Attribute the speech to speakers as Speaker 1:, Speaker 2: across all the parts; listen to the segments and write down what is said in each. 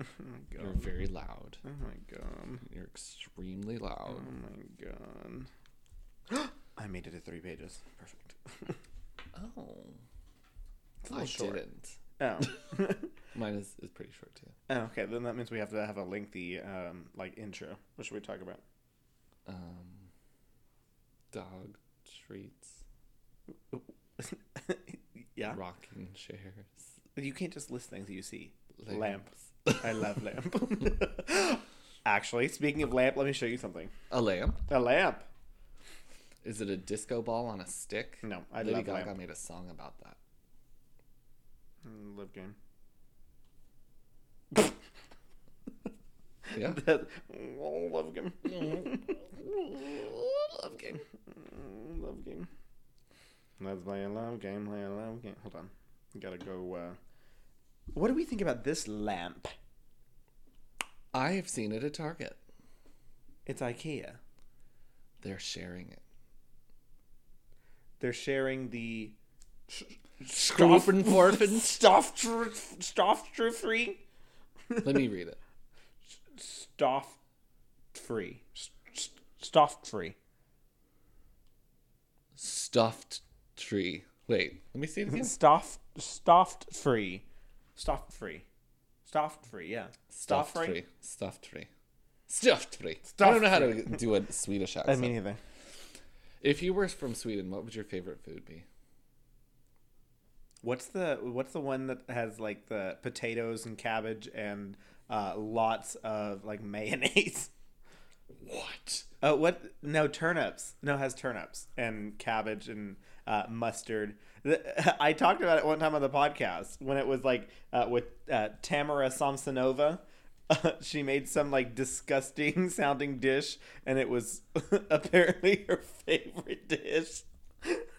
Speaker 1: Mm-hmm.
Speaker 2: very loud.
Speaker 1: Oh my god.
Speaker 2: You're extremely
Speaker 1: Oh
Speaker 2: loud.
Speaker 1: my god. I made it to three pages. Perfect.
Speaker 2: Oh.
Speaker 1: It's a
Speaker 2: I
Speaker 1: little short.
Speaker 2: didn't.
Speaker 1: Oh.
Speaker 2: Mine is, is pretty short too.
Speaker 1: oh. Okay, then that means we have to have a lengthy um like intro. What should we talk about?
Speaker 2: Um, dog treats,
Speaker 1: yeah.
Speaker 2: rocking chairs,
Speaker 1: You can't just list things that you see. Lamp.
Speaker 2: lamps.
Speaker 1: I love lamp. Actually, speaking of lamp, let me show you something.
Speaker 2: A lamp?
Speaker 1: A lamp.
Speaker 2: Is it a disco ball on a stick?
Speaker 1: No, I
Speaker 2: Lady
Speaker 1: love
Speaker 2: Gaga
Speaker 1: lamp.
Speaker 2: made a song about that.
Speaker 1: Mm, Live game.
Speaker 2: Yeah.
Speaker 1: That- oh, love game.
Speaker 2: Love game.
Speaker 1: Mm, love game. Let's play a love game. Play a love game. Hold on. We gotta go. Uh... What do we think about this lamp?
Speaker 2: I have seen it at Target.
Speaker 1: It's IKEA.
Speaker 2: They're sharing it.
Speaker 1: They're sharing the
Speaker 2: Stoppenforfen.
Speaker 1: stuff stuff free
Speaker 2: Let me read it.
Speaker 1: stuff free stuff free
Speaker 2: Stuffed tree. Wait, let me see it again.
Speaker 1: stuff stuffed free stuffed free stuffed free yeah
Speaker 2: Stuffed tree. Stuffed tree. Stuffed tree. I
Speaker 1: Stuffed
Speaker 2: don't know how to do a Swedish
Speaker 1: I
Speaker 2: accent.
Speaker 1: mean either
Speaker 2: if you were from Sweden, what would your favorite food be?
Speaker 1: what's the what's the one that has like the potatoes and cabbage and uh, lots of like mayonnaise
Speaker 2: What?
Speaker 1: Oh, what? No, turnips. No, it has turnips and cabbage and uh, mustard. The- I talked about it one time on the podcast when it was like uh, with uh, Tamara Samsonova. she made some like disgusting sounding dish, and it was apparently her favorite dish.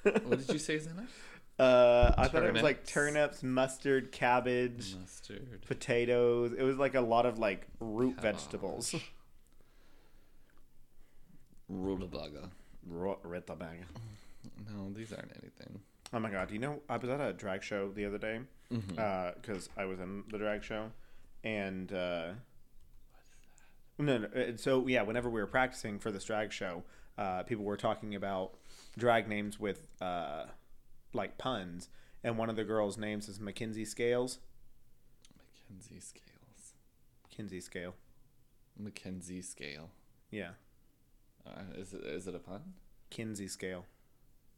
Speaker 2: What did you say, Zena?
Speaker 1: Uh, I thought it was like
Speaker 2: Turnips.
Speaker 1: turnips, mustard, cabbage,
Speaker 2: Mustard.
Speaker 1: potatoes. It was like a lot of like root vegetables.
Speaker 2: Rutabaga.
Speaker 1: Ro- red the bag.
Speaker 2: No, these aren't anything.
Speaker 1: Oh my god! You know, I was at a drag show the other day because I was in the drag show, and uh, no, no. uh, So yeah, whenever we were practicing for this drag show, uh, people were talking about drag names with uh, like puns, and one of the girls' names is Mackenzie Scales.
Speaker 2: Mackenzie scales.
Speaker 1: Kinsey Scale.
Speaker 2: Mackenzie scale.
Speaker 1: Yeah,
Speaker 2: Uh, is it is it a pun?
Speaker 1: Kinsey Scale.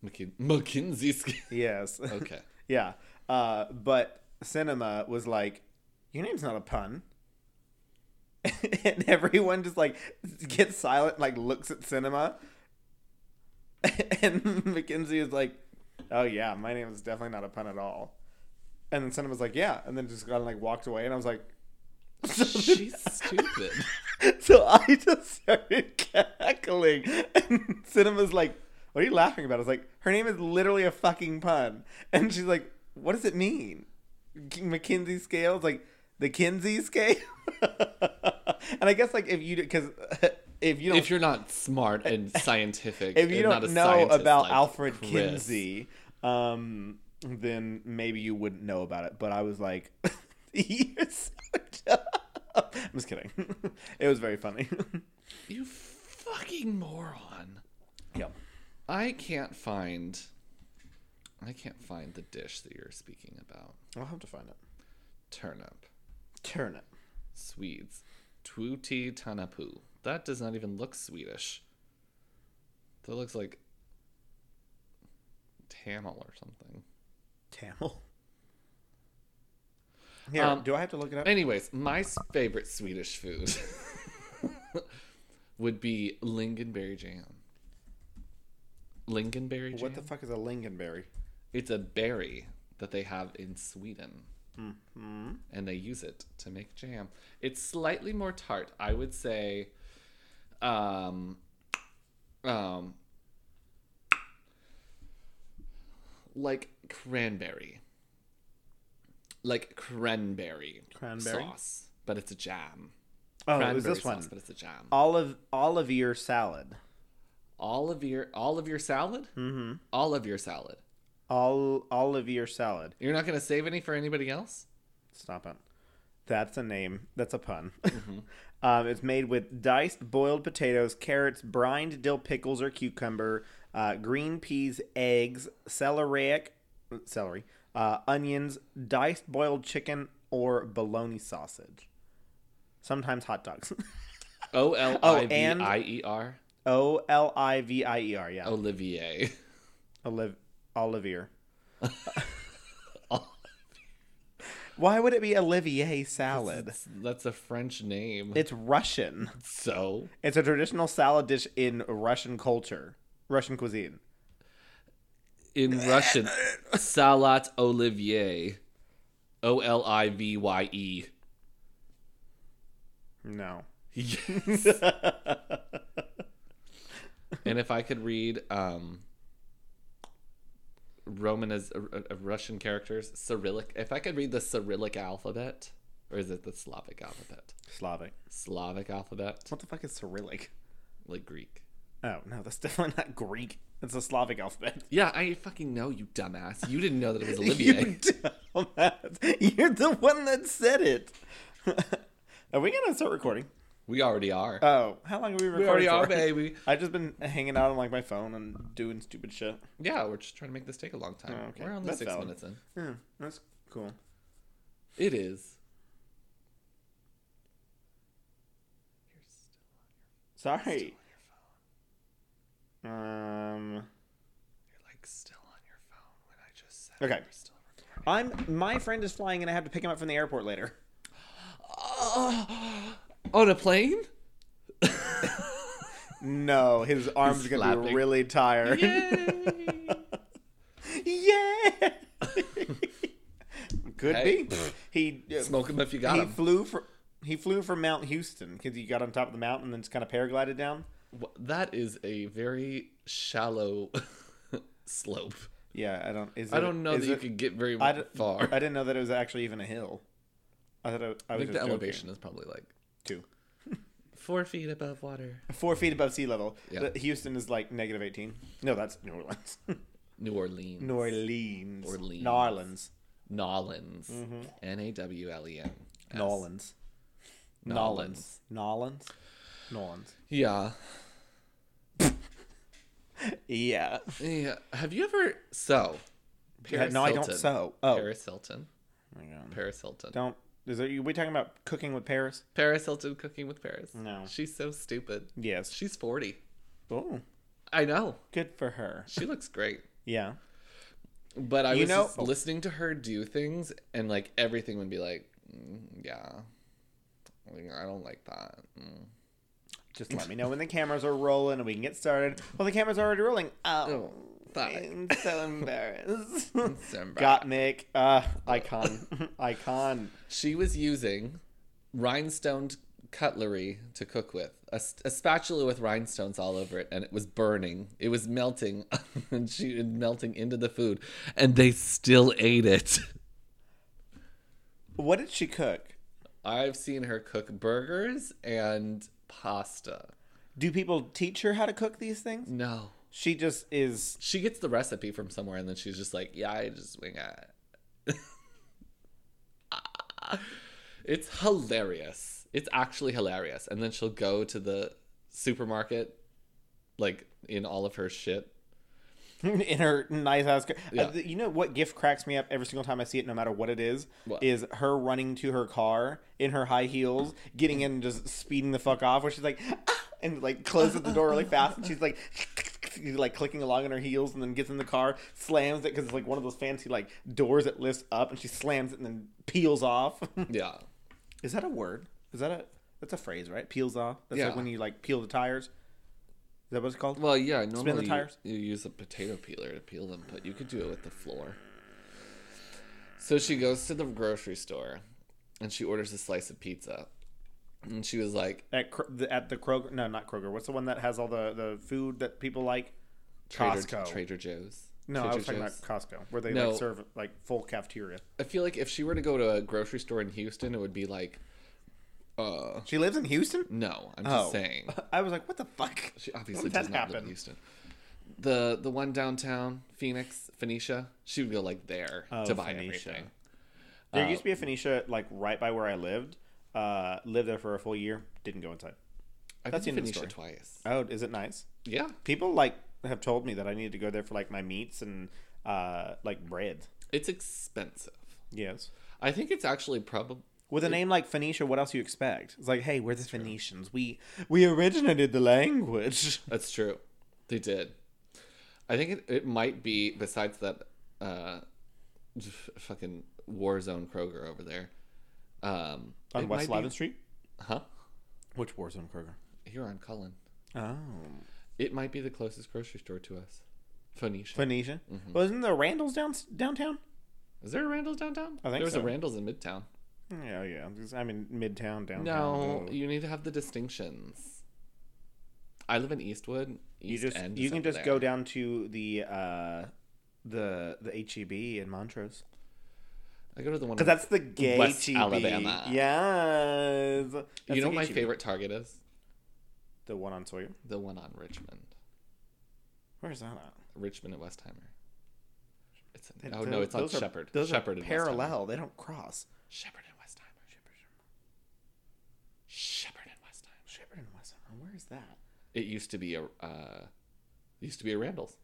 Speaker 2: McKin- Mackenzie scale.
Speaker 1: Yes.
Speaker 2: Okay.
Speaker 1: yeah. Uh, but cinema was like, your name's not a pun. and everyone just like gets silent, like looks at cinema. and Mackenzie is like, oh yeah, my name is definitely not a pun at all. And then cinema's like, yeah. And then just kind of like walked away. And I was like,
Speaker 2: She's stupid.
Speaker 1: so I just started cackling. And Cinema's like, What are you laughing about? I was like, Her name is literally a fucking pun. And she's like, What does it mean? K- Mackenzie scale? It's like, the Kinsey scale? and I guess, like, if you, because if you don't.
Speaker 2: if you're not smart and scientific,
Speaker 1: if you
Speaker 2: and not a
Speaker 1: don't know
Speaker 2: scientist
Speaker 1: about
Speaker 2: like
Speaker 1: Alfred
Speaker 2: Chris,
Speaker 1: Kinsey, um, then maybe you wouldn't know about it. But I was like, you're so dumb. I'm just kidding. it was very funny.
Speaker 2: you fucking moron.
Speaker 1: yeah.
Speaker 2: I can't find. I can't find the dish that you're speaking about.
Speaker 1: I'll have to find it.
Speaker 2: Turnip,
Speaker 1: Turnip.
Speaker 2: Swedes, tuti tanapu. That does not even look Swedish. That looks like Tamil or something.
Speaker 1: Tamil. Here,
Speaker 2: Um,
Speaker 1: do I have to look it up?
Speaker 2: Anyways, my s- favorite Swedish food would be lingonberry jam. Lingonberry jam.
Speaker 1: what the fuck is a lingonberry?
Speaker 2: It's a berry that they have in Sweden.
Speaker 1: Mm-hmm.
Speaker 2: And they use it to make jam. It's slightly more tart. I would say um um like cranberry. Like cranberry,
Speaker 1: Cranberry?
Speaker 2: sauce, but it's a jam.
Speaker 1: Oh, it
Speaker 2: Cranberry
Speaker 1: was this
Speaker 2: sauce,
Speaker 1: one.
Speaker 2: but it's a jam.
Speaker 1: Olive olive ear salad.
Speaker 2: All of your all of your salad? Mm-hmm. All of your salad.
Speaker 1: All olive ear salad.
Speaker 2: You're not gonna save any for anybody else?
Speaker 1: Stop it. That's a name. That's a pun. um, it's made with diced boiled potatoes, carrots, brined dill pickles or cucumber, uh, green peas, eggs, celeriac, celery, uh, onions, diced boiled chicken, or bologna sausage. Sometimes hot dogs.
Speaker 2: O L
Speaker 1: Oh,
Speaker 2: I V
Speaker 1: and-
Speaker 2: I E R.
Speaker 1: O L I V I E R. Yeah.
Speaker 2: Oh. Olivier.
Speaker 1: Oliv- Olivier. Why would it be Olivier salad?
Speaker 2: That's, that's a French name.
Speaker 1: It's Russian.
Speaker 2: so
Speaker 1: It's a traditional salad dish in Russian culture, Russian cuisine.
Speaker 2: in Russian, Salat Olivier. O L I V Y E.
Speaker 1: No.
Speaker 2: Yes. and if I could read um, Roman as uh, uh, Russian characters, Cyrillic, if I could read the Cyrillic alphabet, or is it the Slavic alphabet?
Speaker 1: Slavic.
Speaker 2: Slavic alphabet,
Speaker 1: What the fuck is Cyrillic?
Speaker 2: like Greek.
Speaker 1: Oh, no, that's definitely not Greek. It's a Slavic alphabet.
Speaker 2: Yeah, I fucking know you, dumbass. You didn't know that it was
Speaker 1: You
Speaker 2: Olivier.
Speaker 1: dumbass. You're the one that said it. are we going to start recording?
Speaker 2: we already are.
Speaker 1: Oh, how long have we recorded?
Speaker 2: we already are,
Speaker 1: for?
Speaker 2: baby.
Speaker 1: I've just been hanging out on like my phone and doing stupid shit.
Speaker 2: Yeah, we're just trying to make this take a long time.
Speaker 1: Oh, okay.
Speaker 2: We're only
Speaker 1: That's
Speaker 2: six
Speaker 1: valid.
Speaker 2: minutes in.
Speaker 1: Yeah, that's cool.
Speaker 2: It is.
Speaker 1: Sorry. Um,
Speaker 2: You're like still on your phone when I just said
Speaker 1: Okay.
Speaker 2: we're still recording.
Speaker 1: I'm my friend is flying and I have to pick him up from the airport later.
Speaker 2: on a plane?
Speaker 1: No, his arms
Speaker 2: He's
Speaker 1: are gonna be
Speaker 2: slapping.
Speaker 1: really tired. Yeah. Could
Speaker 2: Hey.
Speaker 1: be. He uh,
Speaker 2: Smoke them if you got
Speaker 1: he
Speaker 2: them.
Speaker 1: flew from he flew from Mount Houston because he got on top of the mountain and then just kind of paraglided down.
Speaker 2: That is a very shallow slope.
Speaker 1: Yeah, I don't. Is
Speaker 2: I
Speaker 1: it-
Speaker 2: don't know
Speaker 1: is
Speaker 2: that you
Speaker 1: it-
Speaker 2: could get very
Speaker 1: I d-
Speaker 2: far.
Speaker 1: I didn't know that it was actually even a hill. I thought I, I
Speaker 2: I
Speaker 1: was
Speaker 2: think
Speaker 1: just
Speaker 2: the
Speaker 1: joking.
Speaker 2: elevation is probably like
Speaker 1: two,
Speaker 2: four feet above water.
Speaker 1: four feet above sea level.
Speaker 2: Yeah.
Speaker 1: The- Houston is like negative eighteen. No, that's New Orleans.
Speaker 2: New Orleans.
Speaker 1: New Orleans.
Speaker 2: Orleans.
Speaker 1: Narlands.
Speaker 2: Nolans.
Speaker 1: Mm-hmm.
Speaker 2: N A W L E N. S.
Speaker 1: Nolans.
Speaker 2: Nolans.
Speaker 1: Nolans. Nolans.
Speaker 2: Yeah.
Speaker 1: Yeah.
Speaker 2: Yeah. Have you ever so Paris
Speaker 1: no, I
Speaker 2: Hilton.
Speaker 1: don't sew. Oh.
Speaker 2: Paris Hilton.
Speaker 1: Oh my God.
Speaker 2: Paris Hilton.
Speaker 1: Don't. Is there, are we talking about cooking with Paris?
Speaker 2: Paris Hilton cooking with Paris.
Speaker 1: No.
Speaker 2: She's so stupid.
Speaker 1: Yes.
Speaker 2: She's 40.
Speaker 1: Oh,
Speaker 2: I know.
Speaker 1: good for her.
Speaker 2: She looks great.
Speaker 1: Yeah.
Speaker 2: But I
Speaker 1: You
Speaker 2: was
Speaker 1: know-
Speaker 2: just listening to her do things, and like everything would be like, mm, yeah, Like, I don't like that. Mm.
Speaker 1: Just let me know when the cameras are rolling and we can get started. Well, the cameras are already rolling.
Speaker 2: Oh,
Speaker 1: Oh,
Speaker 2: fuck.
Speaker 1: I'm so embarrassed.
Speaker 2: So
Speaker 1: Got Nick. Uh, icon. icon.
Speaker 2: She was using rhinestone cutlery to cook with, a, s- a spatula with rhinestones all over it, and it was burning. It was melting, and she was melting into the food, and they still ate it.
Speaker 1: What did she cook?
Speaker 2: I've seen her cook burgers and pasta.
Speaker 1: Do people teach her how to cook these things?
Speaker 2: No.
Speaker 1: She just is.
Speaker 2: She gets the recipe from somewhere, and then she's just like, yeah, I just wing it. it's hilarious. It's actually hilarious. And then she'll go to the supermarket, like in all of her shit.
Speaker 1: in her nice ass. car-
Speaker 2: Yeah.
Speaker 1: Uh, th- you know what gift cracks me up every single time I see it, no matter what it is,
Speaker 2: What?
Speaker 1: is her running to her car in her high heels, getting in, and just speeding the fuck off. Where she's like, "Ah!" and like closes the door really fast, and she's like. she's, Like clicking along on her heels, and then gets in the car, slams it because it's like one of those fancy like doors that lifts up, and she slams it and then peels off.
Speaker 2: Yeah.
Speaker 1: Is that a word? Is that a that's a phrase, right? Peels off. That's
Speaker 2: Yeah.
Speaker 1: like when you like peel the tires. Is that what it's called?
Speaker 2: Well, yeah, normally you-
Speaker 1: tires?
Speaker 2: You, use a potato peeler to peel them, but you could do it with the floor. So she goes to the grocery store and she orders a slice of pizza. And she was like,
Speaker 1: at Kro- the, at the Kroger. No, not Kroger. What's the one that has all the the food that people like?
Speaker 2: Trader,
Speaker 1: Costco.
Speaker 2: Trader Joe's.
Speaker 1: no,
Speaker 2: Trader
Speaker 1: I was talking
Speaker 2: Joe's.
Speaker 1: about Costco, where they
Speaker 2: No.
Speaker 1: like serve like full cafeteria.
Speaker 2: I feel like if she were to go to a grocery store in Houston, it would be like, uh,
Speaker 1: She lives in Houston.
Speaker 2: no. I'm just
Speaker 1: Oh.
Speaker 2: saying.
Speaker 1: I was like, what the fuck?
Speaker 2: She obviously
Speaker 1: When did that
Speaker 2: does not live in
Speaker 1: happen?
Speaker 2: Houston. The the one downtown, Phoenix, Phoenicia, she would go like there
Speaker 1: Oh,
Speaker 2: to buy
Speaker 1: Phoenicia.
Speaker 2: everything.
Speaker 1: There used to be a Phoenicia like right by where I lived. Uh, lived there for a full year. Didn't go inside.
Speaker 2: I've
Speaker 1: That's
Speaker 2: been
Speaker 1: the
Speaker 2: to
Speaker 1: end of the
Speaker 2: Phoenicia twice.
Speaker 1: Oh, is it nice?
Speaker 2: Yeah,
Speaker 1: People like have told me that I needed to go there for like my meats and uh, like bread.
Speaker 2: it's expensive.
Speaker 1: Yes.
Speaker 2: I think it's actually probably
Speaker 1: With a name like Phoenicia, what else do you expect? It's like, hey, we're the Phoenicians. We we originated the language.
Speaker 2: that's true. They did. I think it, it might be besides that uh, f- fucking war zone Kroger over there. Um,
Speaker 1: On
Speaker 2: it
Speaker 1: West
Speaker 2: might be-
Speaker 1: 11th Street?
Speaker 2: huh?
Speaker 1: Which Warzone Kroger?
Speaker 2: Here on Cullen.
Speaker 1: Oh.
Speaker 2: It might be the closest grocery store to us. Phoenicia.
Speaker 1: Phoenicia? Well, isn't there Randall's down, downtown?
Speaker 2: Is there a Randall's downtown?
Speaker 1: I think
Speaker 2: there was
Speaker 1: so.
Speaker 2: a Randall's in Midtown.
Speaker 1: Yeah, yeah. I'm in Midtown downtown.
Speaker 2: No,
Speaker 1: Oh.
Speaker 2: you need to have the distinctions. I live in Eastwood.
Speaker 1: You
Speaker 2: East
Speaker 1: just
Speaker 2: End
Speaker 1: you
Speaker 2: is
Speaker 1: can
Speaker 2: up
Speaker 1: just
Speaker 2: there.
Speaker 1: go down to the uh the the HEB in Montrose.
Speaker 2: I go to the one.
Speaker 1: Cuz that's the gay
Speaker 2: West
Speaker 1: HEB.
Speaker 2: Alabama.
Speaker 1: Yes.
Speaker 2: you
Speaker 1: That's
Speaker 2: know
Speaker 1: the E
Speaker 2: what my
Speaker 1: HEB.
Speaker 2: favorite Target is
Speaker 1: the one on Sawyer.
Speaker 2: the one on Richmond,
Speaker 1: Where's that at?
Speaker 2: Richmond and West Timer. It's in,
Speaker 1: Th-
Speaker 2: oh
Speaker 1: th-
Speaker 2: no, it's on
Speaker 1: those are-
Speaker 2: Shepherd.
Speaker 1: Those
Speaker 2: Shepherd
Speaker 1: are
Speaker 2: and Westheimer.
Speaker 1: parallel. They don't cross.
Speaker 2: Shepherd and West Timer. Shepherd and West Timer.
Speaker 1: Shepherd and Westheimer. Where is that?
Speaker 2: It used to be a uh, it used to be a Randall's.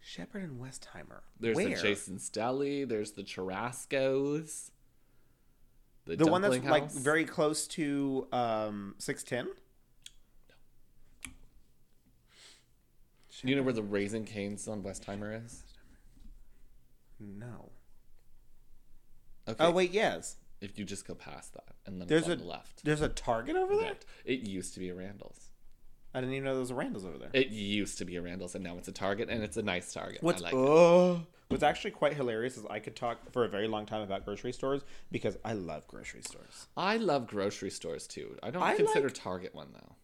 Speaker 1: Shepherd and Westheimer.
Speaker 2: There's
Speaker 1: Where?
Speaker 2: the Jason's Deli. There's the Churrasco's.
Speaker 1: The one that's
Speaker 2: Dumpling
Speaker 1: like
Speaker 2: House.
Speaker 1: very close to um six ten.
Speaker 2: You know where the Raising Canes on Westheimer is?
Speaker 1: No.
Speaker 2: Okay.
Speaker 1: Oh wait, yes.
Speaker 2: If you just go past that and then
Speaker 1: There's
Speaker 2: it's on
Speaker 1: a-
Speaker 2: the left.
Speaker 1: There's a Target over there.
Speaker 2: Correct. It used to be a Randall's.
Speaker 1: I didn't even know there was a Randall's over there.
Speaker 2: It used to be a Randall's and now it's a Target and it's a nice Target.
Speaker 1: What's
Speaker 2: I like it.
Speaker 1: oh, what's actually quite hilarious is I could talk for a very long time about grocery stores because I love grocery stores.
Speaker 2: I love grocery stores too. I don't
Speaker 1: I
Speaker 2: consider Target one though.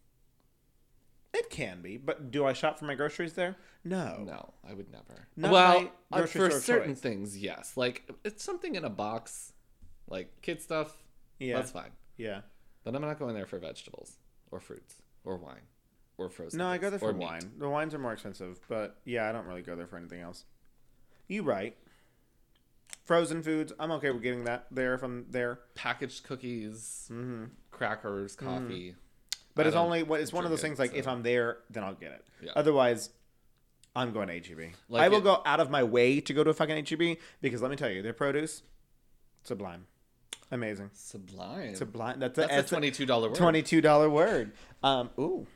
Speaker 1: It can be, but do I shop for my groceries there? No.
Speaker 2: No, I would never.
Speaker 1: Not
Speaker 2: well,
Speaker 1: my
Speaker 2: uh,
Speaker 1: grocery store
Speaker 2: for
Speaker 1: of
Speaker 2: certain
Speaker 1: choice.
Speaker 2: things, yes. Like it's something in a box, like kid stuff.
Speaker 1: Yeah.
Speaker 2: that's fine.
Speaker 1: Yeah.
Speaker 2: But I'm not going there for vegetables or fruits or wine or frozen.
Speaker 1: No, I go
Speaker 2: goods
Speaker 1: there for
Speaker 2: or meat.
Speaker 1: wine. The wines are more expensive, but yeah, I don't really go there for anything else. You right. Frozen foods, I'm okay with getting that there if I'm there.
Speaker 2: Packaged cookies, crackers, coffee.
Speaker 1: But
Speaker 2: I
Speaker 1: it's
Speaker 2: don't
Speaker 1: only what it's one of
Speaker 2: drink
Speaker 1: those
Speaker 2: it,
Speaker 1: things like if
Speaker 2: so-
Speaker 1: I'm there, then I'll get it.
Speaker 2: Yeah.
Speaker 1: Otherwise, I'm going to HEB.
Speaker 2: Like
Speaker 1: I will
Speaker 2: it-
Speaker 1: go out of my way to go to a fucking HEB because let me tell you, their produce, sublime, amazing,
Speaker 2: Sublime.
Speaker 1: sublime. That's,
Speaker 2: That's a twenty-two dollar word.
Speaker 1: twenty-two dollar word. Um, ooh,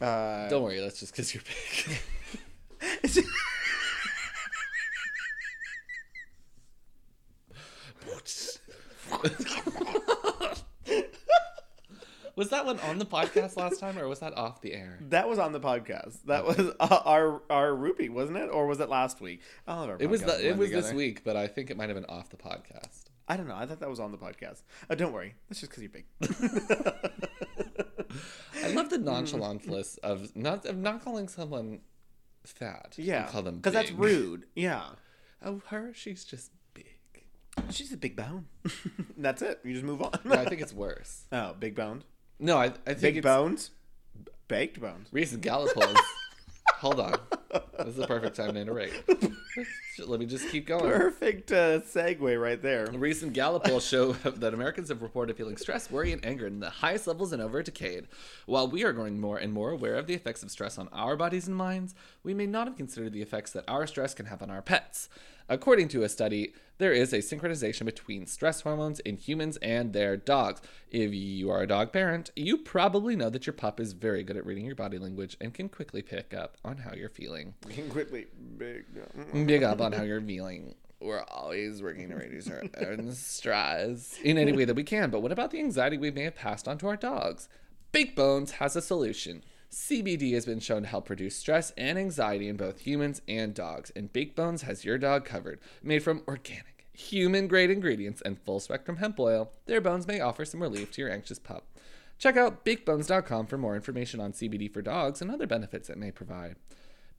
Speaker 1: uh,
Speaker 2: Don't worry, that's just because you're big. was that one on the podcast last time, or was that off the air?
Speaker 1: that was on the podcast. That was uh, our our rupee, wasn't it, or was it last week? All of our
Speaker 2: It was
Speaker 1: podcasts
Speaker 2: the, it
Speaker 1: blend
Speaker 2: was this
Speaker 1: together.
Speaker 2: week, but I think it might have been off the podcast.
Speaker 1: I don't know. I thought that was on the podcast. Oh, don't worry. That's just because you're big.
Speaker 2: I love the nonchalantness of not of not calling someone fat. You
Speaker 1: yeah,
Speaker 2: call them
Speaker 1: because that's
Speaker 2: big.
Speaker 1: rude. Yeah.
Speaker 2: Oh, her, she's just big.
Speaker 1: She's a big bone. That's it. You just move on.
Speaker 2: No, I think it's worse.
Speaker 1: oh, big boned.
Speaker 2: No, I, I think
Speaker 1: Big
Speaker 2: it's
Speaker 1: bones. Baked bones.
Speaker 2: Reese Gallipol's. Hold on, this is the perfect time to interrupt. Let me just keep going.
Speaker 1: Perfect uh, segue right there.
Speaker 2: A recent Gallup poll show that Americans have reported feeling stress, worry, and anger in the highest levels in over a decade. While we are growing more and more aware of the effects of stress on our bodies and minds, we may not have considered the effects that our stress can have on our pets. According to a study, there is a synchronization between stress hormones in humans and their dogs. If you are a dog parent, you probably know that your pup is very good at reading your body language and can quickly pick up on how you're feeling
Speaker 1: We can quickly big.
Speaker 2: big up on how you're feeling. We're always working to reduce our own stress in any way that we can. But what about the anxiety we may have passed on to our dogs? Big Bones has a solution. CBD has been shown to help reduce stress and anxiety in both humans and dogs, and Big Bones has your dog covered. Made from organic, human grade ingredients and full spectrum hemp oil, their bones may offer some relief to your anxious pup. Check out bigbones.com for more information on CBD for dogs and other benefits it may provide.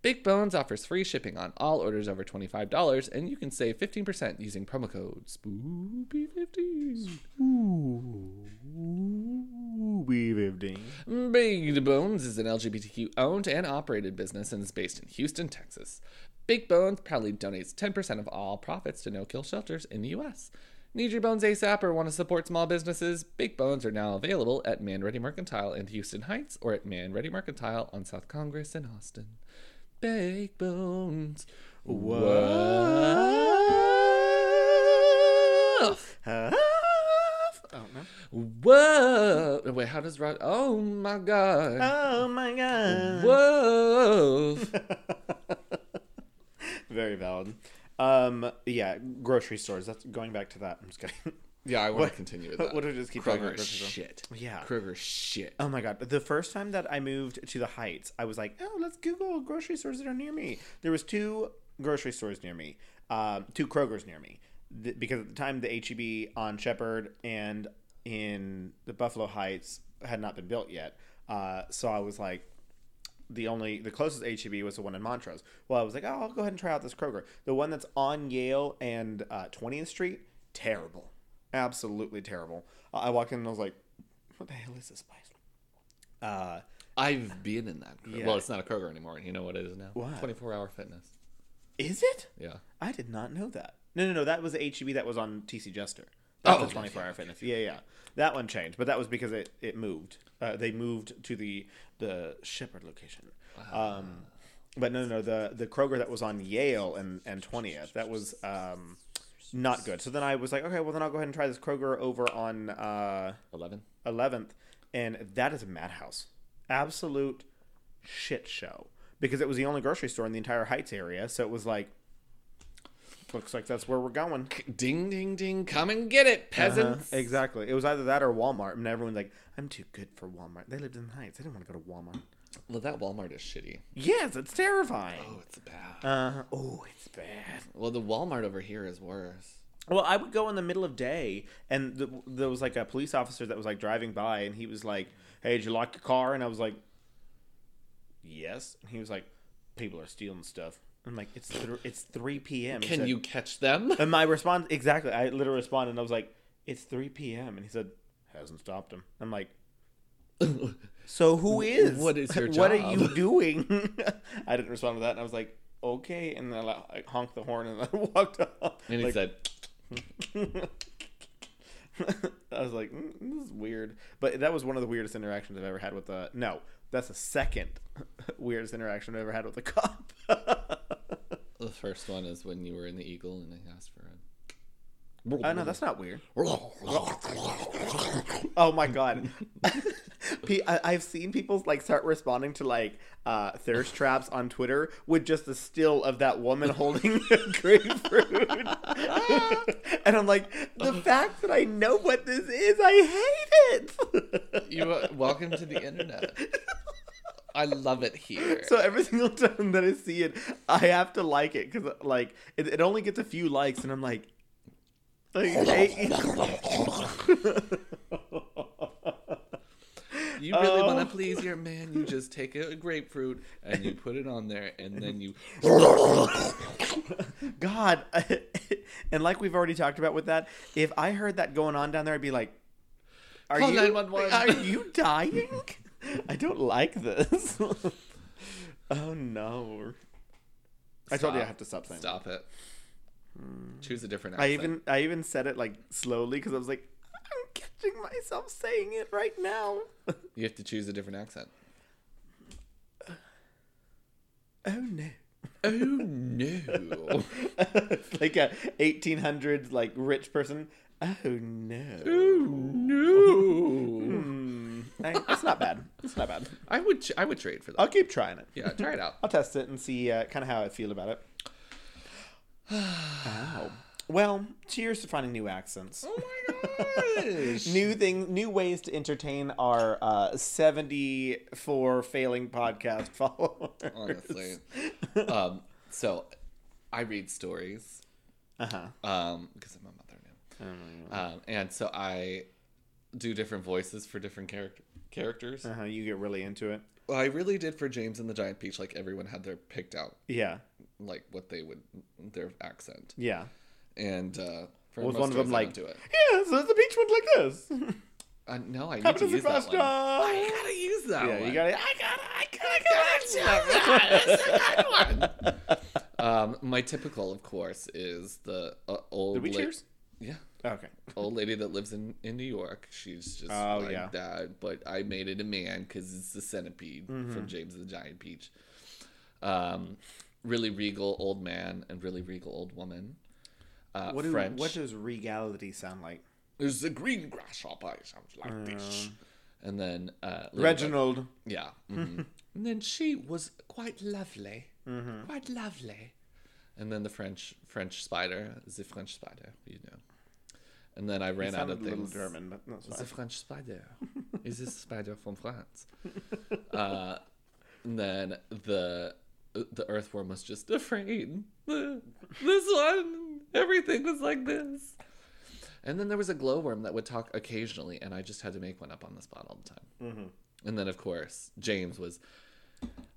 Speaker 2: Big Bones offers free shipping on all orders over $25, and you can save 15% using promo code SPOOPY15.
Speaker 1: Ooh, be 15.
Speaker 2: Big to Bones is an LGBTQ owned and operated business and is based in Houston, Texas. Big Bones proudly donates 10% of all profits to no kill shelters in the U.S. Need your bones ASAP or want to support small businesses? Big Bones are now available at Man Ready Mercantile in Houston Heights or at Man Ready Mercantile on South Congress in Austin. Big Bones. Woof.
Speaker 1: Huh? Oh, no.
Speaker 2: Woof. Wait, how does Rod? Oh my God.
Speaker 1: oh my god.
Speaker 2: Woof.
Speaker 1: Very valid. Um, yeah, grocery stores. That's going back to that. I'm just kidding.
Speaker 2: Yeah, I want to continue with that.
Speaker 1: What if we just keep talking about
Speaker 2: Kroger
Speaker 1: grocery store?
Speaker 2: shit.
Speaker 1: Yeah.
Speaker 2: Kroger shit.
Speaker 1: Oh my god! The first time that I moved to the Heights, I was like, "Oh, let's Google grocery stores that are near me." There was two grocery stores near me, um, two Krogers near me, Th- because at the time the HEB on Shepherd and in the Buffalo Heights had not been built yet. Uh, so I was like, the only the closest HEB was the one in Montrose. Well, I was like, oh, I'll go ahead and try out this Kroger. The one that's on Yale and uh, 20th Street, terrible, absolutely terrible. I I walked in and I was like, what the hell is this place? Uh,
Speaker 2: I've been in that. Kroger.
Speaker 1: Yeah.
Speaker 2: Well, it's not a Kroger anymore. You know what it is now?
Speaker 1: What?
Speaker 2: 24 hour fitness.
Speaker 1: is it?
Speaker 2: Yeah.
Speaker 1: I did not know that. No, no, no. That was the HEB that was on TC Jester.
Speaker 2: Oh,
Speaker 1: That's oh,
Speaker 2: okay,
Speaker 1: 24 hour fitness. Yeah, yeah. That one changed, but that was because it, it moved. Uh, they moved to the the Shepherd location.
Speaker 2: Ah.
Speaker 1: Um, but no, no, no. The the Kroger that was on Yale and and 20th. That was um, not good. So then I was like, okay, well then I'll go ahead and try this Kroger over on uh,
Speaker 2: 11.
Speaker 1: 11th, and that is a madhouse. Absolute shit show. Because it was the only grocery store in the entire Heights area. So it was like, looks like that's where we're going.
Speaker 2: Ding, ding, ding. Come and get
Speaker 1: Uh-huh.
Speaker 2: it, peasants.
Speaker 1: Exactly. It was either that or Walmart. And everyone's like, I'm too good for Walmart. They lived in the Heights. I didn't want to go to Walmart.
Speaker 2: Well, that Walmart is shitty.
Speaker 1: Yes, it's terrifying.
Speaker 2: Oh, it's bad.
Speaker 1: Uh, oh, it's bad.
Speaker 2: Well, the Walmart over here is worse.
Speaker 1: Well, I would go in the middle of day, and the, there was like a police officer that was like driving by, and he was like, "Hey, did you lock your car?" And I was like, "Yes." And he was like, "People are stealing stuff." I'm like, "It's th- it's three p.m." He
Speaker 2: Can
Speaker 1: said-
Speaker 2: you catch them?
Speaker 1: And my response exactly. I literally responded, and I was like, "It's three p.m." And he said, "Hasn't stopped him." I'm like, "So who is?
Speaker 2: what is your
Speaker 1: What are
Speaker 2: job?"
Speaker 1: you doing?" I didn't respond to that, and I was like, "Okay." And then I like, honked the horn and I walked off.
Speaker 2: And he
Speaker 1: Like,
Speaker 2: said,
Speaker 1: I was like, mm, this is weird. But that was one of the weirdest interactions I've ever had with a. No, that's the second weirdest interaction I've ever had with a cop. Uh,
Speaker 2: the first one is when you were in the Eagle and they asked for a.
Speaker 1: oh, no, that's not weird.
Speaker 2: oh,
Speaker 1: Oh, my God. Pe- I- I've seen people like start responding to like uh, thirst traps on Twitter with just the still of that woman holding the grapefruit, and I'm like, the fact that I know what this is, I hate it.
Speaker 2: you uh, welcome to the internet. I love it here.
Speaker 1: So every single time that I see it, I have to like it because like it, it only gets a few likes, and I'm like, like, I-
Speaker 2: you really
Speaker 1: Oh.
Speaker 2: want to please your man? You just take a grapefruit and you put it on there, and then you.
Speaker 1: God, and like we've already talked about with that, if I heard that going on down there, I'd be like, Are
Speaker 2: Call
Speaker 1: you
Speaker 2: 911.
Speaker 1: are you dying? I don't like this. oh no! I told you I
Speaker 2: Stop.
Speaker 1: have to stop saying. that.
Speaker 2: Stop it. Choose a different
Speaker 1: I
Speaker 2: accent.
Speaker 1: even I even said it like slowly because I was like, I'm catching myself saying it right now. oh
Speaker 2: You have to choose a different accent.
Speaker 1: no!
Speaker 2: Oh no.
Speaker 1: It's like a 1800s like rich person. Oh no!
Speaker 2: oh no.
Speaker 1: Hmm. I- it's not bad. It's not bad.
Speaker 2: I would ch- I would trade for that.
Speaker 1: I'll keep trying it.
Speaker 2: Yeah, try it out.
Speaker 1: I'll test it and see uh, kind of how I feel about it. Wow. Well, cheers to finding new accents.
Speaker 2: Oh my gosh.
Speaker 1: new thing, new ways to entertain our uh, 74 failing podcast followers.
Speaker 2: Honestly. um so I read stories
Speaker 1: Uh-huh.
Speaker 2: um because I'm a mother now. Um and so I do different voices for different character characters.
Speaker 1: Uh-huh. You get really into it.
Speaker 2: I really did for James and the Giant Peach like everyone had their picked out
Speaker 1: Yeah.
Speaker 2: like what they would their accent.
Speaker 1: Yeah.
Speaker 2: And uh for
Speaker 1: Was
Speaker 2: most
Speaker 1: one of them
Speaker 2: us, I
Speaker 1: like
Speaker 2: don't do it.
Speaker 1: Yeah, so the beach went like this.
Speaker 2: Uh, no, I need
Speaker 1: Coming
Speaker 2: to
Speaker 1: to
Speaker 2: use that
Speaker 1: Sebastian!
Speaker 2: one. I gotta use that
Speaker 1: Yeah, you
Speaker 2: one.
Speaker 1: got it. I got it. I got it.
Speaker 2: Um, my typical, of course, is the uh, old.
Speaker 1: Did we
Speaker 2: la-
Speaker 1: cheers?
Speaker 2: Yeah,
Speaker 1: Okay.
Speaker 2: old lady that lives in in New York. She's just
Speaker 1: Oh,
Speaker 2: like
Speaker 1: yeah.
Speaker 2: that. But I made it a man because it's the centipede
Speaker 1: Mm-hmm.
Speaker 2: from James and the Giant Peach. Um, really regal old man and really regal old woman. Uh,
Speaker 1: What, do,
Speaker 2: French.
Speaker 1: what does regality sound like?
Speaker 2: There's a green grasshopper. It sounds like this. And then uh, Ladybug-
Speaker 1: Uh. Reginald.
Speaker 2: Yeah. mhm. and then she was quite lovely.
Speaker 1: Mm-hmm.
Speaker 2: Quite lovely. And then the French French spider, the French spider, you know. And then I ran out
Speaker 1: Sounded
Speaker 2: of
Speaker 1: a little
Speaker 2: things.
Speaker 1: German, but that's
Speaker 2: The
Speaker 1: fine.
Speaker 2: French spider. Is this spider from France? uh, and then the the earthworm was just afraid. This one, everything was like this. And then there was a glowworm that would talk occasionally, and I just had to make one up on the spot all the time.
Speaker 1: Mm-hmm.
Speaker 2: And then, of course, James was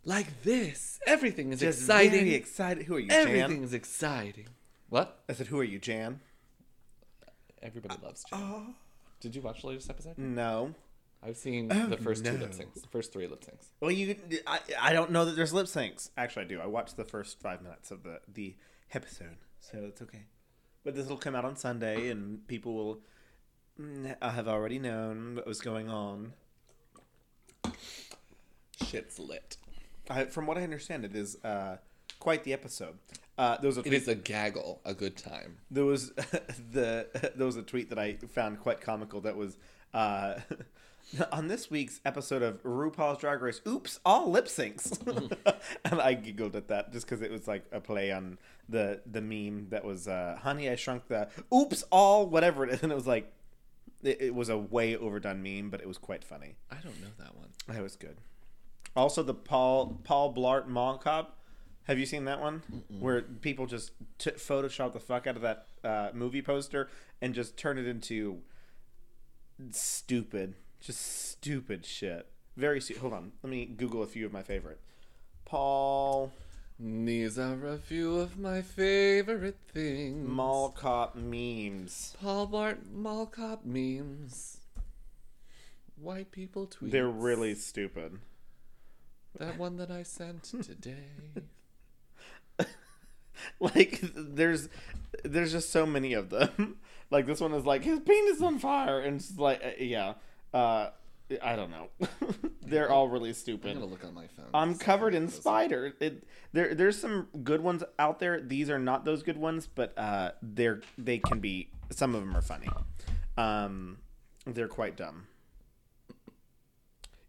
Speaker 2: like this. Everything is
Speaker 1: Just
Speaker 2: exciting.
Speaker 1: Very excited. Who are you,
Speaker 2: everything
Speaker 1: Jan?
Speaker 2: is exciting. What?
Speaker 1: I said, who are you, Jan?
Speaker 2: Everybody
Speaker 1: Uh,
Speaker 2: loves James. Did you watch the latest episode?
Speaker 1: No.
Speaker 2: I've seen the first two lip
Speaker 1: no.
Speaker 2: syncs, the first three lip syncs.
Speaker 1: Well, you. I, I don't know that there's lip syncs. Actually, I do. I watched the first five minutes of the the episode, so it's okay. But this will come out on Sunday, and people will mm, have already known what was going on.
Speaker 2: Shit's lit.
Speaker 1: I, from what I understand, it is uh, quite the episode. Uh, there was a
Speaker 2: It is a gaggle, a good time.
Speaker 1: there was the there was a tweet that I found quite comical that was uh, on this week's episode of RuPaul's Drag Race. Oops, all lip syncs, and I giggled at that just because it was like a play on the the meme that was uh, "Honey, I Shrunk the Oops all whatever," it is. and it was like it, it was a way overdone meme, but it was quite funny.
Speaker 2: I don't know that one.
Speaker 1: That was good. Also, the Paul Paul Blart Mall Cop. Have you seen that one? Where people just t- Photoshop the fuck out of that uh, movie poster and just turn it into stupid, just stupid shit. Very stu- hold on. Let me Google a few of my favorite. Paul
Speaker 2: These are a few of my favorite things.
Speaker 1: Mall Cop memes.
Speaker 2: Paul Bart mall cop memes. White people tweets.
Speaker 1: They're really stupid.
Speaker 2: that one that I sent today.
Speaker 1: like there's there's just so many of them like this one is like his penis on fire and it's like uh, yeah uh i don't know they're all really
Speaker 2: I'm
Speaker 1: stupid
Speaker 2: gonna look on my phone.
Speaker 1: i'm covered in spider it, there there's some good ones out there these are not those good ones but uh they're they can be some of them are funny um they're quite dumb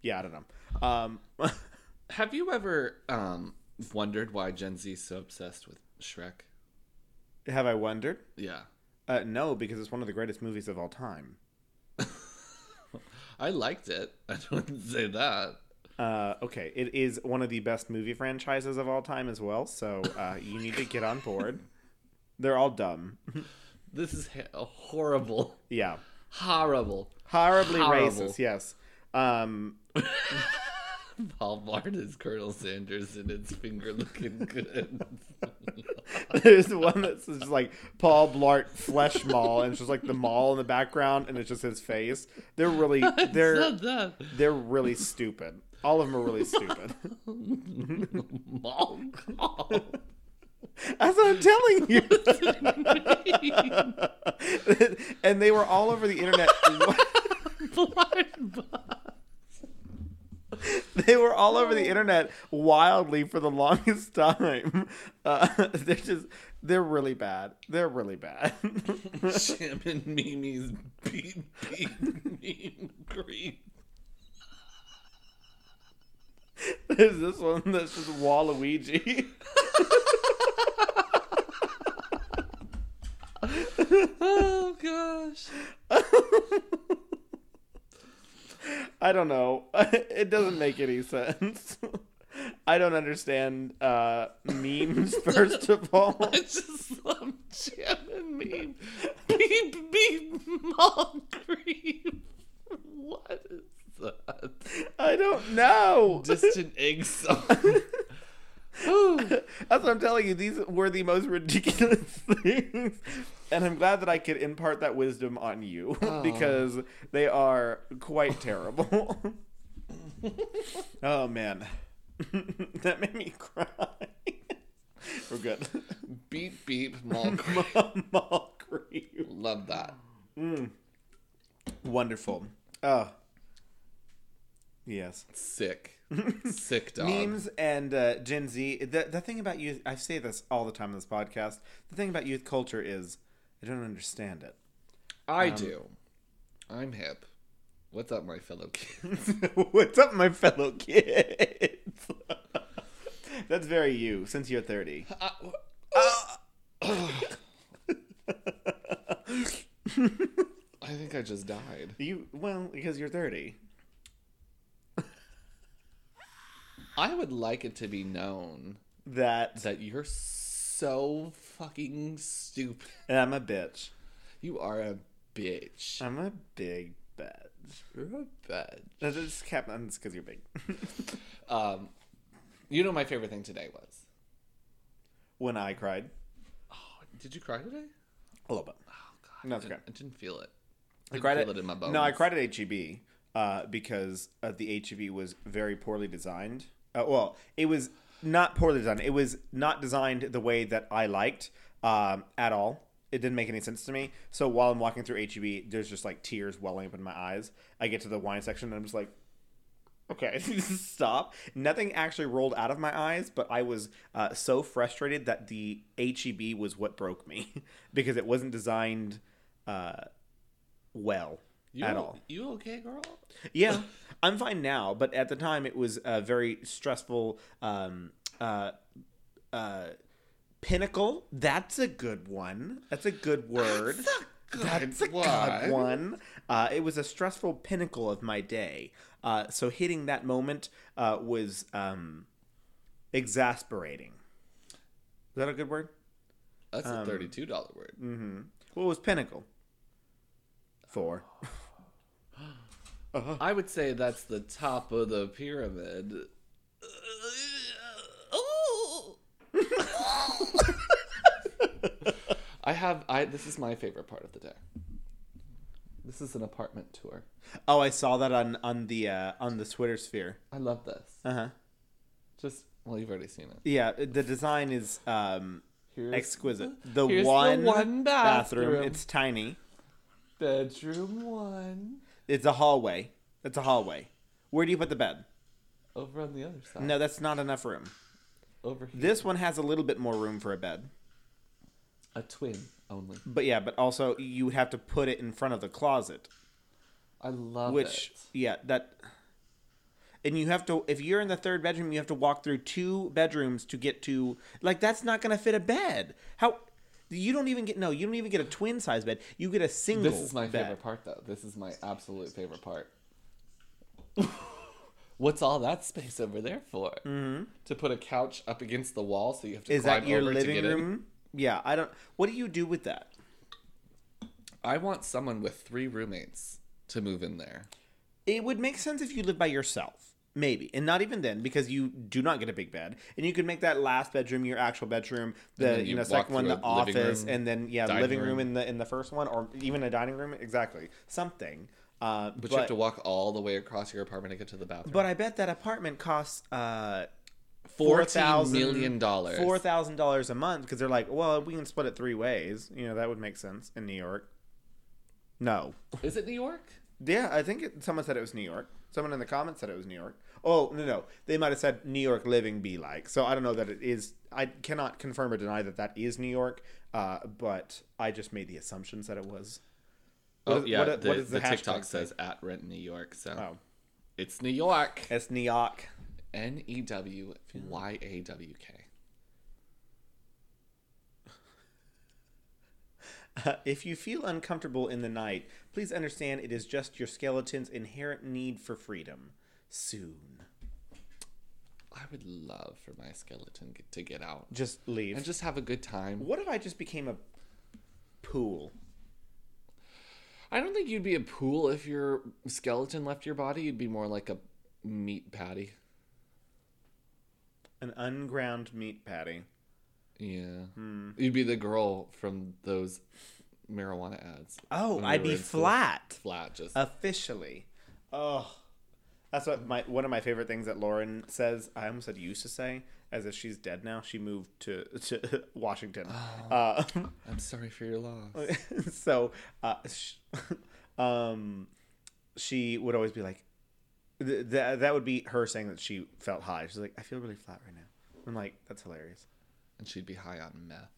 Speaker 1: yeah i don't know um
Speaker 2: Have you ever um wondered why Gen Z is so obsessed with Shrek?
Speaker 1: have i wondered
Speaker 2: Yeah.
Speaker 1: uh no because it's one of the greatest movies of all time
Speaker 2: I liked it. I wouldn't say that.
Speaker 1: Uh, okay, it is one of the best movie franchises of all time as well. So uh, you need to get on board. They're all dumb.
Speaker 2: This is h- a horrible,
Speaker 1: Yeah,
Speaker 2: horrible.
Speaker 1: horribly
Speaker 2: Horrible.
Speaker 1: racist. Yes. Um,
Speaker 2: Paul Bart is Colonel Sanders and it's finger looking good.
Speaker 1: there's one that's just like Paul Blart Flesh Mall, and it's just like the mall in the background, and it's just his face. They're really they're
Speaker 2: Not that.
Speaker 1: they're really stupid. All of them are really stupid.
Speaker 2: Mm-hmm. Mom.
Speaker 1: That's what I'm telling you. and they were all over the internet. they were all over the internet wildly for the longest time. Uh, they're just they're really bad. They're really bad.
Speaker 2: Jim and Mimi's beat beat meme creep.
Speaker 1: There's this one that's just Waluigi.
Speaker 2: Oh gosh.
Speaker 1: I don't know. It doesn't make any sense. I don't understand uh, memes. First of all,
Speaker 2: I just love Jim and Meme. Beep beep mom creep. What is that?
Speaker 1: I don't know.
Speaker 2: Just an egg song. Ooh. Oh,
Speaker 1: That's what I'm telling you. These were the most ridiculous things. and I'm glad that I could impart that wisdom on you because they are quite terrible. oh man, that made me cry. We're good.
Speaker 2: Beep beep mall.
Speaker 1: Mall creep.
Speaker 2: Love that.
Speaker 1: Wonderful. Oh. Yes.
Speaker 2: Sick. Sick dog.
Speaker 1: Memes and uh, Gen Z. The, the thing about youth, I say this all the time on this podcast. The thing about youth culture is I don't understand it.
Speaker 2: I do. I'm hip. What's up, my fellow kids?
Speaker 1: What's up, my fellow kids? That's very you since you're 30.
Speaker 2: I think I just died.
Speaker 1: You well because you're 30.
Speaker 2: I would like it to be known
Speaker 1: That
Speaker 2: that you're so fucking stupid.
Speaker 1: and I'm a bitch.
Speaker 2: You are a bitch.
Speaker 1: I'm a big bitch.
Speaker 2: You're a bitch.
Speaker 1: That's just cap. That's because you're big.
Speaker 2: Um, you know my favorite thing today was.
Speaker 1: when I cried
Speaker 2: Oh, did you cry today?
Speaker 1: a little bit.
Speaker 2: Oh God,
Speaker 1: No,
Speaker 2: I
Speaker 1: it's
Speaker 2: didn't,
Speaker 1: okay.
Speaker 2: I didn't feel it.
Speaker 1: I
Speaker 2: Didn't
Speaker 1: cried
Speaker 2: feel
Speaker 1: at-
Speaker 2: it in my bones.
Speaker 1: No, I cried at HEB uh, because uh, the HEB was very poorly designed. Uh, well, it was not poorly designed. It was not designed the way that I liked um, at all. It didn't make any sense to me. So while I'm walking through HEB, there's just like tears welling up in my eyes. I get to the wine section and I'm just like, okay, stop. Nothing actually rolled out of my eyes, but I was uh, so frustrated that the HEB was what broke me because it wasn't designed uh, well
Speaker 2: You
Speaker 1: at
Speaker 2: o-
Speaker 1: all.
Speaker 2: You okay, girl?
Speaker 1: Yeah, I'm fine now, but at the time it was a very stressful um, uh, uh, pinnacle. That's a good one. That's a good word. That's a good one. Uh, it was a stressful pinnacle of my day. Uh, so hitting that moment uh, was um, exasperating. Is that a good word?
Speaker 2: That's
Speaker 1: Um,
Speaker 2: a thirty-two dollar word.
Speaker 1: mm. What was pinnacle? Four.
Speaker 2: I would say that's the top of the pyramid. I have I this is my favorite part of the day. This is an apartment tour.
Speaker 1: Oh, I saw that on on the uh, on the Twitter sphere.
Speaker 2: I love this.
Speaker 1: Uh huh.
Speaker 2: Just well, you've already seen it.
Speaker 1: Yeah, uh, the design is um
Speaker 2: Here's
Speaker 1: exquisite. The
Speaker 2: here's the
Speaker 1: one,
Speaker 2: one
Speaker 1: bathroom.
Speaker 2: bathroom.
Speaker 1: it's tiny.
Speaker 2: bedroom one
Speaker 1: It's a hallway. It's a hallway. Where do you put the bed?
Speaker 2: over on the other side.
Speaker 1: No, that's not enough room.
Speaker 2: Over here.
Speaker 1: This one has a little bit more room for a bed.
Speaker 2: A twin only.
Speaker 1: But yeah, but also you would have to put it in front of the closet,
Speaker 2: I love
Speaker 1: which
Speaker 2: it.
Speaker 1: yeah, that and you have to if you're in the third bedroom, you have to walk through two bedrooms to get to like that's not going to fit a bed. How you don't even get no, you don't even get a twin size bed. You get a single
Speaker 2: This is my
Speaker 1: bed.
Speaker 2: favorite part, though. This is my absolute favorite part. What's all that space over there for? Mm-hmm. To put a couch up against the wall, so you have to
Speaker 1: Is
Speaker 2: climb
Speaker 1: that your
Speaker 2: over to
Speaker 1: living
Speaker 2: get in?
Speaker 1: room? Yeah, I don't. What do you do with that?
Speaker 2: I want someone with three roommates to move in there.
Speaker 1: It would make sense if you live by yourself, maybe, and not even then because you do not get a big bed, and you could make that last bedroom your actual bedroom, the
Speaker 2: then
Speaker 1: you,
Speaker 2: you
Speaker 1: know
Speaker 2: walk
Speaker 1: second one
Speaker 2: through
Speaker 1: the
Speaker 2: a living
Speaker 1: office,
Speaker 2: room,
Speaker 1: and then yeah,
Speaker 2: dining
Speaker 1: living room.
Speaker 2: room.
Speaker 1: in the in the first one, or even a dining room, exactly something. Uh,
Speaker 2: But,
Speaker 1: but,
Speaker 2: you have to walk all the way across your apartment to get to the bathroom.
Speaker 1: but I bet that apartment costs uh, four
Speaker 2: $14
Speaker 1: thousand
Speaker 2: million dollars.
Speaker 1: four thousand dollars a month because they're like, well, we can split it three ways. You know that would make sense in New York. No,
Speaker 2: Is it New York?
Speaker 1: Yeah, I think it, someone said it was New York. Someone in the comments said it was New York. Oh no, no, they might have said New York living be like. So I don't know that it is. I cannot confirm or deny that that is New York. Uh, but I just made the assumptions that it was. What
Speaker 2: oh
Speaker 1: is-
Speaker 2: yeah,
Speaker 1: what-
Speaker 2: the,
Speaker 1: what is the
Speaker 2: the, TikTok
Speaker 1: hashtag
Speaker 2: says at rent New York, so
Speaker 1: Oh,
Speaker 2: it's New York.
Speaker 1: it's New York.
Speaker 2: N E W Y A W K.
Speaker 1: if you feel uncomfortable in the night, please understand it is just your skeleton's inherent need for freedom. Soon,
Speaker 2: I would love for my skeleton get- to get out
Speaker 1: just leave.
Speaker 2: and just have a good time.
Speaker 1: what if I just became a pool?
Speaker 2: I don't think you'd be a pool if your skeleton left your body. You'd be more like a meat patty.
Speaker 1: An unground meat patty. Hmm.
Speaker 2: Yeah. You'd be the girl from those marijuana ads.
Speaker 1: Oh,
Speaker 2: When we
Speaker 1: I'd
Speaker 2: were
Speaker 1: be
Speaker 2: in school.
Speaker 1: flat
Speaker 2: Flat, just
Speaker 1: officially. Oh, that's what my one of my favorite things that Lauren says. I almost said used to say, as if she's dead now. She moved to to Washington. Uh,
Speaker 2: I'm sorry for your loss.
Speaker 1: Oh, so, uh, sh- um, she would always be like, th- th- that would be her saying that she felt high. She's like, I feel really flat right now. I'm like, that's hilarious.
Speaker 2: And she'd be high on meth.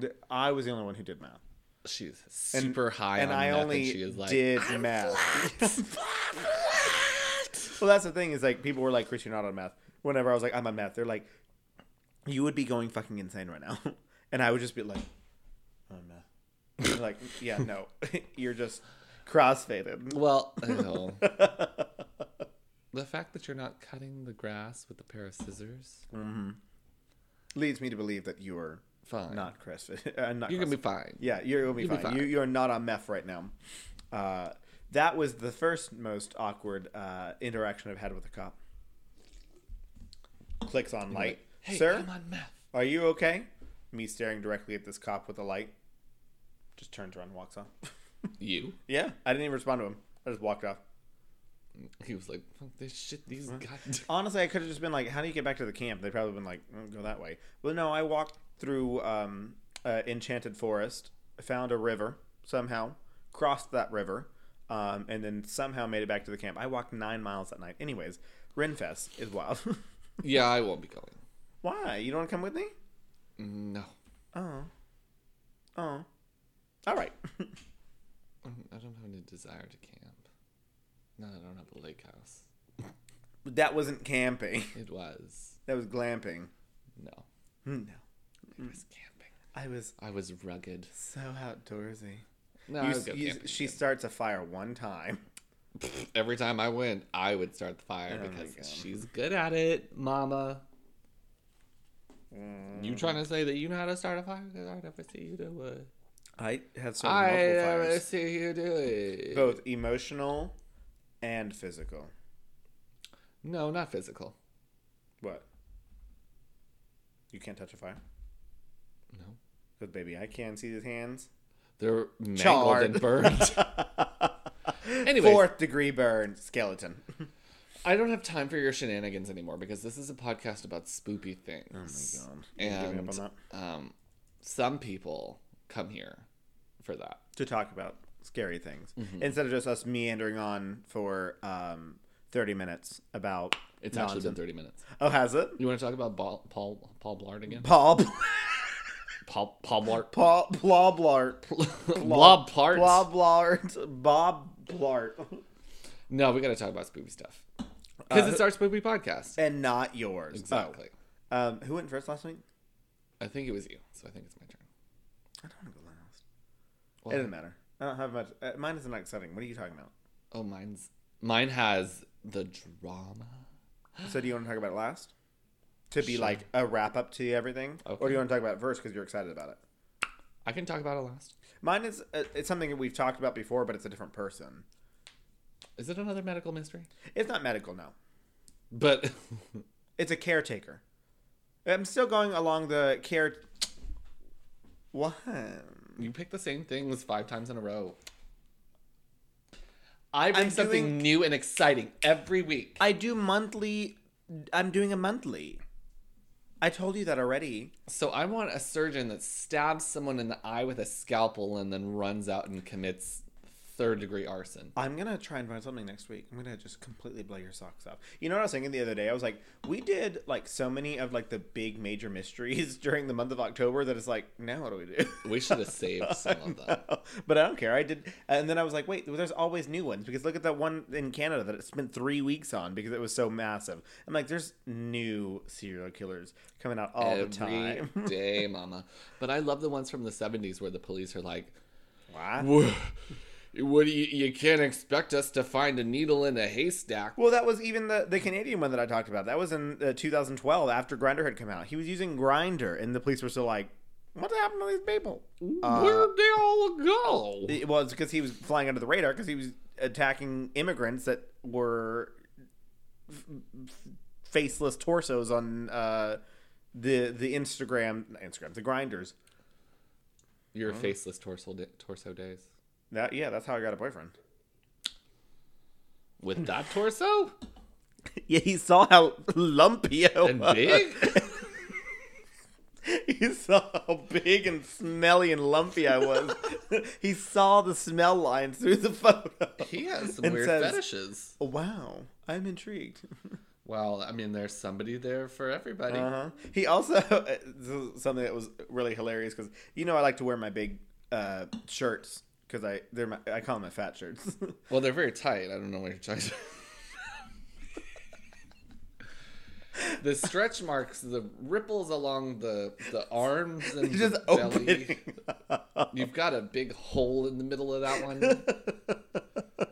Speaker 1: Th- I was the only one who did math.
Speaker 2: She's super high
Speaker 1: and
Speaker 2: on
Speaker 1: I
Speaker 2: meth,
Speaker 1: only
Speaker 2: and she is like,
Speaker 1: did
Speaker 2: "I'm
Speaker 1: math."
Speaker 2: flat."
Speaker 1: Well, that's the thing is like people were like, Chris, you're not on meth. Whenever I was like, I'm on meth, they're like, you would be going fucking insane right now. And I would just be like, I'm on meth. They're like, yeah, no, you're just crossfaded.
Speaker 2: well, ew. the fact that you're not cutting the grass with a pair of scissors,
Speaker 1: Leads me to believe that you are
Speaker 2: fine.
Speaker 1: not crossfaded. Uh, not
Speaker 2: you're gonna
Speaker 1: crossfaded.
Speaker 2: be fine.
Speaker 1: Yeah, you're gonna be
Speaker 2: You'll
Speaker 1: fine. You,
Speaker 2: be fine.
Speaker 1: you're not on meth right now. Uh, that was the first most awkward uh, interaction I've had with a cop. Clicks on light.
Speaker 2: Hey,
Speaker 1: Sir?
Speaker 2: I'm on meth.
Speaker 1: Are you okay? Me staring directly at this cop with a light. Just turns around and walks off.
Speaker 2: You?
Speaker 1: yeah, I didn't even respond to him. I just walked off.
Speaker 2: He was like, Fuck this shit. These guys.
Speaker 1: Honestly, I could have just been like, "How do you get back to the camp?" They'd probably been like, "Mm, "Go that way." Well, no, I walked through um, uh, enchanted forest, found a river somehow, crossed that river, um, and then somehow made it back to the camp. I walked nine miles that night. Anyways, Renfest is wild.
Speaker 2: yeah, I won't be going.
Speaker 1: Why? You don't want to come with me?
Speaker 2: No,
Speaker 1: Oh, oh, all right.
Speaker 2: I'm- I don't have any desire to camp. No, I don't have a lake house.
Speaker 1: that wasn't camping.
Speaker 2: It was
Speaker 1: That was glamping.
Speaker 2: no.
Speaker 1: No.
Speaker 2: It was camping.
Speaker 1: I was
Speaker 2: I was rugged.
Speaker 1: so outdoorsy. Hmm. You-
Speaker 2: No, I would go
Speaker 1: you-
Speaker 2: camping.
Speaker 1: she
Speaker 2: again.
Speaker 1: starts a fire one time.
Speaker 2: Every time I went, I would start the fire
Speaker 1: Oh my God.
Speaker 2: because she's good at it, Mama. You trying
Speaker 1: Mm.
Speaker 2: to say that you know how to start a fire? 'Cause I never see you do it.
Speaker 1: I have started
Speaker 2: I
Speaker 1: multiple
Speaker 2: never
Speaker 1: fires.
Speaker 2: see you do it.
Speaker 1: Both emotional and physical.
Speaker 2: No, not physical.
Speaker 1: What? You can't touch a fire?
Speaker 2: No,
Speaker 1: Because, baby, I can see his hands.
Speaker 2: they're mangled
Speaker 1: Charred.
Speaker 2: and burned. Anyways,
Speaker 1: Fourth degree burn, skeleton.
Speaker 2: I don't have time for your shenanigans anymore because this is a podcast about spoopy things.
Speaker 1: Oh God. You gonna give me
Speaker 2: And
Speaker 1: up on
Speaker 2: um, some people come here for that.
Speaker 1: to talk about scary things
Speaker 2: Mm-hmm.
Speaker 1: instead of just us meandering on for um, 30 minutes about.
Speaker 2: It's actually been 30 minutes.
Speaker 1: Oh, has it?
Speaker 2: You want to talk about Paul Paul, Paul Blart again?
Speaker 1: Paul.
Speaker 2: Paul Paul Blart.
Speaker 1: Paul. Bloblart.
Speaker 2: Blob Blart.
Speaker 1: Bob Blart. Bob Blart.
Speaker 2: No, we got to talk about spoopy stuff because it's our spoopy podcast.
Speaker 1: and not yours. Oh.
Speaker 2: Exactly.
Speaker 1: Um, who went first last week?
Speaker 2: I think it was you, so I think it's my turn.
Speaker 1: I don't want to go last.
Speaker 2: Well,
Speaker 1: It doesn't matter. I don't have much. Uh, mine isn't exciting. What are you talking about?
Speaker 2: Oh, mine's mine has the drama.
Speaker 1: So do you want to talk about it last? To be like a wrap up to everything, or do
Speaker 2: Okay.
Speaker 1: you want to talk about it first because you're excited about it?
Speaker 2: I can talk about it last.
Speaker 1: Mine is uh, it's something that we've talked about before, but it's a different person.
Speaker 2: Is it another medical mystery?
Speaker 1: It's not medical, no.
Speaker 2: But
Speaker 1: It's a caretaker. I'm still going along the care. What?
Speaker 2: you pick the same things five times in a row. I bring
Speaker 1: I'm
Speaker 2: something
Speaker 1: doing-
Speaker 2: new and exciting every week.
Speaker 1: I do monthly. I'm doing a monthly. I told you that already.
Speaker 2: So I want a surgeon that stabs someone in the eye with a scalpel and then runs out and commits third degree arson.
Speaker 1: I'm gonna try and find something next week. I'm gonna just completely blow your socks off. You know what I was thinking the other day? I was like, we did like so many of like the big major mysteries during the month of October that it's like, now what do we do?
Speaker 2: We should have saved some of them.
Speaker 1: but I don't care. I did, and then I was like, wait, there's always new ones because look at that one in Canada that it spent three weeks on because it was so massive. I'm like, there's new serial killers coming out all the
Speaker 2: Every
Speaker 1: time.
Speaker 2: day, mama. But I love the ones from the 70s where the police are like,
Speaker 1: Wow.
Speaker 2: "Wha- what do you, you can't expect us to find a needle in a haystack.
Speaker 1: Well, that was even the, the Canadian one that I talked about. That was in uh, 2012 after Grinder had come out. He was using Grinder, and the police were still like, "What happened to these people?" Uh,
Speaker 2: Where'd they all go?
Speaker 1: It was because he was flying under the radar because he was attacking immigrants that were f- f- faceless torsos on uh, the the Instagram not Instagram the Grinders.
Speaker 2: Your faceless torso da- torso days.
Speaker 1: That yeah, that's how I got a boyfriend.
Speaker 2: With that torso
Speaker 1: Yeah, he saw how lumpy I
Speaker 2: and big,
Speaker 1: He saw how big and smelly and lumpy I was. he saw the smell lines through the photo.
Speaker 2: he has some
Speaker 1: And
Speaker 2: weird
Speaker 1: says-
Speaker 2: fetishes.
Speaker 1: Wow, I'm intrigued.
Speaker 2: Well, I mean, there's somebody there for everybody.
Speaker 1: Uh-huh. He also this is something that was really hilarious because you know I like to wear my big uh, shirts because I they're my, I call them my fat shirts.
Speaker 2: Well, they're very tight. I don't know what you're talking about. the stretch marks, the ripples along the the arms and
Speaker 1: Just
Speaker 2: the belly.
Speaker 1: opening.
Speaker 2: You've got a big hole in the middle of that one.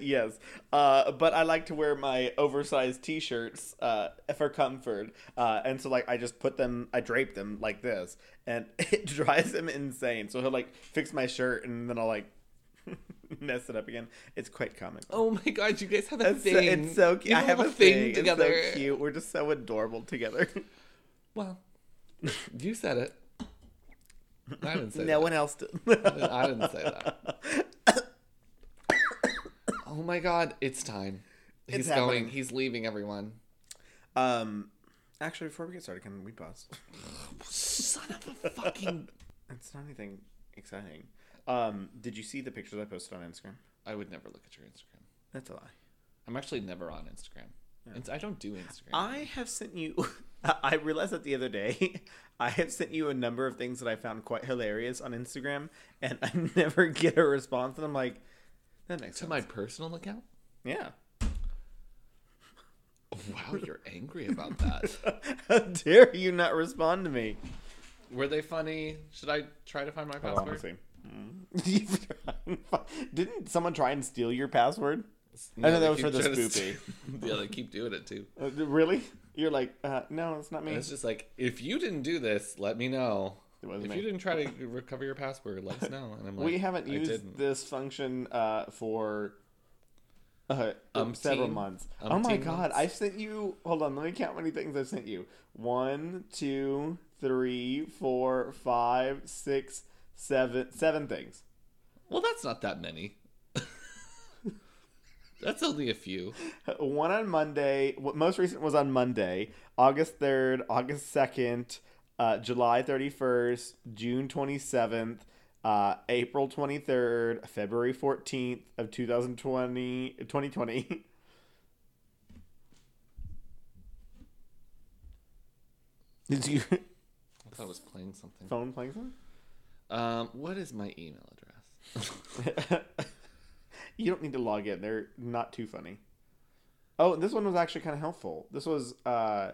Speaker 1: yes, uh, but I like to wear my oversized T-shirts uh, for comfort, uh, and so like I just put them, I drape them like this, and it drives him insane. So he'll like fix my shirt, and then I'll like mess it up again. It's quite comic.
Speaker 2: Oh my god, you guys have a
Speaker 1: It's so,
Speaker 2: thing.
Speaker 1: it's so cute.
Speaker 2: You
Speaker 1: I have a
Speaker 2: thing,
Speaker 1: thing.
Speaker 2: together.
Speaker 1: It's so cute. We're just so adorable together.
Speaker 2: Well, you said it. I didn't say
Speaker 1: no
Speaker 2: that.
Speaker 1: one else did.
Speaker 2: I didn't say that. oh my god, it's time. He's
Speaker 1: It's
Speaker 2: going.
Speaker 1: happening.
Speaker 2: He's leaving everyone.
Speaker 1: um, actually, before we get started, can we pause?
Speaker 2: Son of a fucking
Speaker 1: It's not anything exciting. Um, did you see the pictures I posted on Instagram?
Speaker 2: I would never look at your Instagram.
Speaker 1: That's a lie.
Speaker 2: I'm actually never on Instagram. It's- I don't do Instagram.
Speaker 1: I have sent you. I realized that the other day. I have sent you a number of things that I found quite hilarious on Instagram, and I never get a response. And I'm like, that makes
Speaker 2: to
Speaker 1: sense.
Speaker 2: my personal account?
Speaker 1: yeah.
Speaker 2: Wow, you're angry about that.
Speaker 1: How dare you not respond to me?
Speaker 2: Were they funny? Should I try to find my
Speaker 1: Oh,
Speaker 2: password?
Speaker 1: You've tried- Mm. Didn't someone try and steal your password? I know
Speaker 2: they
Speaker 1: that was
Speaker 2: keep
Speaker 1: for the
Speaker 2: trying to
Speaker 1: spoopy.
Speaker 2: st- yeah, they keep doing it too.
Speaker 1: Uh, really? You're like, uh, no, it's not me.
Speaker 2: And it's just like, if you didn't do this, let me know.
Speaker 1: It
Speaker 2: If
Speaker 1: wasn't me.
Speaker 2: you didn't try to recover your password, let us know. And I'm like,
Speaker 1: we haven't
Speaker 2: I
Speaker 1: used
Speaker 2: didn't.
Speaker 1: this function uh, for uh, several
Speaker 2: Umpteen-
Speaker 1: months. Oh my
Speaker 2: umpteen
Speaker 1: god,
Speaker 2: months.
Speaker 1: I've sent you. Hold on, let me count how many things I've sent you. One, two, three, four, five, six, seven, seven things.
Speaker 2: Well, that's not that many. that's only a few.
Speaker 1: One on Monday. What most recent was on Monday, August third, August second, uh, July thirty first, June twenty seventh, uh, April twenty third, February fourteenth of 2020, 2020. Did you
Speaker 2: I thought I was playing something.
Speaker 1: phone playing some?
Speaker 2: Um, what is my email address?
Speaker 1: you don't need to log in. They're not too funny. Oh, this one was actually kind of helpful. This was uh,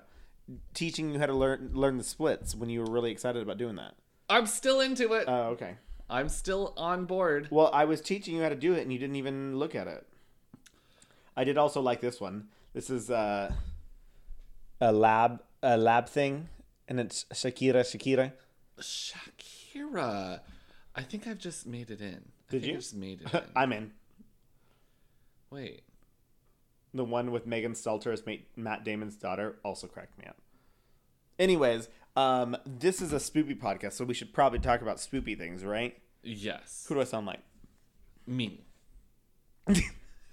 Speaker 1: teaching you how to learn learn the splits when you were really excited about doing that.
Speaker 2: I'm still into it.
Speaker 1: Oh, okay.
Speaker 2: I'm still on board.
Speaker 1: Well, I was teaching you how to do it, and you didn't even look at it. I did also like this one. This is uh, a lab a lab thing, and it's Shakira Shakira.
Speaker 2: Shakira. I think I've just made it in. I
Speaker 1: Did
Speaker 2: think
Speaker 1: you?
Speaker 2: I just made it in.
Speaker 1: I'm in
Speaker 2: Wait.
Speaker 1: The one with Megan Stelter as Ma- Matt Damon's daughter also cracked me up. Anyways, um, this is a spoopy podcast, so we should probably talk about spoopy things, right?
Speaker 2: Yes.
Speaker 1: Who do I sound like?
Speaker 2: Me.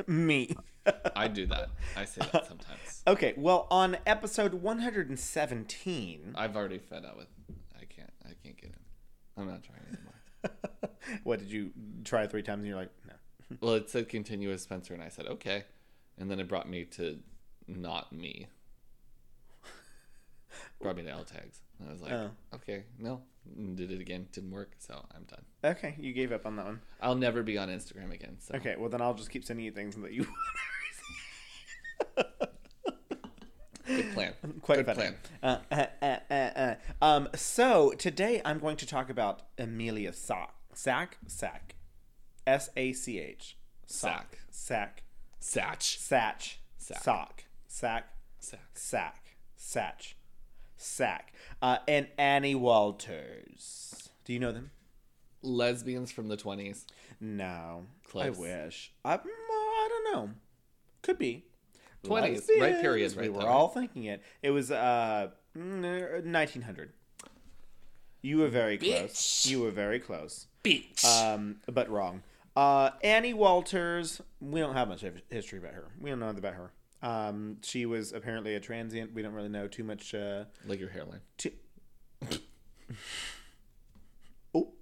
Speaker 1: Me.
Speaker 2: I do that. I say that sometimes.
Speaker 1: Okay, well, on episode 117,
Speaker 2: I've already fed up with. I can't. I can't get in. I'm not trying anymore.
Speaker 1: what did you try three times and you're like, no.
Speaker 2: well, it said continuous Spencer, and I said okay, and then it brought me to not me. brought me to L tags, and I was like,
Speaker 1: Oh.
Speaker 2: okay, no, and did it again, didn't work, so I'm done.
Speaker 1: Okay, you gave up on that one.
Speaker 2: I'll never be on Instagram again. So
Speaker 1: Okay, well, then I'll just keep sending you things that you.
Speaker 2: good plan.
Speaker 1: Quite
Speaker 2: good
Speaker 1: funny. Uh, uh, uh, uh, uh. Um, so today I'm going to talk about Amelia Sack. Sack? Sack. S A C H.
Speaker 2: Sack.
Speaker 1: Sack.
Speaker 2: Satch.
Speaker 1: Satch.
Speaker 2: Sack.
Speaker 1: Sock. Sack.
Speaker 2: Sack.
Speaker 1: Sack. Satch. Sack. Uh, and Annie Walters. Do you know them?
Speaker 2: Lesbians from the twenties.
Speaker 1: No.
Speaker 2: Close.
Speaker 1: I wish. I, mm, I don't know. Could be.
Speaker 2: 20s, right
Speaker 1: Lesbians,
Speaker 2: period,
Speaker 1: We
Speaker 2: right
Speaker 1: were
Speaker 2: there.
Speaker 1: all thinking it. It was uh, mm, 1900. uh, You were very close.
Speaker 2: Bitch.
Speaker 1: You were very close.
Speaker 2: Bitch.
Speaker 1: Um, but wrong. Uh, Annie Walters. We don't have much hi- history about her. We don't know about her. Um, she was apparently a transient. We don't really know too much. Uh,
Speaker 2: like your hairline.
Speaker 1: too... oh,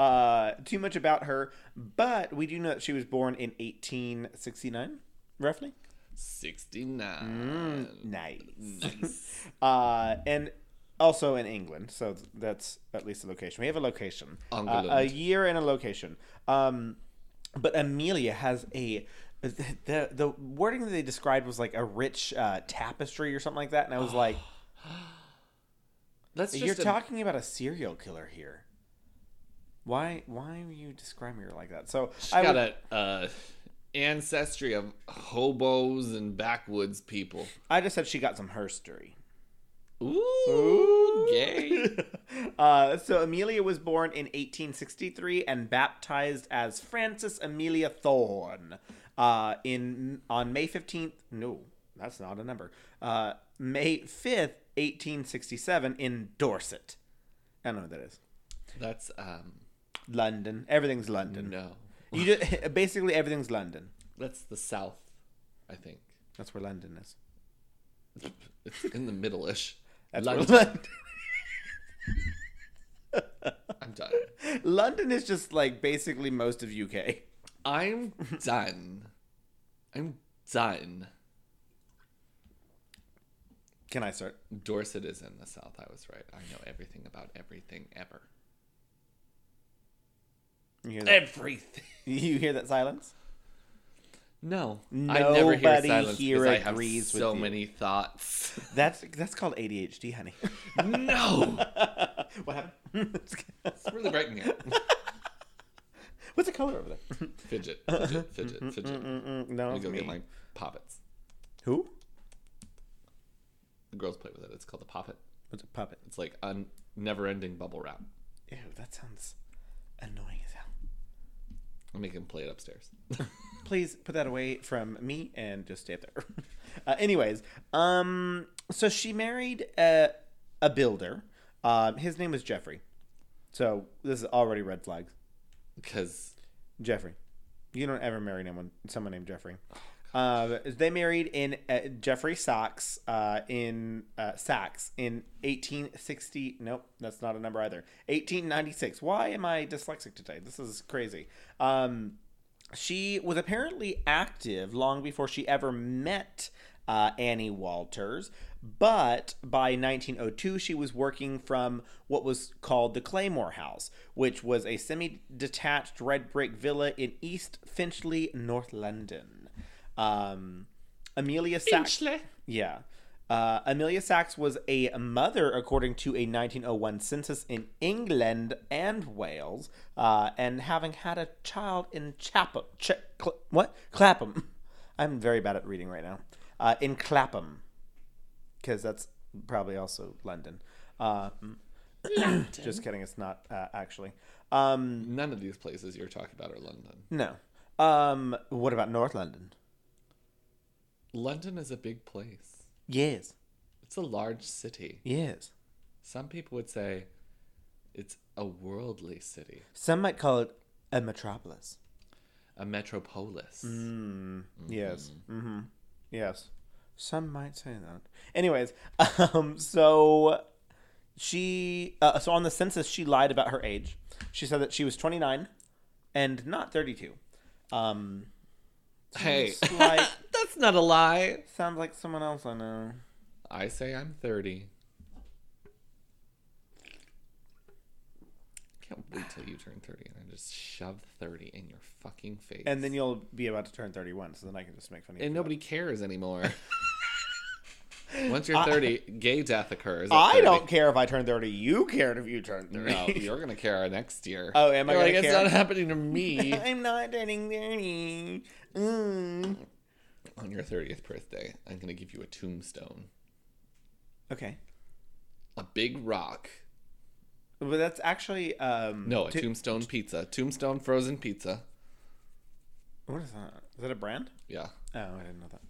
Speaker 1: uh, too much about her. But we do know that she was born in 1869, roughly. Mm.
Speaker 2: 69.
Speaker 1: Nice.
Speaker 2: Nice.
Speaker 1: uh, and also in England. So th- that's at least a location. We have a location, uh, a
Speaker 2: England.
Speaker 1: year and a location. Um, but Amelia has a the the wording that they described was like a rich uh, tapestry or something like that, and I was like,
Speaker 2: That's just
Speaker 1: "You're
Speaker 2: a-
Speaker 1: talking about a serial killer here." Why why are you describing her like that? So
Speaker 2: She's
Speaker 1: I
Speaker 2: got
Speaker 1: would,
Speaker 2: a uh, ancestry of hobos and backwoods people.
Speaker 1: I just said she got some herstory.
Speaker 2: Ooh, gay.
Speaker 1: uh, so Amelia was born in 1863 and baptized as Frances Amelia Thorne uh, in on May 15th. No, that's not a number. Uh, May 5th, 1867, in Dorset. I don't know what that is.
Speaker 2: That's um
Speaker 1: London. Everything's London.
Speaker 2: no.
Speaker 1: You just, basically everything's London.
Speaker 2: That's the south, I think.
Speaker 1: That's where London is.
Speaker 2: It's in the middle-ish.
Speaker 1: That's
Speaker 2: London.
Speaker 1: where London.
Speaker 2: I'm done.
Speaker 1: London is just like basically most of UK.
Speaker 2: I'm done. I'm done.
Speaker 1: Can I start?
Speaker 2: Dorset is in the south. I was right. I know everything about everything ever.
Speaker 1: You hear that,
Speaker 2: Everything.
Speaker 1: you hear that silence?
Speaker 2: No, I never hear
Speaker 1: Nobody
Speaker 2: silence
Speaker 1: here
Speaker 2: because I have
Speaker 1: agrees with
Speaker 2: so
Speaker 1: you.
Speaker 2: many thoughts.
Speaker 1: That's that's called ADHD, honey.
Speaker 2: no,
Speaker 1: what happened?
Speaker 2: it's really brightening up.
Speaker 1: What's the color over there?
Speaker 2: Fidget, fidget, fidget, fidget.
Speaker 1: Mm, no,
Speaker 2: I go
Speaker 1: me.
Speaker 2: get my poppets.
Speaker 1: Who?
Speaker 2: The girls play with it. It's called the poppet.
Speaker 1: What's a puppet?
Speaker 2: It's like a never-ending bubble wrap.
Speaker 1: Ew, that sounds annoying as hell.
Speaker 2: I'll make him play it upstairs.
Speaker 1: Please put that away from me and just stay up there. uh, anyways, um, so she married a, a builder. Um, his name was Jeffrey. So this is already red flags.
Speaker 2: Because
Speaker 1: Jeffrey. You don't ever marry anyone someone named Jeffrey. Uh, they married in uh, Jeffrey Sachs uh, in uh, Sachs in 1860. Nope, that's not a number either. 1896. Why am I dyslexic today? This is crazy. Um, she was apparently active long before she ever met uh, Annie Walters, but by 1902, she was working from what was called the Claymore House, which was a semi detached red brick villa in East Finchley, North London. Um, Amelia Sachs. Yeah. Uh, Amelia Sachs was a mother, according to a 1901 census in England and Wales, uh, and having had a child in Chapham. Ch- Cl- what? Clapham. I'm very bad at reading right now. Uh, in Clapham, because that's probably also London. Uh, just kidding, it's not uh, actually. Um,
Speaker 2: none of these places you're talking about are London.
Speaker 1: no. Um, what about North London?
Speaker 2: London is a big place.
Speaker 1: Yes.
Speaker 2: It's a large city.
Speaker 1: Yes.
Speaker 2: Some people would say it's a worldly city,
Speaker 1: Some might call it a metropolis.
Speaker 2: a metropolis.
Speaker 1: Yes. hmm Yes. Some might say that. Anyways, um, so she, uh, so on the census, she lied about her age. She said that she was 29 and not 32. Um,
Speaker 2: Hey,
Speaker 1: sounds like,
Speaker 2: that's not a lie.
Speaker 1: sounds like someone else I know.
Speaker 2: I say I'm 30. Can't wait till you turn 30 and I just shove 30 in your fucking face.
Speaker 1: And then you'll be about to turn 31, so then I can just make fun of you.
Speaker 2: and
Speaker 1: for
Speaker 2: nobody cares anymore. Once you're 30, gay death occurs. at
Speaker 1: that. I
Speaker 2: 30.
Speaker 1: don't care if I turn 30. You cared if you turned 30.
Speaker 2: No, you're gonna care next year.
Speaker 1: Oh, am I
Speaker 2: You're
Speaker 1: gonna
Speaker 2: like, It's
Speaker 1: care?
Speaker 2: not happening to me
Speaker 1: I'm not turning 30. Mm.
Speaker 2: on your 30th birthday. I'm gonna give you a tombstone,
Speaker 1: Okay.
Speaker 2: a big rock.
Speaker 1: But that's actually. Um,
Speaker 2: No, a
Speaker 1: to-
Speaker 2: tombstone pizza, tombstone frozen pizza.
Speaker 1: What is that? Is that a brand?
Speaker 2: Yeah,
Speaker 1: Oh, I didn't know that.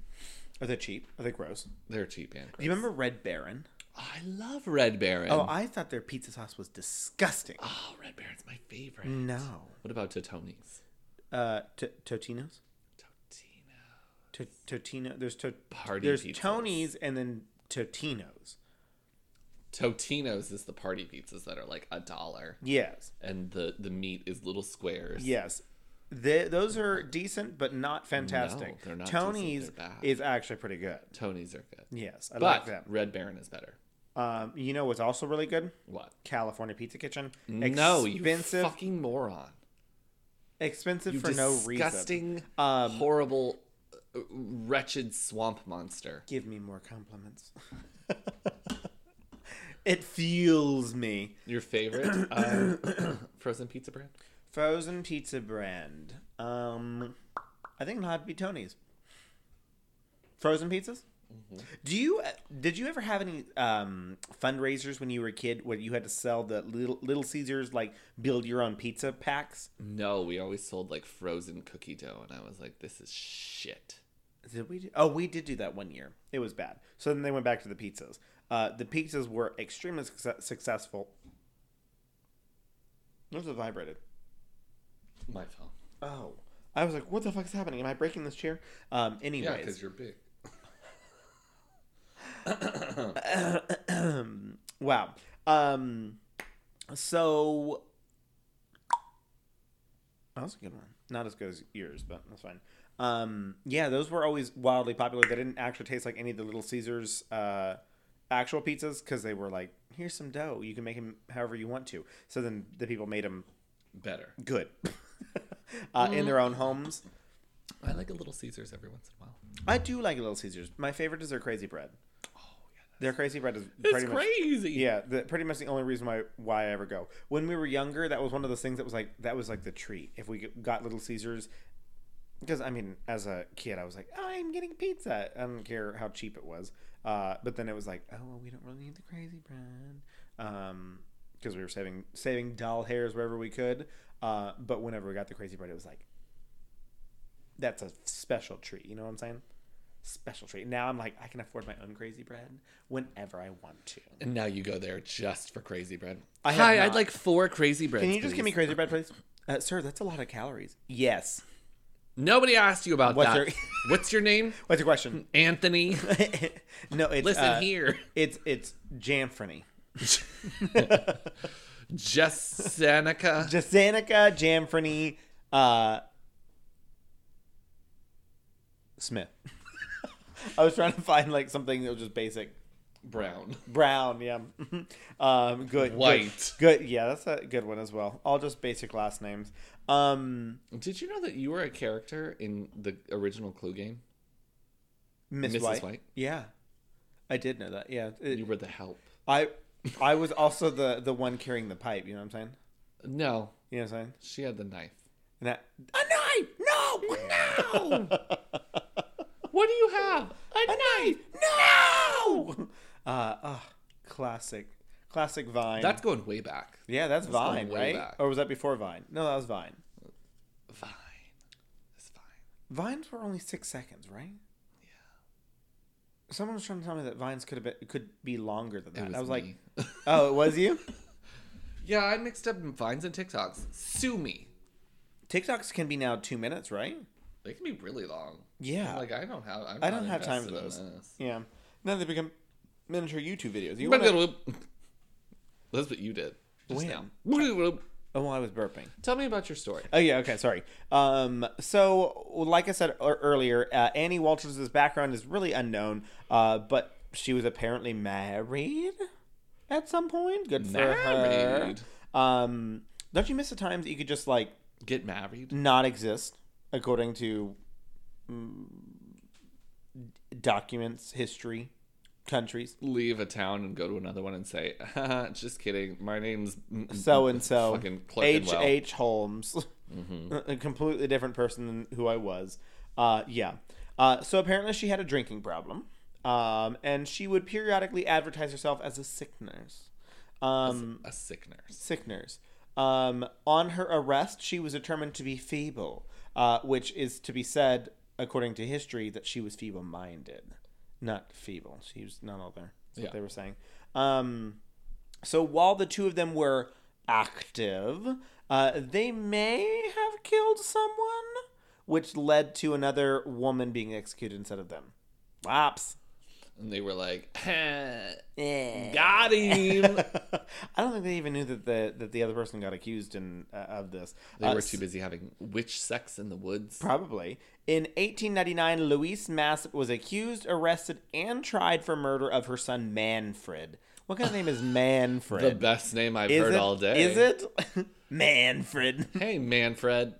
Speaker 1: Are they cheap? Are they gross?
Speaker 2: they're cheap and
Speaker 1: Do you remember Red Baron?
Speaker 2: I love Red Baron.
Speaker 1: Oh,
Speaker 2: Oh,
Speaker 1: I thought their pizza sauce was disgusting.
Speaker 2: Red Baron's my favorite.
Speaker 1: No.
Speaker 2: What about Totoni's?
Speaker 1: Uh, t- Totino's.
Speaker 2: Totino.
Speaker 1: To- Totino. There's to-
Speaker 2: Party
Speaker 1: There's
Speaker 2: pizzas.
Speaker 1: Tony's and then Totino's.
Speaker 2: Totino's is the party pizzas that are like a dollar,
Speaker 1: Yes.
Speaker 2: and the the meat is little squares.
Speaker 1: Yes. Th those are decent, but not fantastic.
Speaker 2: they're not decent,
Speaker 1: Tony's
Speaker 2: they're bad.
Speaker 1: is actually pretty good.
Speaker 2: Tony's are good,
Speaker 1: Yes, I like
Speaker 2: but
Speaker 1: them.
Speaker 2: Red Baron is better.
Speaker 1: Um, you know what's also really good?
Speaker 2: What?
Speaker 1: California Pizza Kitchen.
Speaker 2: No, you
Speaker 1: expensive,
Speaker 2: fucking moron.
Speaker 1: expensive
Speaker 2: You
Speaker 1: for no reason. Um,
Speaker 2: disgusting, horrible, uh, wretched swamp monster.
Speaker 1: Give me more compliments. it fuels me.
Speaker 2: Your favorite uh, frozen pizza brand?
Speaker 1: Frozen pizza brand. Um, I think it'll have to be Tony's. Frozen pizzas. Do you uh, did you ever have any um, fundraisers when you were a kid where you had to sell the little Little Caesars like build your own pizza packs?
Speaker 2: No, we always sold like frozen cookie dough, and I was like, this is shit.
Speaker 1: Did we? Do, oh, we did do that one year. It was bad. So then they went back to the pizzas. Uh, the pizzas were extremely success- successful. Those are vibrated.
Speaker 2: My phone.
Speaker 1: Oh, I was like, what the fuck is happening? Am I breaking this chair? Um,
Speaker 2: Yeah,
Speaker 1: anyways,
Speaker 2: because you're big.
Speaker 1: Wow. Um so that was a good one. Not as good as yours, but that's fine. Um yeah, those were always wildly popular. They didn't actually taste like any of the Little Caesars uh actual pizzas cuz they were like, here's some dough. You can make them however you want to. So then the people made them
Speaker 2: Better.
Speaker 1: good. uh, in their own homes.
Speaker 2: I like a Little Caesars every once in a while.
Speaker 1: I do like Little Caesars. My favorite is their crazy bread. Their crazy bread is
Speaker 2: It's
Speaker 1: pretty much
Speaker 2: crazy.
Speaker 1: Yeah, the, pretty much the only reason why why I ever go. When we were younger, that was one of those things that was like that was like the treat. If we got Little Caesars, because I mean, as a kid, I was like, I'm getting pizza. I don't care how cheap it was. Uh, but then it was like, oh, well, we don't really need the crazy bread, because we were saving saving doll hairs wherever we could. Uh, but whenever we got the crazy bread, it was like, that's a special treat. You know what I'm saying? Special treat. Now I'm like, I can afford my own crazy bread whenever I want to.
Speaker 2: And now you go there just for crazy bread.
Speaker 1: I have
Speaker 2: Hi,
Speaker 1: not.
Speaker 2: I'd like four crazy breads.
Speaker 1: Can you just give me
Speaker 2: please.
Speaker 1: crazy bread, please? Uh, sir, that's a lot of calories. Yes.
Speaker 2: Nobody asked you about
Speaker 1: What's
Speaker 2: that.
Speaker 1: your-
Speaker 2: What's your name?
Speaker 1: What's your question?
Speaker 2: Anthony.
Speaker 1: no, it's
Speaker 2: Listen
Speaker 1: uh,
Speaker 2: here.
Speaker 1: It's it's Jamfrony.
Speaker 2: Just Seneca.
Speaker 1: Jasanica Jamfrony uh, Smith. I was trying to find like something that was just basic.
Speaker 2: Brown.
Speaker 1: Brown, yeah. um, good. good-
Speaker 2: White.
Speaker 1: Good, yeah, that's a good one as well. All just basic last names. Um,
Speaker 2: Did you know that you were a character in the original Clue game?
Speaker 1: Miss
Speaker 2: Mrs.
Speaker 1: White.
Speaker 2: White?
Speaker 1: Yeah, I did know that. Yeah, It-
Speaker 2: You were the help.
Speaker 1: I I was also the the one carrying the pipe. You know what I'm saying?
Speaker 2: No,
Speaker 1: You know what I'm saying?
Speaker 2: she had the knife.
Speaker 1: And that a knife? No, no,
Speaker 2: What do you have? A knife.
Speaker 1: no. Uh, oh, classic, classic Vine.
Speaker 2: That's going way back.
Speaker 1: yeah, that's Vine, right?
Speaker 2: way back.
Speaker 1: Or was that before Vine? No, that was Vine.
Speaker 2: Fine. It's fine.
Speaker 1: Vines were only six seconds, right? Someone was trying to tell me that vines could have been, could be longer than that. I was like,
Speaker 2: like,
Speaker 1: "Oh, it was you."
Speaker 2: yeah, I mixed up vines and TikToks. Sue me.
Speaker 1: TikToks can be now two minutes, right?
Speaker 2: They can be really long.
Speaker 1: Yeah,
Speaker 2: Like I don't have. I'm
Speaker 1: I don't
Speaker 2: not
Speaker 1: have time for
Speaker 2: invested in
Speaker 1: those.
Speaker 2: this.
Speaker 1: yeah. Now they become miniature YouTube videos. You wanna-
Speaker 2: That's what you did. just
Speaker 1: When?
Speaker 2: now.
Speaker 1: Oh, well, I was burping.
Speaker 2: Tell me about your story.
Speaker 1: Oh yeah, okay, sorry. Um, so like I said ear- earlier, uh, Annie Walters' background is really unknown, uh, but she was apparently married at some point. Good for
Speaker 2: Married.
Speaker 1: her. Um, don't you miss the times that you could just like
Speaker 2: Get married.
Speaker 1: not exist according to mm, documents, history, countries?
Speaker 2: Leave a town and go to another one and say, "Uh-huh, just kidding. My name's mm,
Speaker 1: so and so
Speaker 2: Fucking
Speaker 1: H
Speaker 2: Clerkenwell.
Speaker 1: H Holmes, a completely different person than who I was. Uh, yeah. Uh, so apparently she had a drinking problem, um, and she would periodically advertise herself as a sick nurse. Um,
Speaker 2: a sick nurse.
Speaker 1: sick nurse. Um, on her arrest, she was determined to be feeble, uh, which is to be said, according to history, that she was feeble minded, not feeble. She was not all there. That's
Speaker 2: Yeah.
Speaker 1: what they were saying. Um, so while the two of them were active, uh, they may have killed someone, which led to another woman being executed instead of them. Laps.
Speaker 2: And they were like,
Speaker 1: Eh.
Speaker 2: got him.
Speaker 1: I don't think they even knew that the that the other person got accused in uh, of this.
Speaker 2: They
Speaker 1: Uh,
Speaker 2: were
Speaker 1: s-
Speaker 2: too busy having witch sex in the woods.
Speaker 1: Probably. In 1899, Louise Massett was accused, arrested, and tried for murder of her son Manfred. What kind of name is Manfred?
Speaker 2: The best name I've
Speaker 1: is
Speaker 2: heard
Speaker 1: it,
Speaker 2: all day.
Speaker 1: Is it Manfred?
Speaker 2: Hey, Manfred.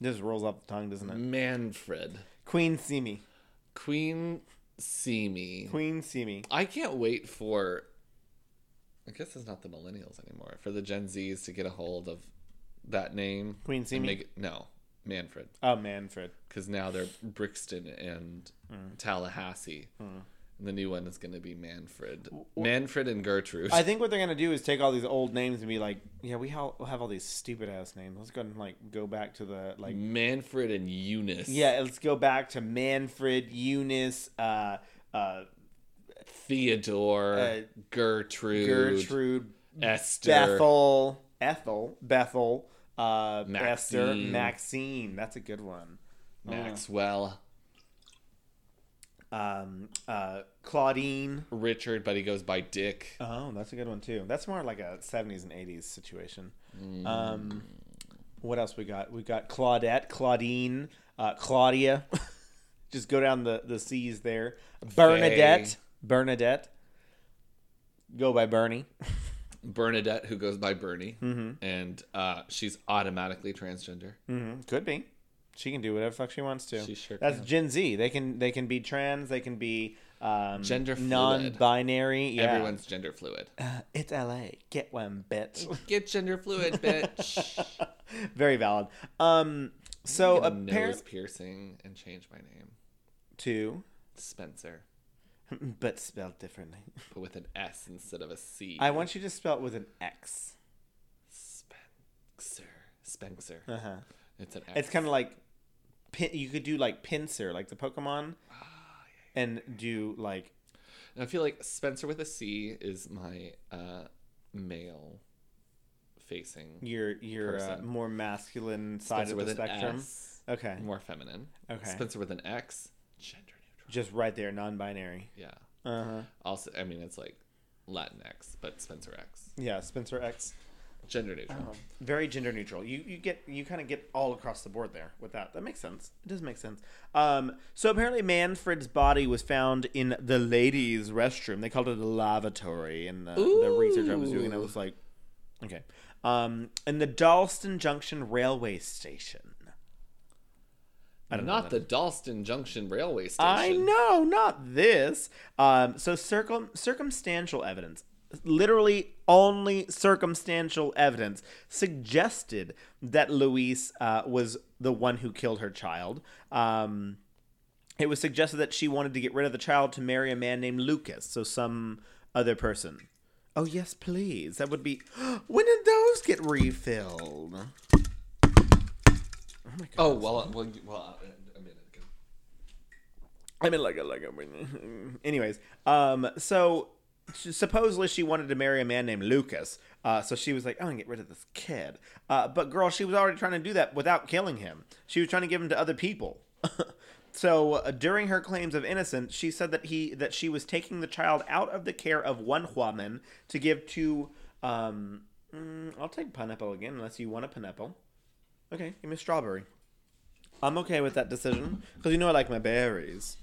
Speaker 1: Just rolls off the tongue, doesn't it?
Speaker 2: Manfred.
Speaker 1: Queen Simi.
Speaker 2: Queen Simi.
Speaker 1: Queen Simi.
Speaker 2: I can't wait for. I guess it's not the millennials anymore. For the Gen Zs to get a hold of that name.
Speaker 1: Queen
Speaker 2: and
Speaker 1: Simi.
Speaker 2: make it- no, Manfred.
Speaker 1: oh, Manfred.
Speaker 2: Because now they're Brixton and
Speaker 1: Hmm.
Speaker 2: Tallahassee. And the new one is going to be Manfred. Manfred and Gertrude.
Speaker 1: I think what they're gonna do is take all these old names and be like, yeah, we all have all these stupid ass names. Let's go ahead and like go back to the like
Speaker 2: Manfred and Eunice.
Speaker 1: Yeah, let's go back to Manfred, Eunice, uh, uh,
Speaker 2: Theodore,
Speaker 1: Uh,
Speaker 2: Gertrude,
Speaker 1: Gertrude,
Speaker 2: Esther,
Speaker 1: Bethel, Ethel, Bethel, uh, Esther,
Speaker 2: Maxine.
Speaker 1: Maxine. That's a good one.
Speaker 2: Maxwell,
Speaker 1: Um, uh, Claudine.
Speaker 2: Richard, but he goes by Dick.
Speaker 1: Oh, that's a good one too. That's more like a '70s and '80s situation. Um, what else we got? We got Claudette, Claudine, uh, Claudia. Just go down the the C's there. Bernadette, Bernadette. Go by Bernie.
Speaker 2: Bernadette, who goes by Bernie, and uh, she's automatically transgender.
Speaker 1: Mm-hmm. Could be. She can do whatever the fuck she wants to.
Speaker 2: She sure
Speaker 1: That's Gen Z. They can they can be trans. They can be um,
Speaker 2: Gender fluid.
Speaker 1: non-binary. Yeah.
Speaker 2: Everyone's gender fluid.
Speaker 1: It's LA. Get one, bitch.
Speaker 2: Get gender fluid, bitch.
Speaker 1: Very valid. Um. So
Speaker 2: Get a nose
Speaker 1: apparently,
Speaker 2: piercing and change my name,
Speaker 1: two,
Speaker 2: Spencer,
Speaker 1: but spelled differently.
Speaker 2: but with an S instead of a C.
Speaker 1: I want you to spell it with an X.
Speaker 2: Spencer. Spencer.
Speaker 1: Uh huh.
Speaker 2: It's an X.
Speaker 1: It's kind of like, pin, you could do like pincer, like the Pokemon,
Speaker 2: Ah,
Speaker 1: and do like
Speaker 2: And I feel like Spencer with a C is my uh, male facing.
Speaker 1: your your uh,
Speaker 2: Person.
Speaker 1: more masculine side
Speaker 2: Spencer
Speaker 1: of
Speaker 2: with
Speaker 1: the
Speaker 2: an
Speaker 1: spectrum.
Speaker 2: S,
Speaker 1: Okay.
Speaker 2: more feminine.
Speaker 1: Okay.
Speaker 2: Spencer with an X, gender neutral.
Speaker 1: Just right there, non-binary.
Speaker 2: Yeah.
Speaker 1: Uh huh.
Speaker 2: Also, I mean, it's like Latinx, but Spencer X,
Speaker 1: Yeah, Spencer X.
Speaker 2: gender neutral.
Speaker 1: Uh-huh. Very gender neutral. You you get you kind of get all across the board there with that. That makes sense. It does make sense. Um, so apparently Manfred's body was found in the ladies' restroom. They called it a lavatory in the, the research I was doing. I was like, okay. Um, in the Dalston Junction railway station.
Speaker 2: Not the Dalston Junction Railway Station.
Speaker 1: I know, not this. Um, so circum circumstantial evidence, literally only circumstantial evidence, suggested that Luis uh, was the one who killed her child. Um, it was suggested that she wanted to get rid of the child to marry a man named Lucas, so some other person. Oh yes, please. That would be. When did those get refilled?
Speaker 2: Oh well, uh, well, you- well, uh, a minute ago.
Speaker 1: I mean, like, a- like, a- anyways. Um, so supposedly she wanted to marry a man named Lucas. Uh, so she was like, I'm gonna get rid of this kid. Uh, but girl, she was already trying to do that without killing him. She was trying to give him to other people. so uh, during her claims of innocence, she said that he that she was taking the child out of the care of one woman to give to. Um, mm, I'll take pineapple again, unless you want a pineapple. Okay, give me a strawberry. I'm okay with that decision because you know I like my berries.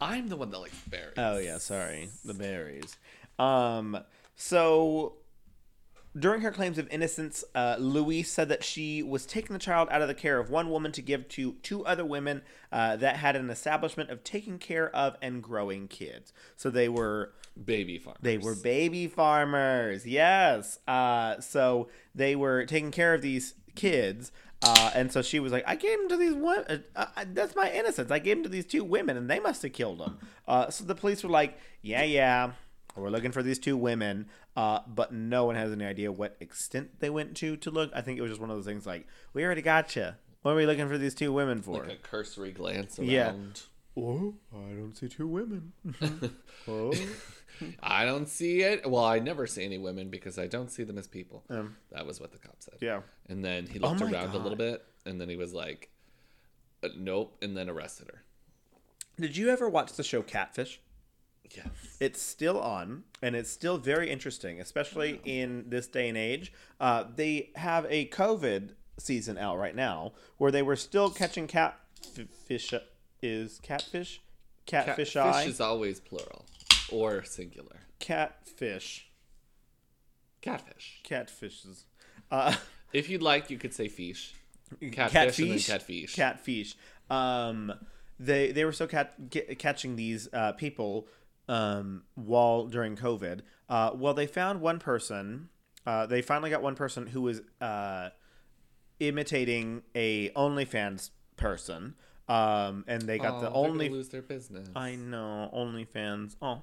Speaker 2: I'm the one that likes berries.
Speaker 1: Oh yeah, sorry, the berries. Um, so during her claims of innocence, uh, Louise said that she was taking the child out of the care of one woman to give to two other women uh, that had an establishment of taking care of and growing kids. So they were
Speaker 2: Baby farm.
Speaker 1: they were baby farmers. Yes. Uh, so they were taking care of these kids. Uh, and so she was like, I gave him to these women. Uh, uh, that's my innocence. I gave him to these two women, and they must have killed him. Uh, so the police were like, Yeah, yeah, we're looking for these two women. Uh, but no one has any idea what extent they went to to look. I think it was just one of those things like, We already got you. What are we looking for these two women for?
Speaker 2: Like a cursory glance around.
Speaker 1: Oh, I don't see two women. oh.
Speaker 2: I don't see it. Well, I never see any women because I don't see them as people.
Speaker 1: Um.
Speaker 2: that was what the cop said.
Speaker 1: Yeah.
Speaker 2: And then he looked
Speaker 1: my
Speaker 2: around a little
Speaker 1: God.
Speaker 2: bit, and then he was like, uh, "Nope," and then arrested her.
Speaker 1: Did you ever watch the show Catfish?
Speaker 2: Yes.
Speaker 1: It's still on, and it's still very interesting, especially in this day and age. Uh, they have a COVID season out right now where they were still catching catfish. Is catfish? Catfish eye?
Speaker 2: Fish is always plural or singular.
Speaker 1: Catfish.
Speaker 2: Catfish.
Speaker 1: Catfishes. Uh,
Speaker 2: If you'd like, you could say fish. Catfish and then
Speaker 1: catfish.
Speaker 2: catfish.
Speaker 1: Catfish. Um, they they were still cat, ca- catching these uh, people um, while during COVID. Uh, well, they found one person. Uh, they finally got one person who was uh, imitating a OnlyFans person, um, and they got
Speaker 2: Oh,
Speaker 1: the
Speaker 2: they're gonna
Speaker 1: only.
Speaker 2: lose their business.
Speaker 1: I know OnlyFans. Oh,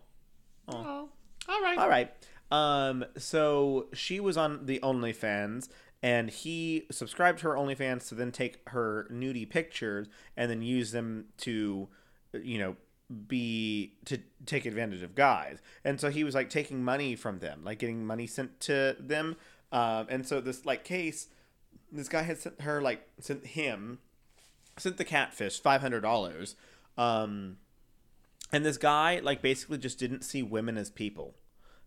Speaker 2: Oh, all right.
Speaker 1: all right. Um, so she was on the OnlyFans, and he subscribed to her OnlyFans to then take her nudie pictures and then use them to, you know, be to take advantage of guys. And so he was like taking money from them, like getting money sent to them. Um, and so this like case, this guy had sent her like sent him sent the catfish five hundred dollars. Um, and this guy, like, basically just didn't see women as people.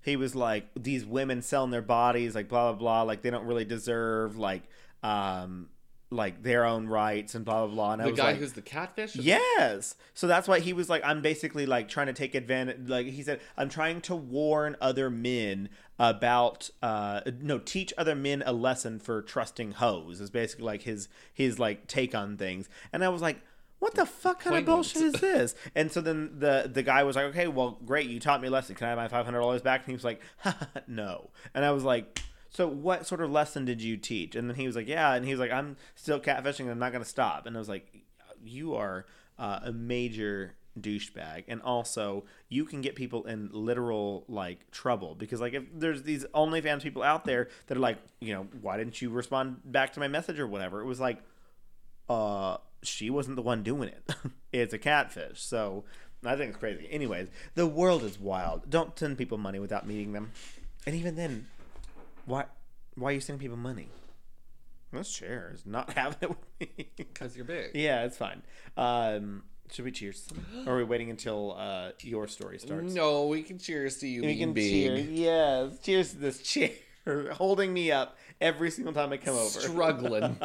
Speaker 1: He was like, these women selling their bodies, like, blah, blah, blah. Like, they don't really deserve, like, um, like their own rights and blah, blah, blah. And I
Speaker 2: The
Speaker 1: was
Speaker 2: guy
Speaker 1: like,
Speaker 2: who's the catfish. or the-
Speaker 1: Yes. So that's why he was like, I'm basically like trying to take advantage. Like he said, I'm trying to warn other men about, uh, no, teach other men a lesson for trusting hoes is basically like his, his like take on things. And I was like, what the fuck kind
Speaker 2: Poignant.
Speaker 1: of bullshit is this? And so then the the guy was like, okay, well, great, you taught me a lesson. Can I have my five hundred dollars back? And he was like, no. And I was like, so what sort of lesson did you teach? And then he was like, yeah. And he was like, I'm still catfishing. and I'm not gonna stop. And I was like, you are uh, a major douchebag and also you can get people in literal like trouble because like if there's these OnlyFans people out there that are like you know why didn't you respond back to my message or whatever it was like uh she wasn't the one doing it it's a catfish so I think it's crazy anyways the world is wild don't send people money without meeting them and even then why why are you sending people money this chair is not having it with me
Speaker 2: Because you're big.
Speaker 1: yeah, it's fine. Um, should we cheers? or are we waiting until uh, your story starts?
Speaker 2: No, we can cheers to you.
Speaker 1: we
Speaker 2: being
Speaker 1: can
Speaker 2: big.
Speaker 1: cheers. Yes, cheers to this chair holding me up every single time I come over.
Speaker 2: Struggling.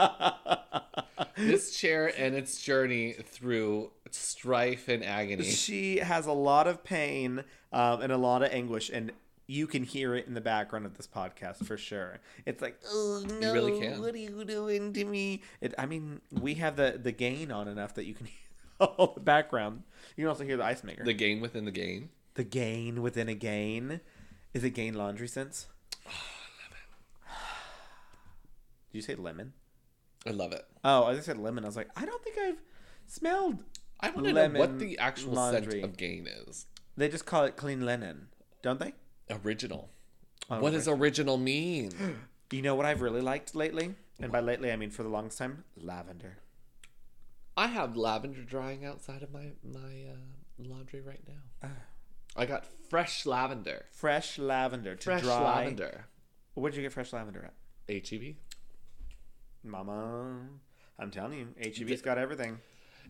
Speaker 2: this chair and its journey through strife and agony.
Speaker 1: she has a lot of pain um, and a lot of anguish, and you can hear it in the background of this podcast for sure. It's like, oh no,
Speaker 2: really can.
Speaker 1: what are you doing to me? It, I mean, we have the the gain on enough that you can hear all the background. You can also hear the ice maker.
Speaker 2: The game within the game.
Speaker 1: The gain within a gain. Is it gain laundry sense? Did you say lemon?
Speaker 2: I love it.
Speaker 1: Oh, I just said lemon. I was like, I don't think I've smelled.
Speaker 2: I want to know what
Speaker 1: Lemon
Speaker 2: the actual
Speaker 1: laundry.
Speaker 2: scent of gain is.
Speaker 1: They just call it clean linen, don't they?
Speaker 2: Original.
Speaker 1: Oh,
Speaker 2: what does original mean?
Speaker 1: You know what I've really liked lately? And by lately, I mean for the longest time, lavender.
Speaker 2: I have lavender drying outside of my my uh, laundry right now.
Speaker 1: Ah.
Speaker 2: I got fresh lavender.
Speaker 1: Fresh lavender to
Speaker 2: Fresh
Speaker 1: dry.
Speaker 2: lavender.
Speaker 1: Where'd you get fresh lavender at?
Speaker 2: H E B.
Speaker 1: Mama, I'm telling you, HEB's got everything.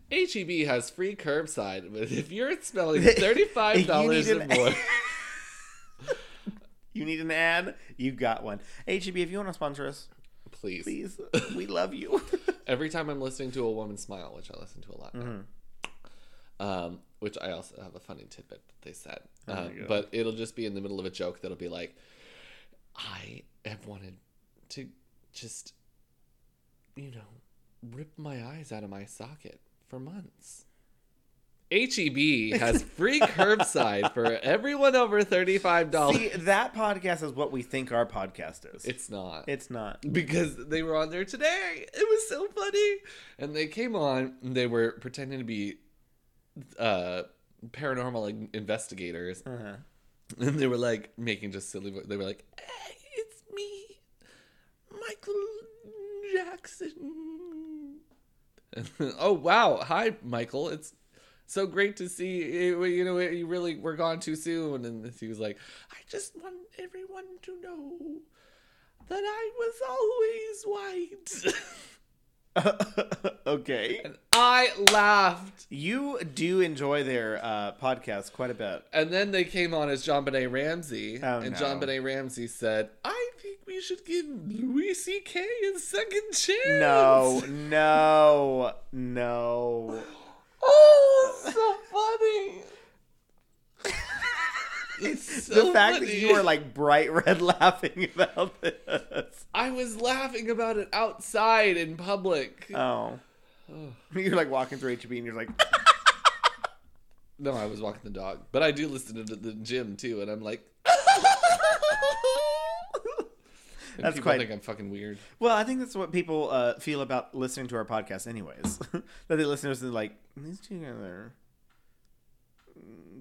Speaker 2: H E B has free curbside, but if you're smelling thirty five dollars
Speaker 1: You
Speaker 2: or
Speaker 1: need an-
Speaker 2: more,
Speaker 1: You need an ad? You got one. HEB, if you want to sponsor us,
Speaker 2: please.
Speaker 1: please, we love you.
Speaker 2: Every time I'm listening to a woman smile, which I listen to a lot now, um, which I also have a funny tidbit that they said, um,
Speaker 1: God.
Speaker 2: but it'll just be in the middle of a joke that'll be like, I have wanted to just, you know, rip my eyes out of my socket for months. HEB has free curbside for everyone over $35.
Speaker 1: See, that podcast is what we think our podcast is.
Speaker 2: it's not.
Speaker 1: It's not.
Speaker 2: because they were on there today. It was so funny. And they came on and they were pretending to be uh paranormal in- investigators
Speaker 1: Uh-huh.
Speaker 2: and they were like making just silly vo- they were like "Hey, it's me Michael Jackson. oh wow, hi Michael. It's so great to see you. You know, you really were gone too soon. And he was like, I just want everyone to know that I was always white.
Speaker 1: okay.
Speaker 2: and I laughed.
Speaker 1: You do enjoy their uh, podcast quite a bit.
Speaker 2: And then they came on as John Benet Ramsey.
Speaker 1: Oh,
Speaker 2: and
Speaker 1: no.
Speaker 2: John Benet Ramsey said, I think we should give Louis C.K. a second chance.
Speaker 1: No, no, no.
Speaker 2: Oh, it's so funny. It's so
Speaker 1: the fact that
Speaker 2: funny.
Speaker 1: you were like bright red laughing about this.
Speaker 2: I was laughing about it outside in public.
Speaker 1: Oh. You're like walking through HB and you're like,
Speaker 2: no, I was walking the dog, but I do listen to the, the gym too, and I'm like, and
Speaker 1: That's
Speaker 2: people
Speaker 1: quite-
Speaker 2: think I'm fucking weird.
Speaker 1: well, I think that's what people uh, feel about listening to our podcast, anyways. that the listeners are like, these two are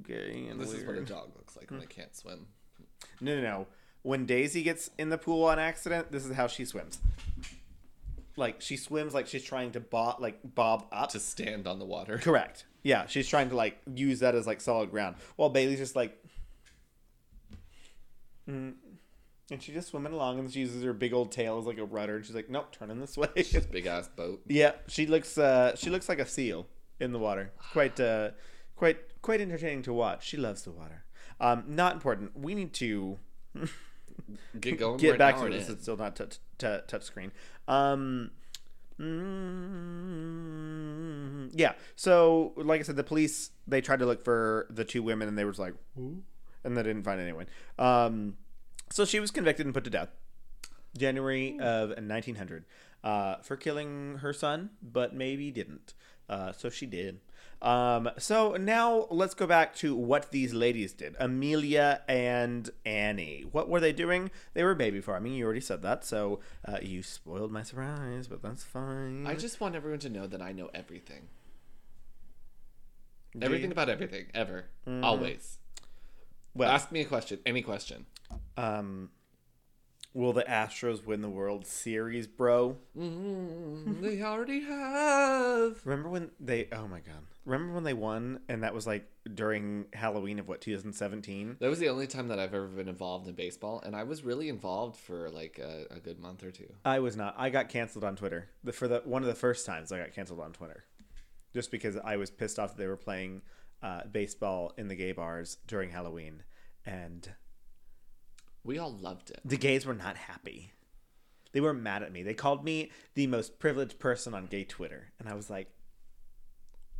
Speaker 1: gay and
Speaker 2: This
Speaker 1: weird. Hmm.
Speaker 2: is what a dog looks like when it can't swim.
Speaker 1: No, no, no. When Daisy gets in the pool on accident, this is how she swims. Like she swims like she's trying to bob, like bob up.
Speaker 2: To stand on the water.
Speaker 1: Correct. Yeah, she's trying to like use that as like solid ground. While Bailey's just like, Mm. and she's just swimming along, and she uses her big old tail as like a rudder, and she's like, nope, turning this way.
Speaker 2: This big ass boat.
Speaker 1: yeah, she looks. uh She looks like a seal in the water. Quite, uh quite, quite entertaining to watch. She loves the water. Um, not important. We need to
Speaker 2: Get going.
Speaker 1: get
Speaker 2: we're
Speaker 1: back
Speaker 2: an
Speaker 1: to it.
Speaker 2: hour
Speaker 1: This
Speaker 2: in.
Speaker 1: is still not touch t- touch screen. Um, mm, yeah. So, like I said, the police they tried to look for the two women, and they were just like, "Who?" and they didn't find anyone. Um, so she was convicted and put to death, January of 1900, uh, for killing her son, but maybe didn't. Uh, so she did. Um, so now let's go back to what these ladies did. Amelia and Annie. What were they doing? They were baby farming. You already said that, so uh, you spoiled my surprise, but that's fine.
Speaker 2: I just want everyone to know that I know everything. Everything about everything, ever, always.
Speaker 1: Mm-hmm. Well-
Speaker 2: ask me a question, any question.
Speaker 1: um, will the Astros win the World Series, bro? Mm-hmm.
Speaker 2: Mm, they already have.
Speaker 1: Remember when they? Oh my god! Remember when they won, and that was like during Halloween of what 2017?
Speaker 2: That was the only time that I've ever been involved in baseball, and I was really involved for like a, a good month or two.
Speaker 1: I was not. I got canceled on Twitter the, for the one of the first times I got canceled on Twitter, just because I was pissed off that they were playing uh, baseball in the gay bars during Halloween, and
Speaker 2: We all loved it.
Speaker 1: the gays were not happy. They were mad at me. They called me the most privileged person on gay Twitter, and I was like,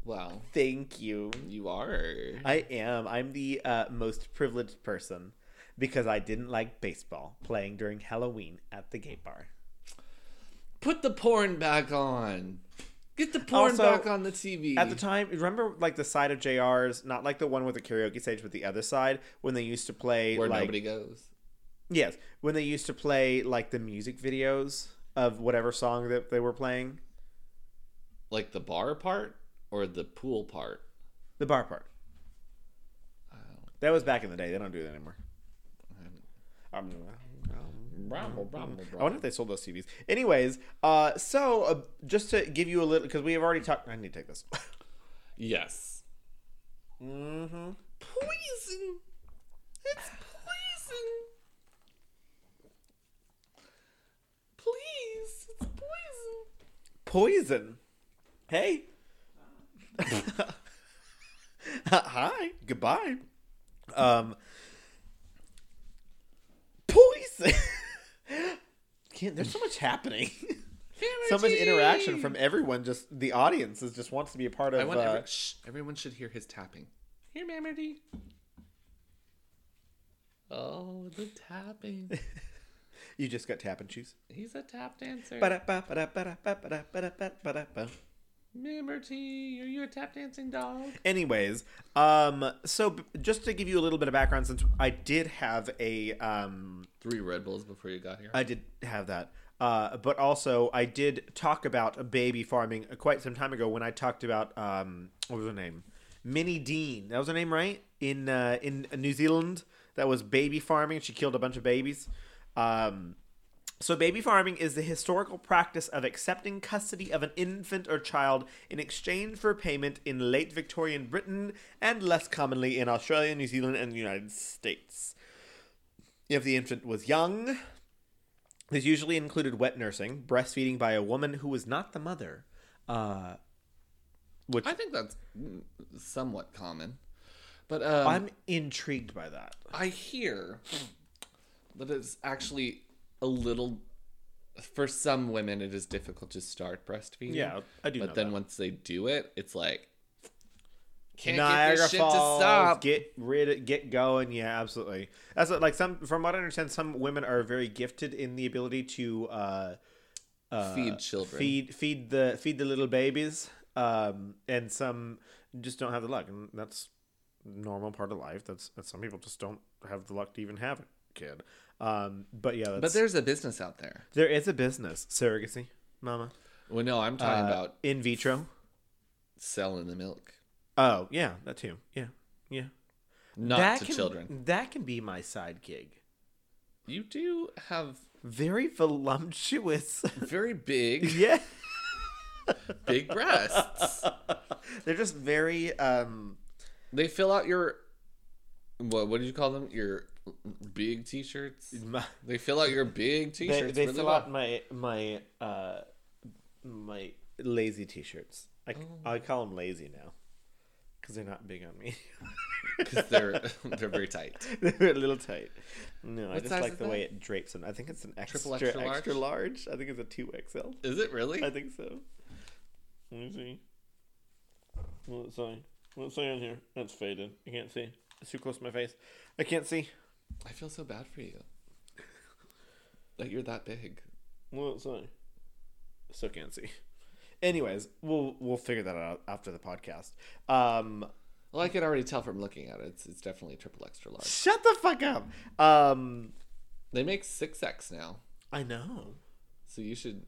Speaker 2: Wow,
Speaker 1: "Thank you."
Speaker 2: you are.
Speaker 1: I am. I'm the uh, most privileged person because I didn't like baseball playing during Halloween at the gay bar.
Speaker 2: Put the porn back on. Get the porn
Speaker 1: Also,
Speaker 2: back on the TV.
Speaker 1: At the time, remember like the side of JR's, not like the one with the karaoke stage, but the other side when they used to play
Speaker 2: where
Speaker 1: like
Speaker 2: nobody goes.
Speaker 1: yes, when they used to play like the music videos of whatever song that they were playing,
Speaker 2: Like the bar part or the pool part?
Speaker 1: the bar part. That was back in the day. They don't do that anymore. Um, I wonder if they sold those CDs. Anyways, uh, so uh, just to give you a little, because we have already talked. I need to take this.
Speaker 2: Yes.
Speaker 1: mm-hmm.
Speaker 2: Poison. It's poison. Please, it's
Speaker 1: Poison.
Speaker 2: poison.
Speaker 1: Hey. Hi. Goodbye. Um. Poison. Can't, there's so much happening. so much interaction from everyone. Just the audience is just wants to be a part of.
Speaker 2: I want
Speaker 1: uh,
Speaker 2: every- shh, everyone should hear his tapping. Here, Mammerty. Oh, the tapping.
Speaker 1: you just got tap and choose.
Speaker 2: He's a tap dancer.
Speaker 1: Ba-da-ba, ba-da-ba, ba-da-ba, ba-da-ba, ba-da-ba.
Speaker 2: Mammerty, are you a tap dancing dog?
Speaker 1: Anyways, um, so b- just to give you a little bit of background, since I did have a um,
Speaker 2: Three Red Bulls before you got here.
Speaker 1: I did have that. Uh, but also, I did talk about baby farming quite some time ago when I talked about um, what was her name, Minnie Dean. That was her name, right? In uh, in New Zealand, that was baby farming. She killed a bunch of babies. Um, So, baby farming is the historical practice of accepting custody of an infant or child in exchange for payment in late Victorian Britain and less commonly in Australia, New Zealand, and the United States. If the infant was young, this usually included wet nursing, breastfeeding by a woman who was not the mother. Uh, which
Speaker 2: I think that's mm, somewhat common. But um,
Speaker 1: I'm intrigued by that.
Speaker 2: I hear that it's actually a little. For some women, it is difficult to start breastfeeding.
Speaker 1: Yeah, I do
Speaker 2: But
Speaker 1: know
Speaker 2: then
Speaker 1: that.
Speaker 2: once they do it, it's like can't
Speaker 1: Niagara
Speaker 2: get this shit to
Speaker 1: Falls,
Speaker 2: stop.
Speaker 1: get rid, of, get going. Yeah, absolutely. That's what, like some, from what I understand, some women are very gifted in the ability to uh, uh,
Speaker 2: Feed children.
Speaker 1: feed feed the feed the little babies, um, and some just don't have the luck, and that's normal part of life. That's, that's some people just don't have the luck to even have a kid. Um, but yeah, that's,
Speaker 2: But there's a business out there.
Speaker 1: there is a business surrogacy, Mama,
Speaker 2: Well, no, I'm talking
Speaker 1: Uh,
Speaker 2: about
Speaker 1: in vitro.
Speaker 2: selling the milk,
Speaker 1: Oh yeah, that too. Yeah, yeah.
Speaker 2: not
Speaker 1: that
Speaker 2: to
Speaker 1: can,
Speaker 2: children.
Speaker 1: That can be my side gig.
Speaker 2: You do have
Speaker 1: Very voluptuous.
Speaker 2: very big,
Speaker 1: yeah.
Speaker 2: big breasts.
Speaker 1: They're just very um
Speaker 2: They fill out your what? What did you call them? Your big t-shirts.
Speaker 1: my,
Speaker 2: They fill out your big t-shirts.
Speaker 1: they, they
Speaker 2: really
Speaker 1: fill
Speaker 2: well.
Speaker 1: out my my uh my lazy t-shirts. I,
Speaker 2: Oh.
Speaker 1: I call them lazy now cuz they're not big on me.
Speaker 2: because they're they're very tight.
Speaker 1: they're a little tight. No, I
Speaker 2: What
Speaker 1: just
Speaker 2: size
Speaker 1: like
Speaker 2: is
Speaker 1: the way
Speaker 2: that?
Speaker 1: it drapes them. I think it's an extra
Speaker 2: Triple
Speaker 1: extra,
Speaker 2: extra large?
Speaker 1: large. I think it's a 2XL.
Speaker 2: Is it really?
Speaker 1: I think so. Let me see. What's it say? What's it say on here? That's faded. I can't see. It's too close to my face. I can't see.
Speaker 2: I feel so bad for you. That you're that big.
Speaker 1: What's it say? Still can't see. Anyways, we'll we'll figure that out after the podcast. Um,
Speaker 2: Well, I can already tell from looking at it. It's, it's definitely triple extra large.
Speaker 1: shut the fuck up. Um,
Speaker 2: They make six X now,
Speaker 1: I know
Speaker 2: so you should.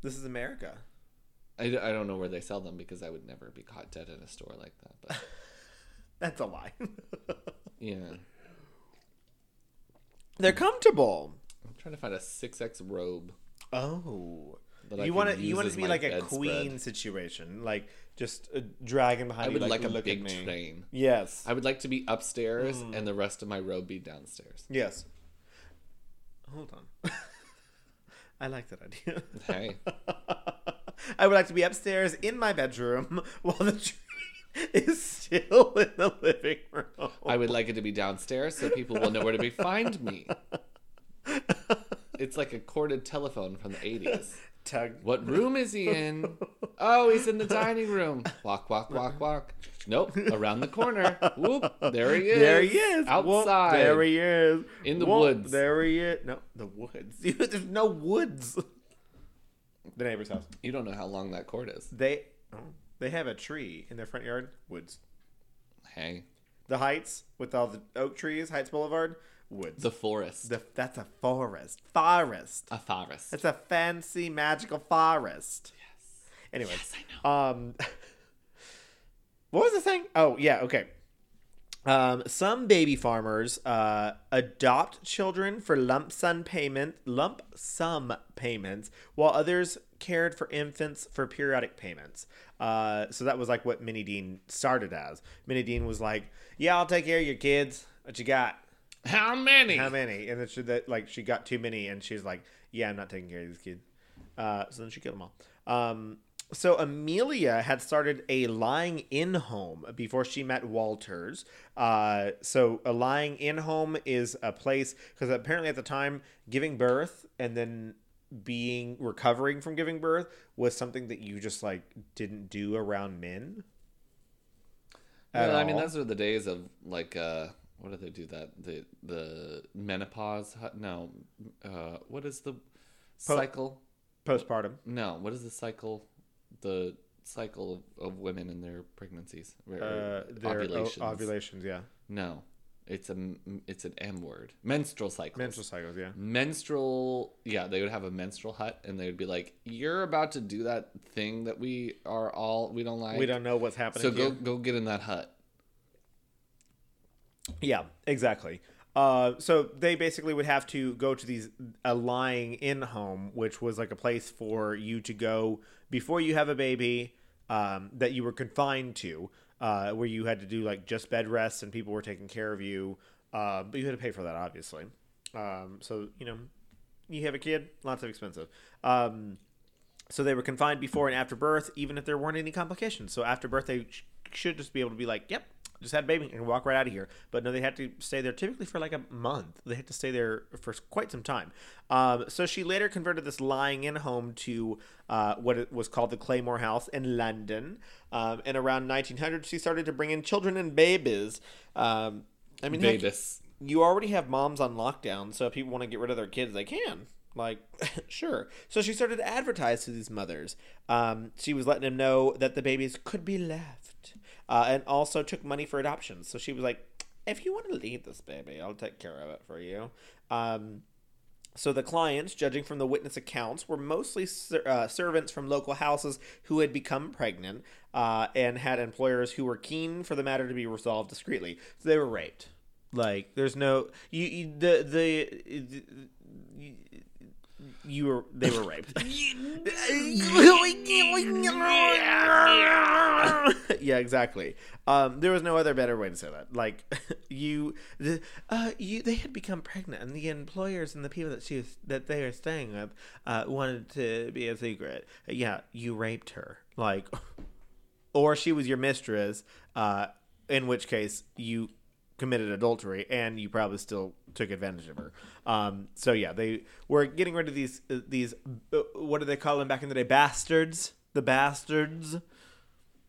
Speaker 1: this is America.
Speaker 2: I, d- I don't know where they sell them because I would never be caught dead in a store like that. But
Speaker 1: That's a lie.
Speaker 2: yeah,
Speaker 1: They're comfortable.
Speaker 2: I'm trying to find a six X robe.
Speaker 1: Oh.
Speaker 2: That I
Speaker 1: you
Speaker 2: could
Speaker 1: want to
Speaker 2: use
Speaker 1: you want it
Speaker 2: as
Speaker 1: to be
Speaker 2: my
Speaker 1: like a
Speaker 2: bedspread.
Speaker 1: queen situation, like just a dragon behind
Speaker 2: I
Speaker 1: you,
Speaker 2: would like, a
Speaker 1: look
Speaker 2: big
Speaker 1: at me. Hmm.
Speaker 2: train.
Speaker 1: Yes.
Speaker 2: I would like to be upstairs and the rest of my robe be downstairs.
Speaker 1: Yes. Hold on. I like that idea.
Speaker 2: Hey,
Speaker 1: I would like to be upstairs in my bedroom while the train is still in the living room.
Speaker 2: I would like it to be downstairs so people will know where to be find me. It's like a corded telephone from the 80s.
Speaker 1: Tug.
Speaker 2: What room is he in? Oh, he's in the dining room. Walk, walk, walk, walk. Nope, around the corner. Whoop, there he is.
Speaker 1: There he is. Whoop,
Speaker 2: Outside.
Speaker 1: there he is.
Speaker 2: In the
Speaker 1: Whoop,
Speaker 2: woods.
Speaker 1: There he is. No, the woods. There's no woods. The neighbor's house.
Speaker 2: You don't know how long that cord is.
Speaker 1: They oh, they have a tree in their front yard. Woods.
Speaker 2: Hey,
Speaker 1: The Heights with all the oak trees. Heights Boulevard. Woods.
Speaker 2: the forest.
Speaker 1: The, that's a forest. Forest.
Speaker 2: a forest.
Speaker 1: It's a fancy magical forest.
Speaker 2: Yes.
Speaker 1: Anyways,
Speaker 2: I
Speaker 1: um, what was the thing? Oh yeah, okay. Um, some baby farmers uh, adopt children for lump sum payment, lump sum payments, while others cared for infants for periodic payments. Uh, so that was like what Minnie Dean started as. Minnie Dean was like, "Yeah, I'll take care of your kids. What you got?
Speaker 2: How many?
Speaker 1: How many?" And then she that like she got too many, and she's like, "Yeah, I'm not taking care of these kids." Uh, so then she killed them all. Um, so Amelia had started a lying in home before she met Walters. Uh, so a lying in home is a place because apparently at the time giving birth and then being recovering from giving birth was something that you just like didn't do around men. at
Speaker 2: Well, I mean,
Speaker 1: all.
Speaker 2: those are the days of like, uh, what do they do that? The the menopause? hu- No, uh, what is the cycle?
Speaker 1: postpartum.
Speaker 2: No, what is the cycle? The cycle of, of women and their pregnancies, or
Speaker 1: Uh, their o-
Speaker 2: ovulations.
Speaker 1: ovulations, yeah,
Speaker 2: no, it's a m- it's an M word. Menstrual cycle.
Speaker 1: menstrual cycles, yeah.
Speaker 2: menstrual. Yeah, they would have a menstrual hut, and they would be like, "You're about to do that thing that we are all we don't like.
Speaker 1: We don't know what's happening.
Speaker 2: So
Speaker 1: to
Speaker 2: go
Speaker 1: you.
Speaker 2: go get in that hut."
Speaker 1: Yeah, exactly. Uh, so they basically would have to go to these a lying in home, which was like a place for you to go before you have a baby um, that you were confined to, uh, where you had to do like just bed rests and people were taking care of you, uh, but you had to pay for that obviously. Um, so you know, you have a kid, lots of expensive. Um, so they were confined before and after birth, even if there weren't any complications. So after birth, they sh- should just be able to be like, "Yep, just had a baby and walk right out of here." But no, they had to stay there typically for like a month. They had to stay there for s- quite some time. Um, so she later converted this lying-in home to uh, what it was called the Claymore House in London. Um, and around 1900, she started to bring in children and babies. Um, I mean, heck,
Speaker 2: Babies.
Speaker 1: you already have moms on lockdown, so if people want to get rid of their kids, they can. Like, sure. So she started to advertise to these mothers. Um, she was letting them know that the babies could be left, uh, and also took money for adoptions. So she was like, "If you want to leave this baby, I'll take care of it for you." Um, so the clients, judging from the witness accounts, were mostly ser- uh, servants from local houses who had become pregnant uh, and had employers who were keen for the matter to be resolved discreetly. So they were raped. Like there's no you, you the the. you, you were they were raped. yeah, exactly. Um, there was no other better way to say that. Like you, the, uh, you, they had become pregnant, and the employers and the people that she was, that they were staying with uh, wanted to be a secret. Yeah, you raped her. Like, or she was your mistress. Uh, in which case you committed adultery and you probably still took advantage of her. Um, so yeah, they were getting rid of these these uh, what do they call them back in the day? Bastards, the bastards.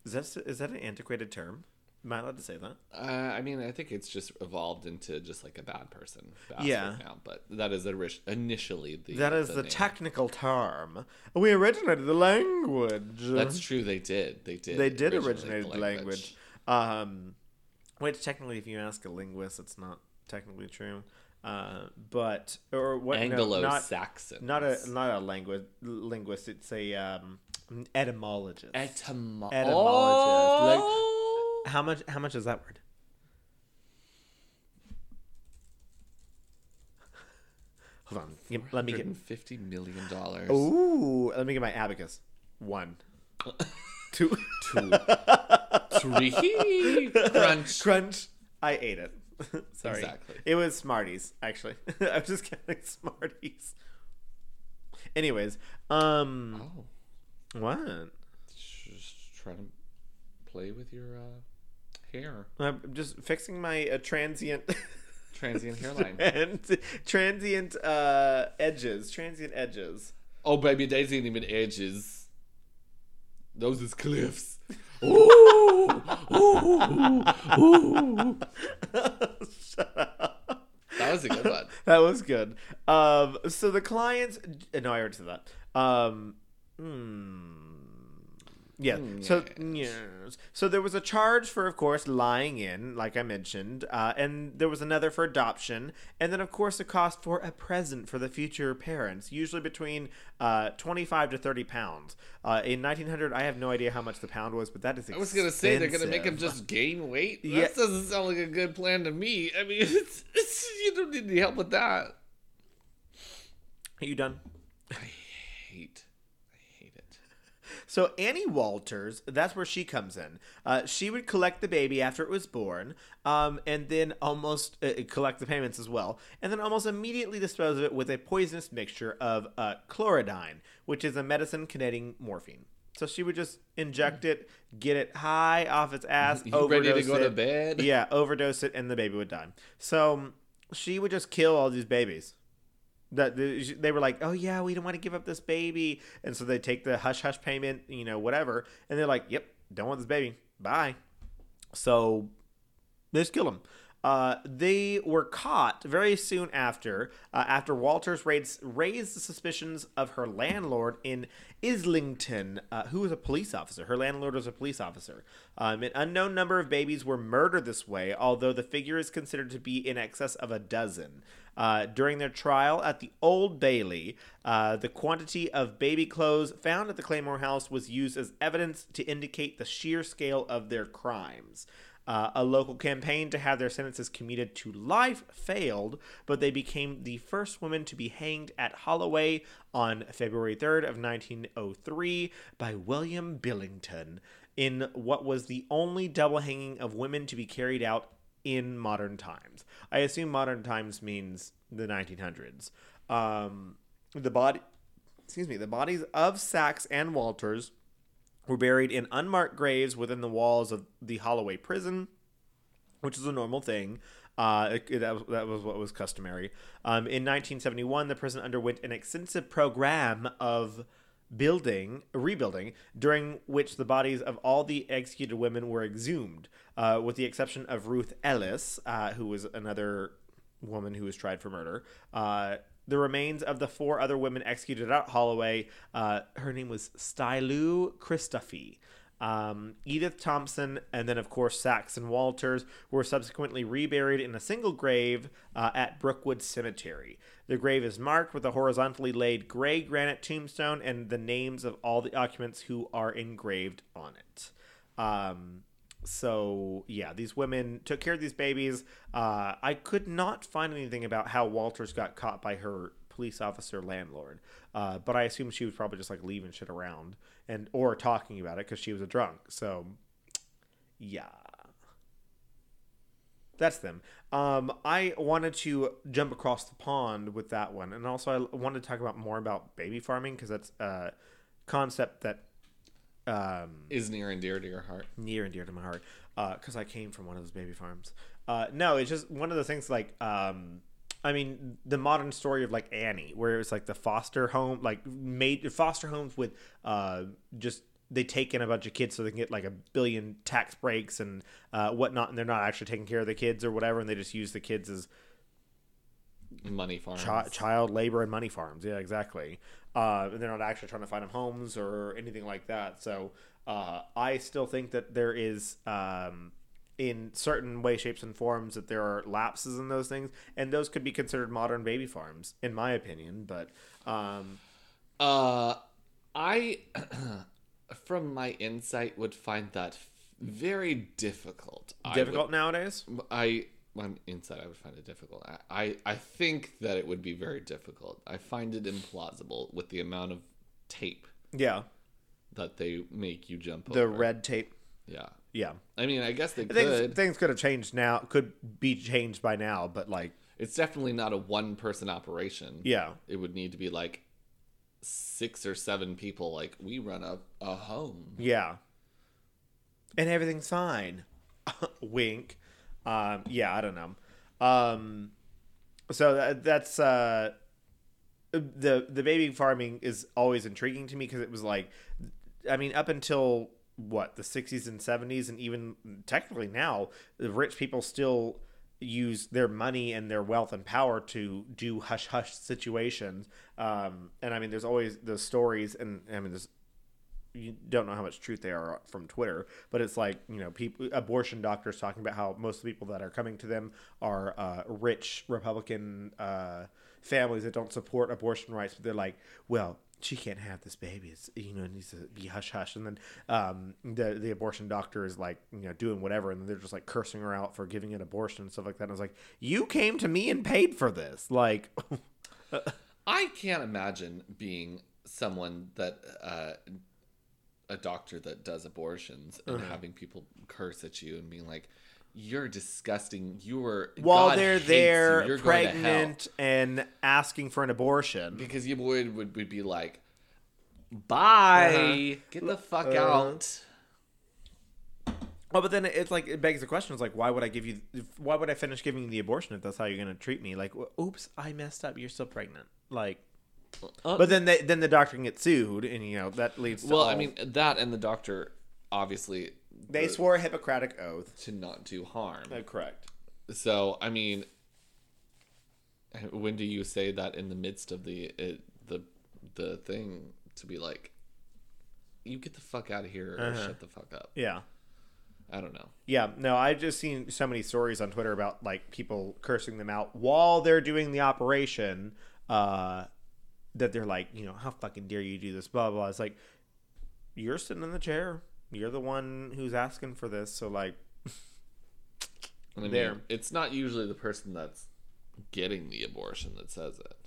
Speaker 1: Is that is that an antiquated term? Am I allowed to say that?
Speaker 2: Uh, I mean, I think it's just evolved into just like a bad person. bastard
Speaker 1: Yeah.
Speaker 2: Now, but that is orig- initially the.
Speaker 1: That is the
Speaker 2: name.
Speaker 1: technical term. We originated the language.
Speaker 2: That's true. They did. They did.
Speaker 1: they did
Speaker 2: originate
Speaker 1: originate the language. Um, which technically, if you ask a linguist, it's not technically true. Uh, but or what? no, not-
Speaker 2: Anglo-Saxon.
Speaker 1: not a not a language linguist. It's a um, an etymologist.
Speaker 2: Etymo-
Speaker 1: Etymologist,
Speaker 2: Oh!
Speaker 1: how much? How much is that word? Hold on. Give- Let me get.
Speaker 2: $150 million. dollars.
Speaker 1: Ooh, let me get my abacus. One, two,
Speaker 2: Two. Three. Crunch.
Speaker 1: crunch. I ate it. Sorry.
Speaker 2: Exactly.
Speaker 1: It was Smarties, actually. I'm just kidding. Smarties. Anyways, um,
Speaker 2: Oh.
Speaker 1: what?
Speaker 2: Just trying to play with your uh, hair.
Speaker 1: I'm just fixing my uh, transient.
Speaker 2: Transient hairline.
Speaker 1: and transient uh, edges, transient edges.
Speaker 2: Oh, baby, they ain't even edges. Those is cliffs.
Speaker 1: Ooh,
Speaker 2: ooh, ooh.
Speaker 1: Shut up.
Speaker 2: That was a good one.
Speaker 1: That was good. Um, so the clients. uh, No, I already said that. Um, hmm. Yeah. So yes. So there was a charge for, of course, lying in, like I mentioned, uh, and there was another for adoption, and then of course a cost for a present for the future parents, usually between uh, twenty-five to thirty pounds. Uh, in nineteen hundred, I have no idea how much the pound was, but that is.
Speaker 2: I was gonna say they're gonna make him just gain weight.
Speaker 1: Yeah.
Speaker 2: That doesn't sound like a good plan to me. I mean, it's, it's, you don't need any help with that.
Speaker 1: Are you done?
Speaker 2: Hate, I hate it.
Speaker 1: So Annie Walters, that's where she comes in. Uh, she would collect the baby after it was born, um, and then almost uh, collect the payments as well, and then almost immediately dispose of it with a poisonous mixture of uh, chlorodyne, which is a medicine containing morphine. So she would just inject it, get it high off its ass,
Speaker 2: You
Speaker 1: overdose
Speaker 2: ready to go
Speaker 1: it,
Speaker 2: to bed?
Speaker 1: Yeah, overdose it, and the baby would die. So um, she would just kill all these babies that the- they were like, oh yeah, we don't want to give up this baby, and so they take the hush hush payment, you know, whatever, and they're like, yep, don't want this baby, bye. So they just killed him. Uh, they were caught very soon after, uh, after Walters raised, raised the suspicions of her landlord in Islington, uh, who was a police officer. Her landlord was a police officer. Um, an unknown number of babies were murdered this way, although the figure is considered to be in excess of a dozen. Uh, during their trial at the Old Bailey, uh, the quantity of baby clothes found at the Claymore house was used as evidence to indicate the sheer scale of their crimes. Uh, a local campaign to have their sentences commuted to life failed, but they became the first women to be hanged at Holloway on February 3rd of 1903 by William Billington in what was the only double hanging of women to be carried out in modern times. I assume modern times means the 1900s. Um, the body, excuse me, the bodies of Sachs and Walters were buried in unmarked graves within the walls of the Holloway prison, which is a normal thing. Uh, it- it- that, was, that was what was customary. Um, in 1971, the prison underwent an extensive program of building, rebuilding, during which the bodies of all the executed women were exhumed, uh, with the exception of Ruth Ellis, uh, who was another woman who was tried for murder. Uh, the remains of the four other women executed at Holloway, uh, her name was Stylu Christophe. Um, Edith Thompson, and then of course Saxon Walters, were subsequently reburied in a single grave uh, at Brookwood Cemetery. The grave is marked with a horizontally laid gray granite tombstone and the names of all the occupants who are engraved on it. Um, so yeah, these women took care of these babies. Uh, I could not find anything about how Walters got caught by her police officer landlord, uh, but I assume she was probably just like leaving shit around and or talking about it because she was a drunk. So yeah, that's them. Um, I wanted to jump across the pond with that one, and also I wanted to talk about more about baby farming because that's a concept that. Um,
Speaker 2: Is near and dear to your heart.
Speaker 1: near and dear to my heart because I came from one of those baby farms. Uh, no, it's just one of those things like, um, I mean, the modern story of like Annie, where it's like the foster home, like made foster homes with uh, just they take in a bunch of kids so they can get like a billion tax breaks and uh, whatnot, and they're not actually taking care of the kids or whatever, and they just use the kids as
Speaker 2: Money farm.
Speaker 1: chi- child labor and money farms. Yeah, exactly. Uh, and they're not actually trying to find them homes or anything like that. So uh, I still think that there is, um, in certain way, shapes, and forms, that there are lapses in those things, and those could be considered modern baby farms, in my opinion. But um,
Speaker 2: Uh, I, from my insight, would find that very difficult. I would-
Speaker 1: difficult nowadays.
Speaker 2: I on inside I would find it difficult. I, I I think that it would be very difficult. I find it implausible with the amount of tape
Speaker 1: Yeah,
Speaker 2: that they make you jump
Speaker 1: the
Speaker 2: over.
Speaker 1: red tape.
Speaker 2: yeah.
Speaker 1: Yeah,
Speaker 2: I mean, I guess they
Speaker 1: things
Speaker 2: could.
Speaker 1: things could have changed now, could be changed by now, but like,
Speaker 2: It's definitely not a one person operation.
Speaker 1: yeah,
Speaker 2: It would need to be like six or seven people like we run a, a home.
Speaker 1: Yeah. And everything's fine. Wink. Um, yeah, I don't know. Um, so that, that's uh, the the baby farming is always intriguing to me because it was like, I mean, up until what the '60s and '70s, and even technically now, the rich people still use their money and their wealth and power to do hush hush situations. Um, and I mean, there's always those stories, and I mean, there's you don't know how much truth they are from Twitter, but it's like you know, people, abortion doctors talking about how most of the people that are coming to them are uh, rich Republican uh, families that don't support abortion rights. But they're like, well, she can't have this baby. It's you know, it needs to be hush hush. And then um, the the abortion doctor is like, you know, doing whatever, and they're just like cursing her out for giving an abortion and stuff like that. And I was like, you came to me and paid for this, like.
Speaker 2: I can't imagine being someone that uh, a doctor that does abortions and
Speaker 1: Uh-huh.
Speaker 2: having people curse at you and being like, "You're disgusting. You were
Speaker 1: While
Speaker 2: God
Speaker 1: they're
Speaker 2: hates you.
Speaker 1: there,
Speaker 2: You're going to hell."
Speaker 1: pregnant and asking for an abortion,
Speaker 2: because you would would, would be like, "Bye, get the fuck
Speaker 1: Uh-huh.
Speaker 2: out."
Speaker 1: Oh, but then it's like it begs the question: It's like, why would I give you? Why would I finish giving you the abortion if that's how you're going to treat me? Like, w- oops, I messed up. You're still pregnant. Like,
Speaker 2: Uh,
Speaker 1: but then they, then the doctor can get sued, and you know that leads. To
Speaker 2: well, I
Speaker 1: all-
Speaker 2: mean that and the doctor obviously
Speaker 1: they swore a Hippocratic oath.
Speaker 2: to not do harm.
Speaker 1: correct.
Speaker 2: So I mean, when do you say that in the midst of the it, the the thing to be like, you get the fuck out of here or
Speaker 1: Uh-huh.
Speaker 2: shut the fuck up?
Speaker 1: Yeah,
Speaker 2: I don't know.
Speaker 1: yeah. No, I've just seen so many stories on Twitter about like people cursing them out while they're doing the operation. Uh, that they're like, you know, how fucking dare you do this? Blah blah. blah. It's like you're sitting in the chair. You're the one who's asking for this. So like.
Speaker 2: And I mean,
Speaker 1: There.
Speaker 2: it's not usually the person that's getting the abortion that says it.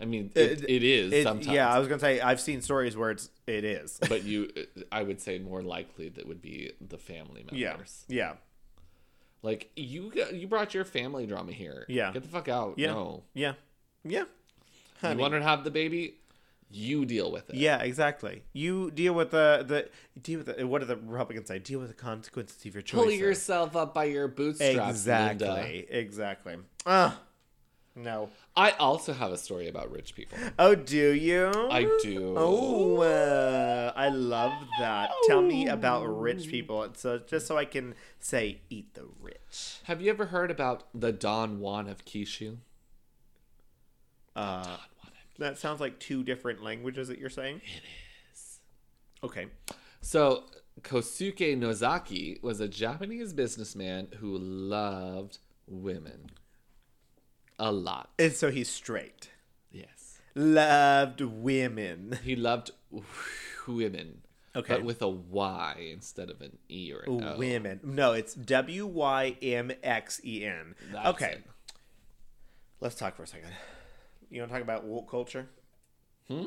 Speaker 2: I mean,
Speaker 1: It-
Speaker 2: it, it is
Speaker 1: It-
Speaker 2: sometimes.
Speaker 1: Yeah, I was gonna say I've seen stories where it's it is.
Speaker 2: but you, I would say more likely that would be the family members.
Speaker 1: yeah, yeah,
Speaker 2: Like you, got- you brought your family drama here.
Speaker 1: Yeah.
Speaker 2: Get the fuck out.
Speaker 1: Yeah.
Speaker 2: No.
Speaker 1: yeah, yeah,
Speaker 2: You want her to have the baby? You deal with it.
Speaker 1: yeah. Exactly. You deal with the the deal with the, what do the Republicans say? Deal with the consequences of your choices.
Speaker 2: Pull yourself up by your bootstraps.
Speaker 1: exactly,
Speaker 2: Linda.
Speaker 1: exactly. Ah, no.
Speaker 2: I also have a story about rich people.
Speaker 1: Oh, do you?
Speaker 2: I do.
Speaker 1: Oh, uh, I love that. Tell me about rich people, It's, uh, just so I can say, "Eat the rich."
Speaker 2: Have you ever heard about the Don Juan of Kishu?
Speaker 1: Uh, that sounds like two different languages that you're saying. It is. Okay.
Speaker 2: So Kosuke Nozaki was a Japanese businessman who loved women a lot.
Speaker 1: And so he's straight.
Speaker 2: Yes.
Speaker 1: Loved women.
Speaker 2: He loved women.
Speaker 1: Okay.
Speaker 2: But with a Y instead of an E or an O.
Speaker 1: Women. No, it's W Y M X E N.
Speaker 2: That's
Speaker 1: Okay.
Speaker 2: it.
Speaker 1: Let's talk for a second. You want to talk about woke culture? Hmm?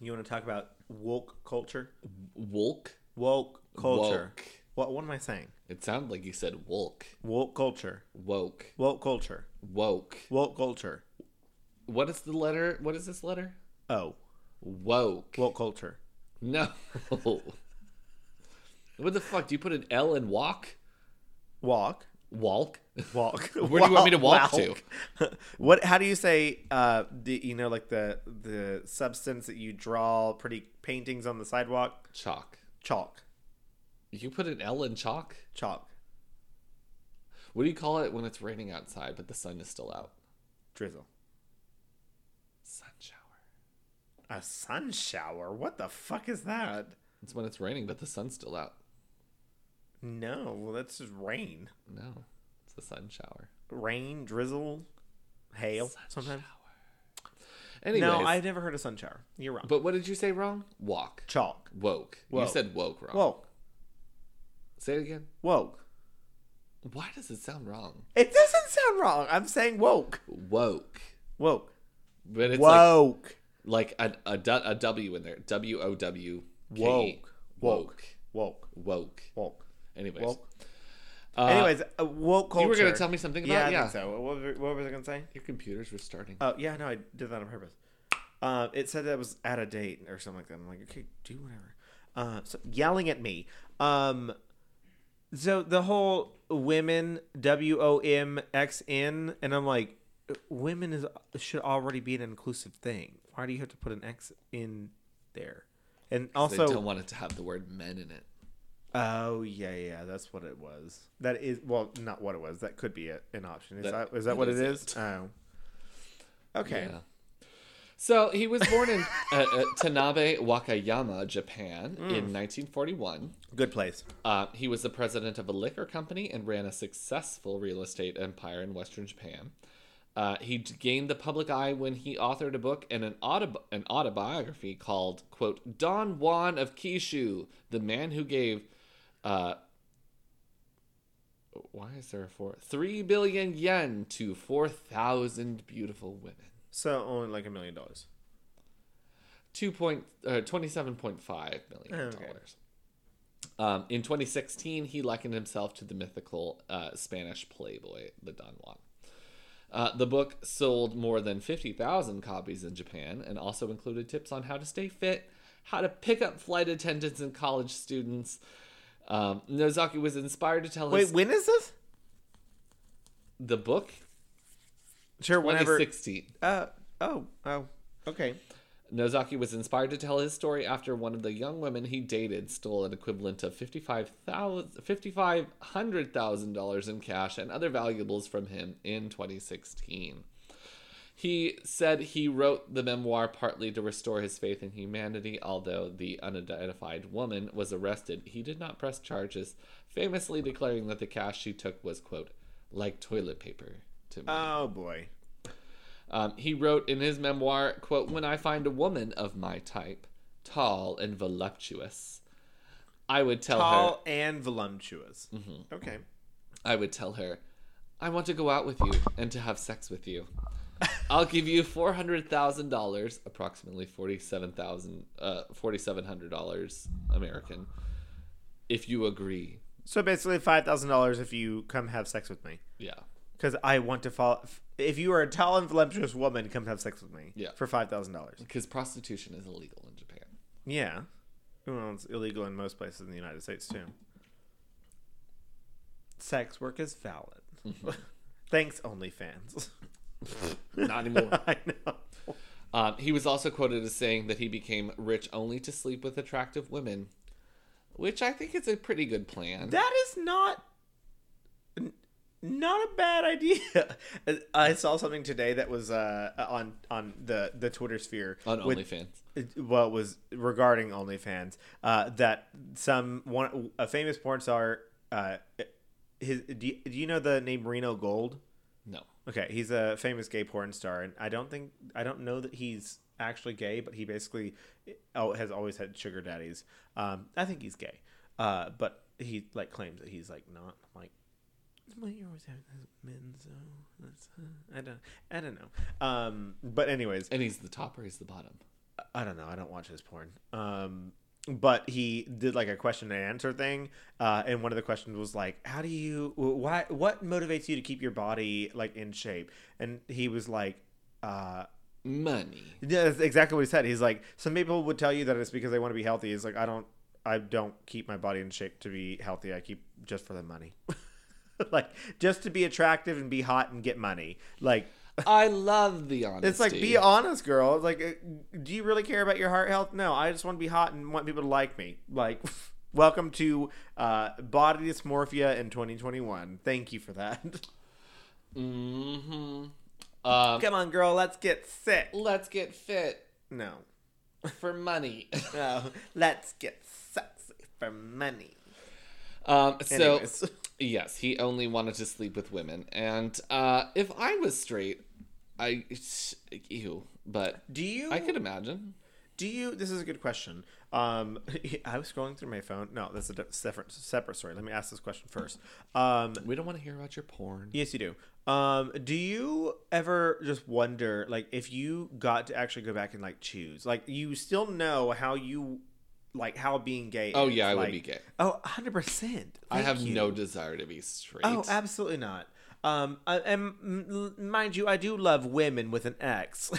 Speaker 1: You want to talk about woke culture?
Speaker 2: Wolk.
Speaker 1: Woke culture.
Speaker 2: Woke.
Speaker 1: What, what am I saying?
Speaker 2: It sounded like you said wolk.
Speaker 1: Woke culture.
Speaker 2: Woke.
Speaker 1: Woke culture.
Speaker 2: Woke.
Speaker 1: Woke culture.
Speaker 2: What is the letter? What is this letter?
Speaker 1: Oh,
Speaker 2: Woke.
Speaker 1: woke culture.
Speaker 2: No. what the fuck? Do you put an L in walk?
Speaker 1: Walk.
Speaker 2: Walk?
Speaker 1: Walk. Where
Speaker 2: do you want me to walk to?
Speaker 1: what? How do you say? Uh, the you know like the the substance that you draw pretty paintings on the sidewalk.
Speaker 2: Chalk.
Speaker 1: Chalk.
Speaker 2: You put an L in chalk?
Speaker 1: Chalk.
Speaker 2: What do you call it when it's raining outside but the sun is still out?
Speaker 1: Drizzle.
Speaker 2: Sun shower.
Speaker 1: A sun shower. What the fuck is that?
Speaker 2: It's when it's raining but the sun's still out.
Speaker 1: No, well, that's just rain.
Speaker 2: No. It's the sun shower.
Speaker 1: Rain, drizzle, hail. sometimes.
Speaker 2: Anyways.
Speaker 1: No, I've never heard of sun shower. You're wrong.
Speaker 2: But what did you say wrong? Walk.
Speaker 1: Chalk.
Speaker 2: Woke. You
Speaker 1: Woke.
Speaker 2: said woke wrong.
Speaker 1: Woke.
Speaker 2: Say it again.
Speaker 1: Woke.
Speaker 2: Why does it sound wrong?
Speaker 1: It doesn't sound wrong. I'm saying woke.
Speaker 2: Woke.
Speaker 1: Woke.
Speaker 2: But it's like
Speaker 1: woke.
Speaker 2: like a, a, du- a W in there. W O W. K E.
Speaker 1: Woke.
Speaker 2: Woke.
Speaker 1: woke.
Speaker 2: Woke.
Speaker 1: Woke.
Speaker 2: Anyways.
Speaker 1: Woke.
Speaker 2: Uh,
Speaker 1: Anyways, uh, woke culture.
Speaker 2: you were going to tell me something about
Speaker 1: Yeah, I
Speaker 2: yeah.
Speaker 1: think so. What was, what was I going to say?
Speaker 2: Your computer's restarting.
Speaker 1: Oh, yeah, no, I did that on purpose. Uh, it said that I was at a date or something like that. I'm like, okay, do whatever. Uh, so yelling at me. Um, so the whole women, W O M X N, and I'm like, women is should already be an inclusive thing. Why do you have to put an X in there? And
Speaker 2: they
Speaker 1: also,
Speaker 2: don't want it to have the word men in it.
Speaker 1: Oh yeah, yeah, that's what it was. That is well, not what it was. That could be a, an option. Is
Speaker 2: That-
Speaker 1: that is that
Speaker 2: that
Speaker 1: what
Speaker 2: is
Speaker 1: it is? Oh, okay.
Speaker 2: Yeah. So he was born in uh, uh, Tanabe, Wakayama, Japan, in 1941.
Speaker 1: Good place.
Speaker 2: Uh, he was the president of a liquor company and ran a successful real estate empire in Western Japan. Uh, he d- gained the public eye when he authored a book and an, autobi- an autobiography called, quote, Don Juan of Kishu, the man who gave, uh, why is there a four? Three billion yen to 4,000 beautiful women.
Speaker 1: So only like a million dollars.
Speaker 2: Two point, uh, 27.5 million
Speaker 1: Okay.
Speaker 2: dollars. Um, in 2016, he likened himself to the mythical uh, Spanish playboy, the Don Juan. Uh, the book sold more than 50,000 copies in Japan and also included tips on how to stay fit, how to pick up flight attendants and college students. Um, Nozaki was inspired to tell
Speaker 1: Wait,
Speaker 2: his
Speaker 1: when is this?
Speaker 2: the book
Speaker 1: Sure, whenever.
Speaker 2: 2016.
Speaker 1: Uh, oh, oh, okay.
Speaker 2: Nozaki was inspired to tell his story after one of the young women he dated stole an equivalent of $55,000 $5,500,000 in cash and other valuables from him in 2016. He said he wrote the memoir partly to restore his faith in humanity, although the unidentified woman was arrested. He did not press charges, famously declaring that the cash she took was, quote, like toilet paper to me.
Speaker 1: Oh boy.
Speaker 2: Um, he wrote in his memoir, quote, When I find a woman of my type, tall and voluptuous, I would tell Mm-hmm.
Speaker 1: Tall and voluptuous. Okay.
Speaker 2: her I would tell her, I want to go out with you and to have sex with you. I'll give you four hundred thousand dollars, approximately forty seven thousand uh forty seven hundred dollars American, if you agree.
Speaker 1: So basically, five thousand dollars if you come have sex with me,
Speaker 2: Yeah.
Speaker 1: because I want to fall. If you are a tall and voluptuous woman, come have sex with me.
Speaker 2: Yeah.
Speaker 1: For five thousand dollars.
Speaker 2: Because prostitution is illegal in Japan.
Speaker 1: Yeah. Well, it's illegal in most places in the United States too. Sex work is valid.
Speaker 2: Mm-hmm.
Speaker 1: Thanks, OnlyFans.
Speaker 2: Not anymore.
Speaker 1: I know.
Speaker 2: Um, he was also quoted as saying that he became rich only to sleep with attractive women, which I think is a pretty good plan.
Speaker 1: That is not n- not a bad idea. I saw something today that was uh, on on the the Twitter sphere
Speaker 2: on
Speaker 1: with-
Speaker 2: OnlyFans.
Speaker 1: it- well it was regarding OnlyFans uh, that some one a famous porn star uh, his do you, do you know the name Reno Gold?
Speaker 2: No.
Speaker 1: Okay, he's a famous gay porn star, and I don't think I don't know that he's actually gay, but he basically oh has always had sugar daddies. Um, I think he's gay, uh, but he like claims that he's like not I'm like. "Why You're always having those men, so that's, uh, I don't, I don't know. Um, but anyways,
Speaker 2: And he's the top or he's the bottom.
Speaker 1: I don't know. I don't watch his porn. Um, but he did like a question and answer thing, uh, and one of the questions was like, "How do you? wh- Why? What motivates you to keep your body like in shape?" And he was like, uh,
Speaker 2: Money.
Speaker 1: "Yeah, that's exactly what he said." He's like, "Some people would tell you that it's because they want to be healthy." He's like, "I don't. I don't keep my body in shape to be healthy. I keep just for the money, like just to be attractive and be hot and get money. Like
Speaker 2: I love the honesty.
Speaker 1: it's like be honest, girl. It's Like, uh, do you really care about your heart health? No, I just want to be hot and want people to like me. Like, welcome to uh, body dysmorphia in 2021. Thank you for that.
Speaker 2: hmm Um,
Speaker 1: Come on, girl, let's get sick.
Speaker 2: let's get fit
Speaker 1: No,
Speaker 2: for money.
Speaker 1: no, let's get sexy for money.
Speaker 2: um, so
Speaker 1: Anyways.
Speaker 2: yes, he only wanted to sleep with women, and uh, if I was straight, I it's- ew, but
Speaker 1: do you?
Speaker 2: I could imagine.
Speaker 1: Do you? This is a good question. Um, I was scrolling through my phone. No, that's a di- separate separate story. Let me ask this question first. Um,
Speaker 2: We don't want to hear about your porn.
Speaker 1: Yes, you do. Um, do you ever just wonder, like, if you got to actually go back and like choose, like, you still know how you, like, how being gay?
Speaker 2: Oh
Speaker 1: is,
Speaker 2: yeah, I
Speaker 1: like,
Speaker 2: would be gay.
Speaker 1: Oh, 100 percent.
Speaker 2: I have no desire to be straight.
Speaker 1: Oh, absolutely not. Um, I, and m- m- mind you, I do love women with an X,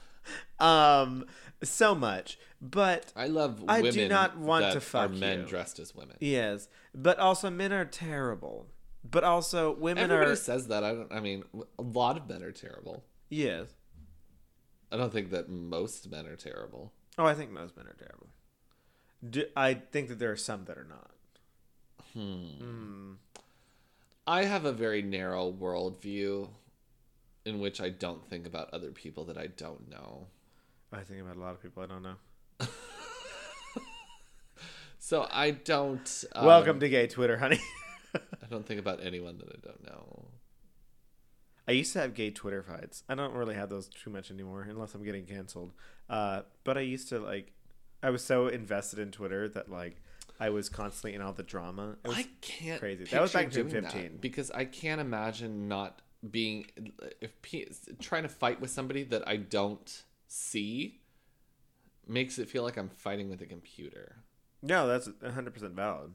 Speaker 1: um, so much. But
Speaker 2: I love women.
Speaker 1: I do not want
Speaker 2: that
Speaker 1: to fuck
Speaker 2: are men
Speaker 1: you.
Speaker 2: dressed as women.
Speaker 1: yes, but also men are terrible. But also women
Speaker 2: Everybody
Speaker 1: are
Speaker 2: says that. I don't. I mean, a lot of men are terrible.
Speaker 1: yes.
Speaker 2: I don't think that most men are terrible.
Speaker 1: Oh, I think most men are terrible. Do, I think that there are some that are not.
Speaker 2: I have a very narrow worldview in which I don't think about other people that I don't know.
Speaker 1: I think about a lot of people I don't know.
Speaker 2: So I don't. Um,
Speaker 1: Welcome to gay Twitter, honey.
Speaker 2: I don't think about anyone that I don't know.
Speaker 1: I used to have gay Twitter fights. I don't really have those too much anymore, unless I'm getting canceled. Uh, but I used to like, I was so invested in Twitter that like, I was constantly in all the drama. It was,
Speaker 2: I can't.
Speaker 1: crazy. That was
Speaker 2: picture
Speaker 1: back in
Speaker 2: doing that
Speaker 1: 2015.
Speaker 2: because I can't imagine not being if pe- trying to fight with somebody that I don't see makes it feel like I'm fighting with a computer.
Speaker 1: no, that's 100 percent valid.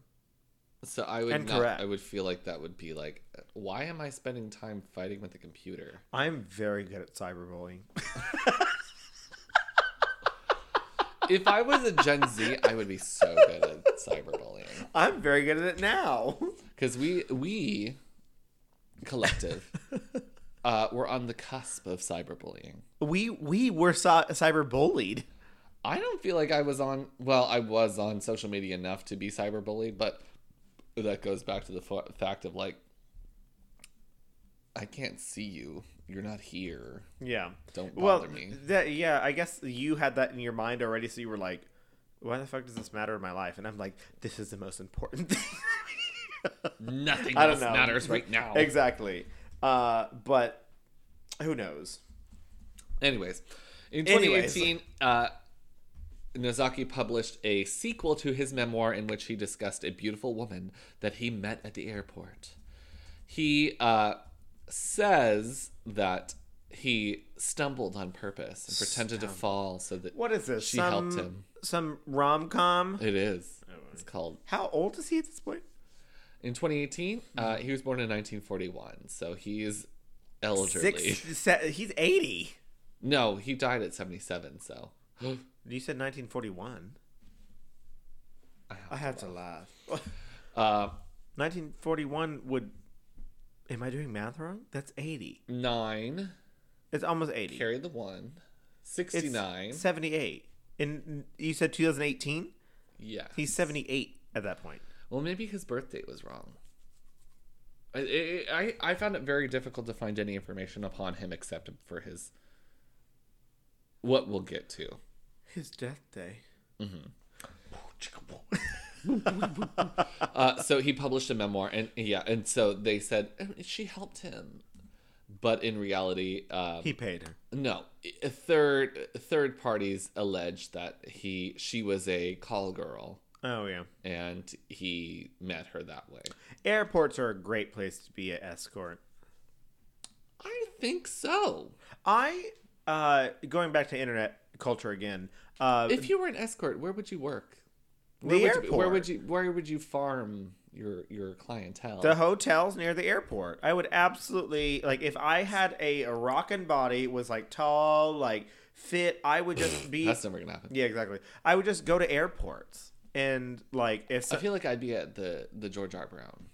Speaker 2: So I would
Speaker 1: And
Speaker 2: not,
Speaker 1: correct.
Speaker 2: I would feel like that would be like, why am I spending time fighting with a computer?
Speaker 1: I'm very good at cyberbullying.
Speaker 2: If I was a Gen Z, I would be so good at cyberbullying.
Speaker 1: I'm very good at it now.
Speaker 2: because we we collective uh, were on the cusp of cyberbullying.
Speaker 1: we we were cy- cyberbullied.
Speaker 2: I don't feel like I was on. Well, I was on social media enough to be cyberbullied, but that goes back to the fa- fact of like, I can't see you. You're not here.
Speaker 1: Yeah.
Speaker 2: Don't
Speaker 1: well,
Speaker 2: bother me.
Speaker 1: That, yeah, I guess you had that in your mind already, so you were like, "Why the fuck does this matter in my life?" And I'm like, "This is the most important thing."
Speaker 2: Nothing
Speaker 1: I
Speaker 2: else
Speaker 1: don't know.
Speaker 2: matters right now.
Speaker 1: exactly. Uh, but who knows?
Speaker 2: Anyways, in
Speaker 1: Anyways.
Speaker 2: 2018, uh, Nozaki published a sequel to his memoir in which he discussed a beautiful woman that he met at the airport. He uh, says that he stumbled on purpose and pretended to fall so that
Speaker 1: What is this?
Speaker 2: She
Speaker 1: some,
Speaker 2: helped him.
Speaker 1: Some rom com.
Speaker 2: it is. It's called
Speaker 1: How old is he at this point?
Speaker 2: in 2018. Uh,
Speaker 1: Mm-hmm.
Speaker 2: he was born in 1941, so he's elderly.
Speaker 1: Six. Se- he's eighty.
Speaker 2: No, he died at 77. So
Speaker 1: You said 1941.
Speaker 2: I have
Speaker 1: I have to laugh.
Speaker 2: uh,
Speaker 1: 1941 would. Am I doing math wrong? That's 80.
Speaker 2: nine.
Speaker 1: It's almost 80.
Speaker 2: Carry the one.
Speaker 1: It's
Speaker 2: 69.
Speaker 1: 78. And you said 2018?
Speaker 2: yeah.
Speaker 1: He's 78 at that point.
Speaker 2: Well, maybe his birthday was wrong. I, I I I found it very difficult to find any information upon him except for his. What we'll get to.
Speaker 1: His death day.
Speaker 2: Uh, so he published a memoir, and yeah, and so they said "Oh, she helped him, but in reality, um,
Speaker 1: He paid her.
Speaker 2: no. A Third third parties alleged that he she was a call girl,
Speaker 1: Oh, yeah.
Speaker 2: and he met her that way.
Speaker 1: Airports are a great place to be an escort.
Speaker 2: I think so.
Speaker 1: I, uh, going back to internet culture again, uh,
Speaker 2: If you were an escort, where would you work? Where
Speaker 1: The
Speaker 2: would You, where
Speaker 1: airport.
Speaker 2: would you where would you farm your your clientele?
Speaker 1: the hotels near the airport. I would absolutely like if I had a, a rockin' body was like tall, like fit. I would just be
Speaker 2: That's never gonna happen.
Speaker 1: yeah, exactly. I would just go to airports and like if
Speaker 2: I
Speaker 1: so,
Speaker 2: feel like I'd be at the the George R. Brown.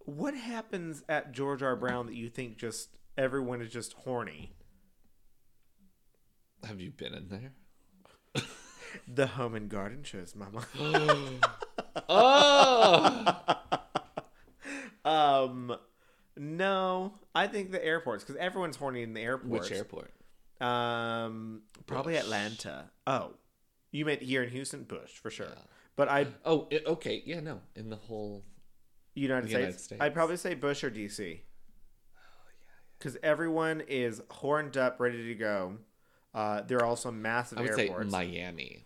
Speaker 1: what happens at George R. Brown that you think just everyone is just horny?
Speaker 2: Have you been in there?
Speaker 1: The Home and Garden shows, mama.
Speaker 2: Oh,
Speaker 1: um, no, I think the airports because everyone's horny in the airports.
Speaker 2: which airport?
Speaker 1: Um, probably Atlanta. Oh, you meant here in Houston, Bush for sure. But I
Speaker 2: Oh, i okay, yeah, no, in the whole.
Speaker 1: United,
Speaker 2: United
Speaker 1: States.
Speaker 2: States. Oh,
Speaker 1: I'd probably say Bush or DC. Because everyone is horned up, ready to go. Uh, there are also massive
Speaker 2: I would
Speaker 1: airports.
Speaker 2: say Miami,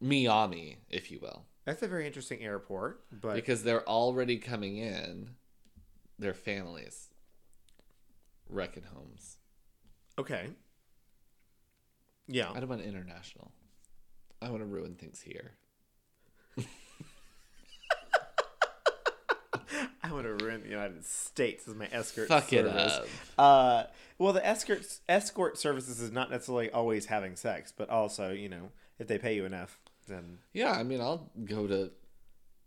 Speaker 2: Miami, if you will,
Speaker 1: That's a very interesting airport, but
Speaker 2: because they're already coming in, their families, wrecking homes.
Speaker 1: okay. Yeah,
Speaker 2: I don't want international. I want to ruin things here.
Speaker 1: I want to ruin the United States as my escort.
Speaker 2: Fuck it
Speaker 1: service.
Speaker 2: up.
Speaker 1: Uh, well, the escort escort services is not necessarily always having sex, but also you know if they pay you enough, then
Speaker 2: Yeah, I mean, I'll go to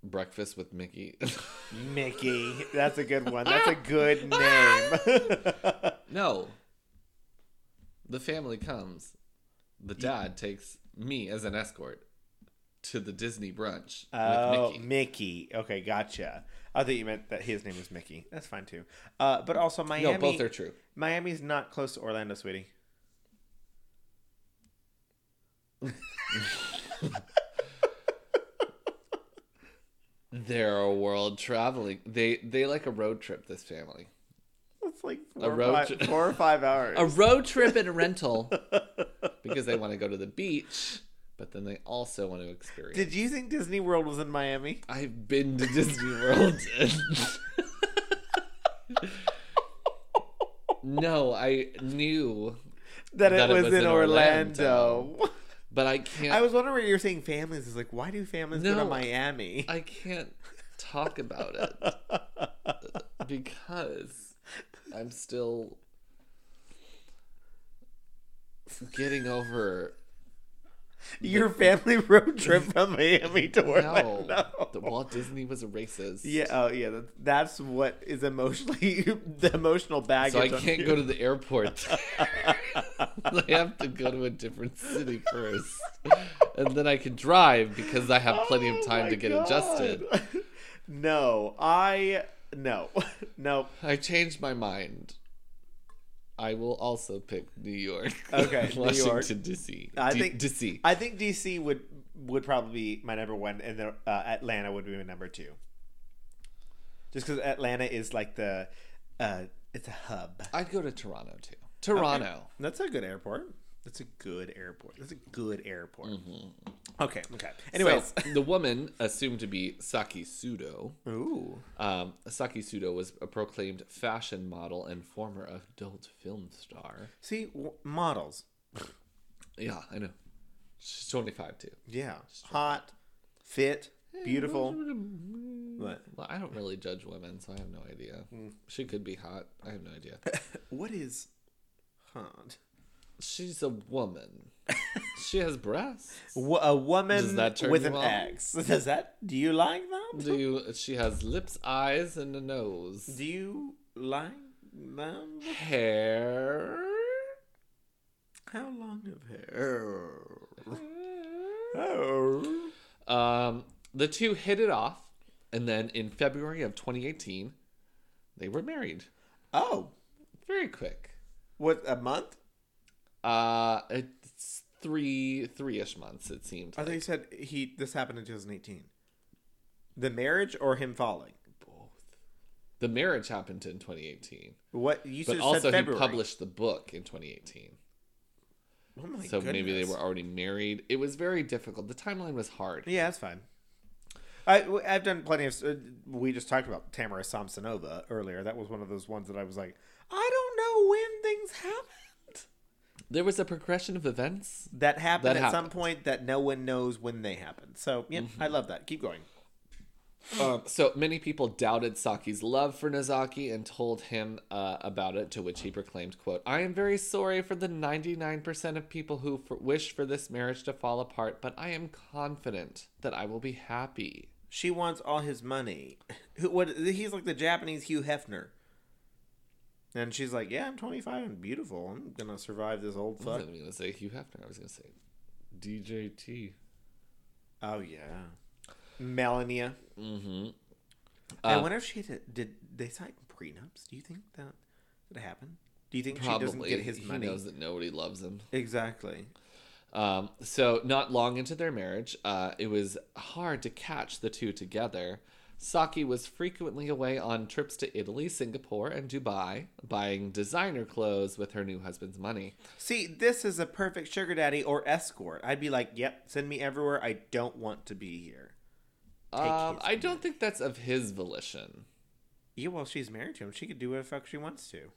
Speaker 2: breakfast with Mickey.
Speaker 1: Mickey. That's a good one. That's a good name.
Speaker 2: no. The family comes. The dad takes me as an escort to the Disney brunch
Speaker 1: Oh,
Speaker 2: with
Speaker 1: Mickey.
Speaker 2: Mickey.
Speaker 1: Okay, gotcha. I thought you meant that his name was Mickey. That's fine too. Uh, but also Miami.
Speaker 2: No, both are true.
Speaker 1: Miami's not close to Orlando, sweetie.
Speaker 2: They're a world traveling. They they like a road trip. This family.
Speaker 1: It's like four, or,
Speaker 2: road
Speaker 1: five,
Speaker 2: trip.
Speaker 1: four or five hours.
Speaker 2: A road trip and a rental because they want to go to the beach, but then they also want to experience.
Speaker 1: Did you think Disney World was in Miami?
Speaker 2: I've been to Disney World. no, I knew,
Speaker 1: That it,
Speaker 2: That
Speaker 1: was, in Orlando.
Speaker 2: but I can't.
Speaker 1: I
Speaker 2: I,
Speaker 1: was wondering where you were saying families. Is like, why do families go
Speaker 2: No.
Speaker 1: to Miami?
Speaker 2: can't talk about it because I'm still getting over
Speaker 1: Your family road trip from Miami to
Speaker 2: how
Speaker 1: Orlando.
Speaker 2: the Walt Disney was a racist.
Speaker 1: Yeah, oh yeah, that- that's what is emotionally the emotional baggage.
Speaker 2: So I
Speaker 1: on
Speaker 2: can't
Speaker 1: you.
Speaker 2: go to the airport. I have to go to a different city first. And then I can drive because I have plenty
Speaker 1: Oh
Speaker 2: of time to
Speaker 1: my
Speaker 2: get
Speaker 1: God.
Speaker 2: adjusted.
Speaker 1: no, I no, no.
Speaker 2: I changed my mind. I will also pick New York.
Speaker 1: Okay, New York.
Speaker 2: Washington DC.
Speaker 1: I
Speaker 2: D-
Speaker 1: think-
Speaker 2: DC.
Speaker 1: I think DC would would probably be my number one, and then uh, Atlanta would be my number two. Just because Atlanta is like the, uh, it's a hub.
Speaker 2: I'd go to Toronto too. Toronto.
Speaker 1: That's a good airport. That's a good airport. That's a good airport.
Speaker 2: Mm-hmm.
Speaker 1: Okay. Okay. Anyways.
Speaker 2: So, the woman assumed to be Saki Sudo.
Speaker 1: Ooh.
Speaker 2: Um, Saki Sudo was a proclaimed fashion model and former adult film star.
Speaker 1: See, w- models.
Speaker 2: Yeah, I know. She's 25 too.
Speaker 1: Yeah. Hot, fit, beautiful. What?
Speaker 2: Well, I don't really judge women, so I have no idea. She could be hot. I have no idea.
Speaker 1: What is hot?
Speaker 2: She's a woman. she has breasts.
Speaker 1: W- a woman
Speaker 2: Does that turn
Speaker 1: with
Speaker 2: you
Speaker 1: an
Speaker 2: on?
Speaker 1: X. Does that? Do you like them?
Speaker 2: Do you? She has lips, eyes, and a nose.
Speaker 1: Do you like them?
Speaker 2: Hair.
Speaker 1: How long of hair? Oh.
Speaker 2: Um, the two hit it off, and then in February of 2018, they were married.
Speaker 1: Oh.
Speaker 2: Very quick.
Speaker 1: What? A month?
Speaker 2: Uh, it's three three-ish months it seemed.
Speaker 1: I thought you said he. This happened in 2018. The marriage or him falling?
Speaker 2: The marriage happened in 2018,
Speaker 1: What you
Speaker 2: but
Speaker 1: said,
Speaker 2: also
Speaker 1: said
Speaker 2: he
Speaker 1: February.
Speaker 2: published the book in 2018.
Speaker 1: Oh my
Speaker 2: so maybe they
Speaker 1: goodness.
Speaker 2: were already married. It was very difficult. The timeline was hard.
Speaker 1: Yeah, that's fine. I, I've done plenty of. Uh, we just talked about Tamara Samsonova earlier. That was one of those ones that I was like, I don't know when things happened.
Speaker 2: There was a progression of events.
Speaker 1: That happened
Speaker 2: That
Speaker 1: at some
Speaker 2: happened.
Speaker 1: point that no one knows when they happened. So, yeah, I love that. Keep going.
Speaker 2: Um, so many people doubted Saki's love for Nozaki and told him uh, about it, to which he proclaimed, quote, I am very sorry for the 99% of people who f- wish for this marriage to fall apart, but I am confident that I will be happy.
Speaker 1: She wants all his money. Who? What? He's like the Japanese Hugh Hefner. And she's like, "Yeah, I'm 25 and beautiful. I'm gonna survive this old
Speaker 2: I
Speaker 1: fuck."
Speaker 2: was going to say Hugh Hefner. I was going to say DJT.
Speaker 1: Oh yeah, Melania.
Speaker 2: Mm-hmm.
Speaker 1: I
Speaker 2: Uh,
Speaker 1: wonder if she did. Did they sign prenups? Do you think that that happened? Do you think she
Speaker 2: Probably.
Speaker 1: doesn't get his
Speaker 2: he
Speaker 1: money?
Speaker 2: knows that nobody loves him.
Speaker 1: Exactly.
Speaker 2: Um, so, not long into their marriage, uh, it was hard to catch the two together. Saki was frequently away on trips to Italy, Singapore, and Dubai, buying designer clothes with her new husband's money.
Speaker 1: See, this is a perfect sugar daddy or escort. I'd be like, "Yep, send me everywhere. I don't want to be here."
Speaker 2: Um,
Speaker 1: his
Speaker 2: I don't think that's of his volition.
Speaker 1: Yeah, well, she's married to him. She could do whatever the fuck she wants to.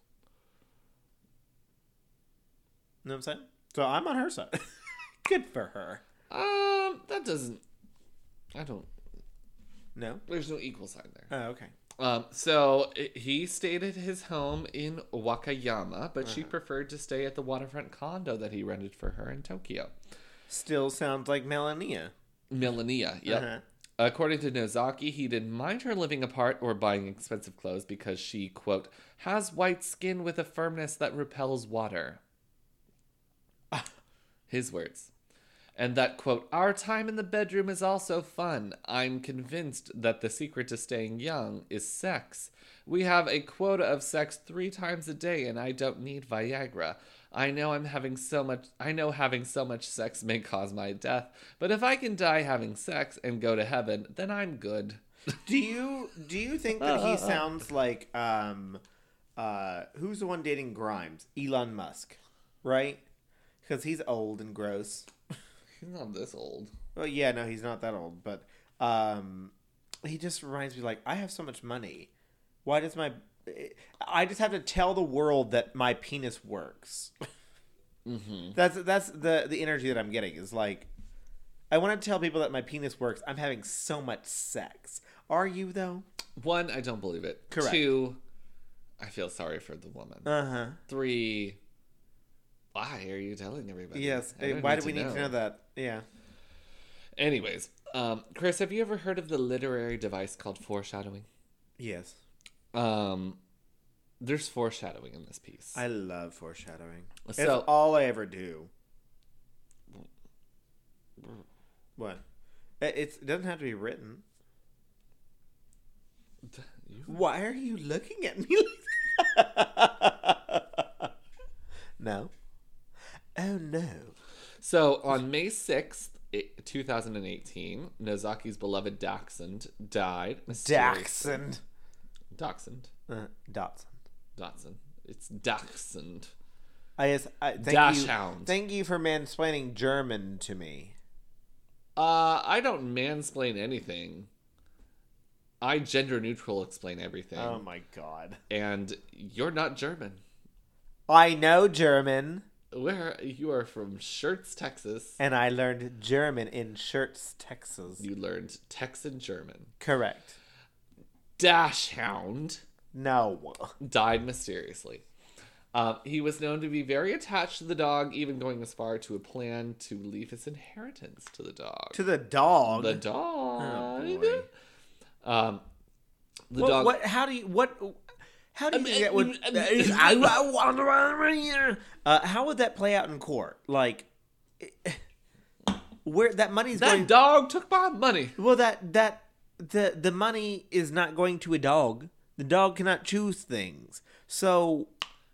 Speaker 1: Know what I'm saying? So I'm on her side. Good for her.
Speaker 2: Um, that doesn't. I don't.
Speaker 1: No.
Speaker 2: There's no equal sign there.
Speaker 1: Oh, okay.
Speaker 2: Um, so i- he stayed at his home in Wakayama, but she preferred to stay at the waterfront condo that he rented for her in Tokyo.
Speaker 1: Still sounds like Melania.
Speaker 2: Melania, yep.
Speaker 1: Uh-huh.
Speaker 2: According to Nozaki, he didn't mind her living apart or buying expensive clothes because she, quote, has white skin with a firmness that repels water. His words. And that, quote, our time in the bedroom is also fun. I'm convinced that the secret to staying young is sex. We have a quota of sex three times a day, and I don't need Viagra. I know I'm having so much, I know having so much sex may cause my death, but if I can die having sex and go to heaven, then I'm good.
Speaker 1: Do you do you think that he sounds like um uh who's the one dating Grimes? Elon Musk, right? Because he's old and gross.
Speaker 2: He's not this old.
Speaker 1: Well, yeah, no, he's not that old, but um, he just reminds me like I have so much money. Why does my I just have to tell the world that my penis works. That's that's the the energy that I'm getting is like I want to tell people that my penis works. I'm having so much sex. Are you though?
Speaker 2: One, I don't believe it.
Speaker 1: Correct.
Speaker 2: Two, I feel sorry for the woman.
Speaker 1: Uh huh.
Speaker 2: Three, why are you telling everybody?
Speaker 1: Yes.
Speaker 2: I don't
Speaker 1: Why do we need to know that? Yeah.
Speaker 2: Anyways, um, Chris, have you ever heard of the literary device called foreshadowing?
Speaker 1: Yes.
Speaker 2: Um, there's foreshadowing in this piece.
Speaker 1: I love foreshadowing.
Speaker 2: So-
Speaker 1: it's all I ever do. What? It- It's, it doesn't have to be written.
Speaker 2: You-
Speaker 1: Why are you looking at me like that? no. Oh no.
Speaker 2: So on May 6th, i- 2018, Nozaki's beloved dachshund died. mysteriously-
Speaker 1: Dachshund.
Speaker 2: Dachshund.
Speaker 1: Uh, Dachshund.
Speaker 2: Dachshund. It's dachshund.
Speaker 1: I guess I, thank you.
Speaker 2: Dachshund.
Speaker 1: Thank you for mansplaining German to me.
Speaker 2: Uh, I don't mansplain anything. I gender neutral explain everything.
Speaker 1: Oh my god.
Speaker 2: and you're not German.
Speaker 1: I know German,
Speaker 2: Where you are from Shirts, Texas.
Speaker 1: and I learned German in Shirts, Texas.
Speaker 2: You learned Texan German.
Speaker 1: Correct.
Speaker 2: Dashhound
Speaker 1: No.
Speaker 2: died mysteriously. Uh, he was known to be very attached to the dog, even going as far to a plan to leave his inheritance to the dog.
Speaker 1: To the dog.
Speaker 2: the dog.
Speaker 1: Oh, boy.
Speaker 2: um, the
Speaker 1: what,
Speaker 2: dog.
Speaker 1: what? How do you? What? How do you
Speaker 2: Um,
Speaker 1: get?
Speaker 2: uh,
Speaker 1: What,
Speaker 2: um, um,
Speaker 1: uh, how would that play out in court? Like, where that money's
Speaker 2: That
Speaker 1: going?
Speaker 2: dog took my money.
Speaker 1: Well, that that the the money is not going to a dog. The dog cannot choose things. So,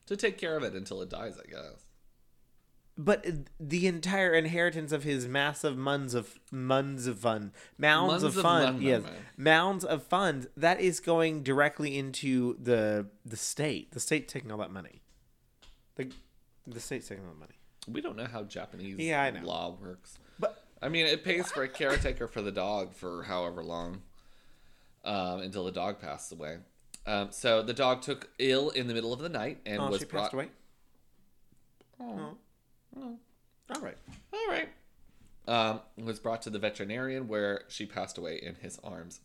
Speaker 2: to take care of it until it dies, I guess.
Speaker 1: but the entire inheritance of his massive mounds of mounds of fun, mounds
Speaker 2: Mounds
Speaker 1: of
Speaker 2: of
Speaker 1: fun,
Speaker 2: money,
Speaker 1: yes,
Speaker 2: man.
Speaker 1: mounds of funds. That is going directly into the the state. The state's taking all that money. The the state's taking all that money.
Speaker 2: We don't know how Japanese
Speaker 1: Yeah, I know.
Speaker 2: law works.
Speaker 1: But
Speaker 2: I mean, it pays for a caretaker for the dog for however long um, until the dog passed away. Um, so the dog took ill in the middle of the night and
Speaker 1: oh,
Speaker 2: was
Speaker 1: she
Speaker 2: brought.
Speaker 1: passed away. Oh. All right.
Speaker 2: All right. Um, was brought to the veterinarian where she passed away in his arms.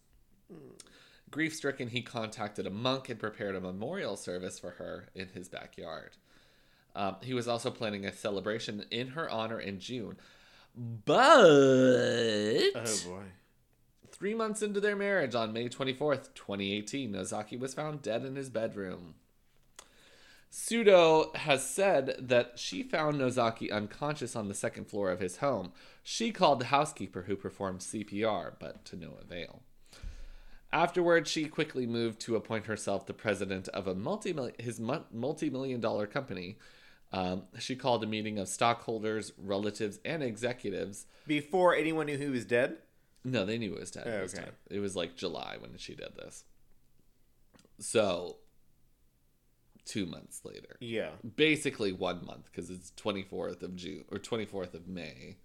Speaker 2: Grief stricken, he contacted a monk and prepared a memorial service for her in his backyard. Um, he was also planning a celebration in her honor in June. But
Speaker 1: boy.
Speaker 2: three months into their marriage, on May 24th, 2018, Nozaki was found dead in his bedroom. Pseudo has said that she found Nozaki unconscious on the second floor of his home. She called the housekeeper who performed CPR, but to no avail. Afterward, she quickly moved to appoint herself the president of a multi his multi million dollar company. Um, she called a meeting of stockholders, relatives, and executives
Speaker 1: Before anyone knew he was dead.
Speaker 2: no, they knew it was dead.
Speaker 1: Oh,
Speaker 2: this
Speaker 1: okay.
Speaker 2: time. It was like July when she did this. So, two months later,
Speaker 1: Yeah.
Speaker 2: basically one month because it's twenty fourth of June or twenty fourth of May.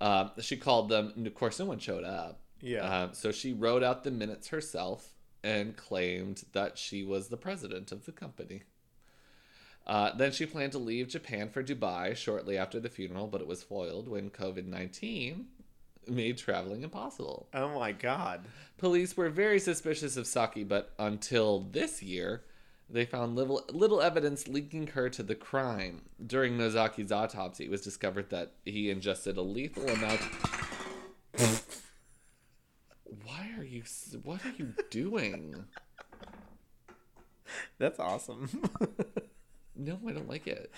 Speaker 2: Um, she called them, and of course, no one showed up.
Speaker 1: Yeah.
Speaker 2: Um, so she wrote out the minutes herself and claimed that she was the president of the company. Uh, then she planned to leave Japan for Dubai shortly after the funeral, but it was foiled when COVID 19 made traveling impossible.
Speaker 1: Oh my god.
Speaker 2: Police were very suspicious of Saki, but until this year, they found little, little evidence linking her to the crime. During Nozaki's autopsy, it was discovered that he ingested a lethal amount. Why are you? s- What are you doing?
Speaker 1: That's awesome.
Speaker 2: No, I don't like it.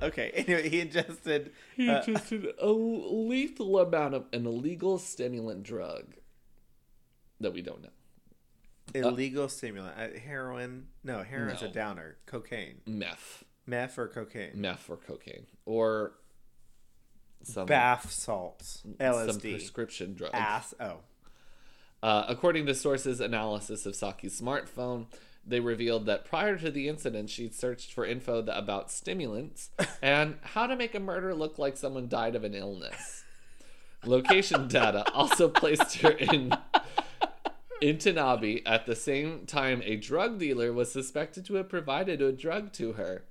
Speaker 1: okay. Anyway, he ingested.
Speaker 2: He
Speaker 1: uh,
Speaker 2: ingested a lethal amount of an illegal stimulant drug that we don't know.
Speaker 1: illegal stimulant, uh, heroin. No, heroin's a
Speaker 2: No.
Speaker 1: downer. Cocaine,
Speaker 2: Meth,
Speaker 1: meth, or cocaine.
Speaker 2: meth, or cocaine, or some
Speaker 1: Bath salts,
Speaker 2: some
Speaker 1: LSD,
Speaker 2: prescription drugs.
Speaker 1: ass. Oh,
Speaker 2: Uh, according to sources' analysis of Saki's smartphone, they revealed that prior to the incident, she'd searched for info that, about stimulants and how to make a murder look like someone died of an illness. Location data also placed her in Intanabe at the same time a drug dealer was suspected to have provided a drug to her.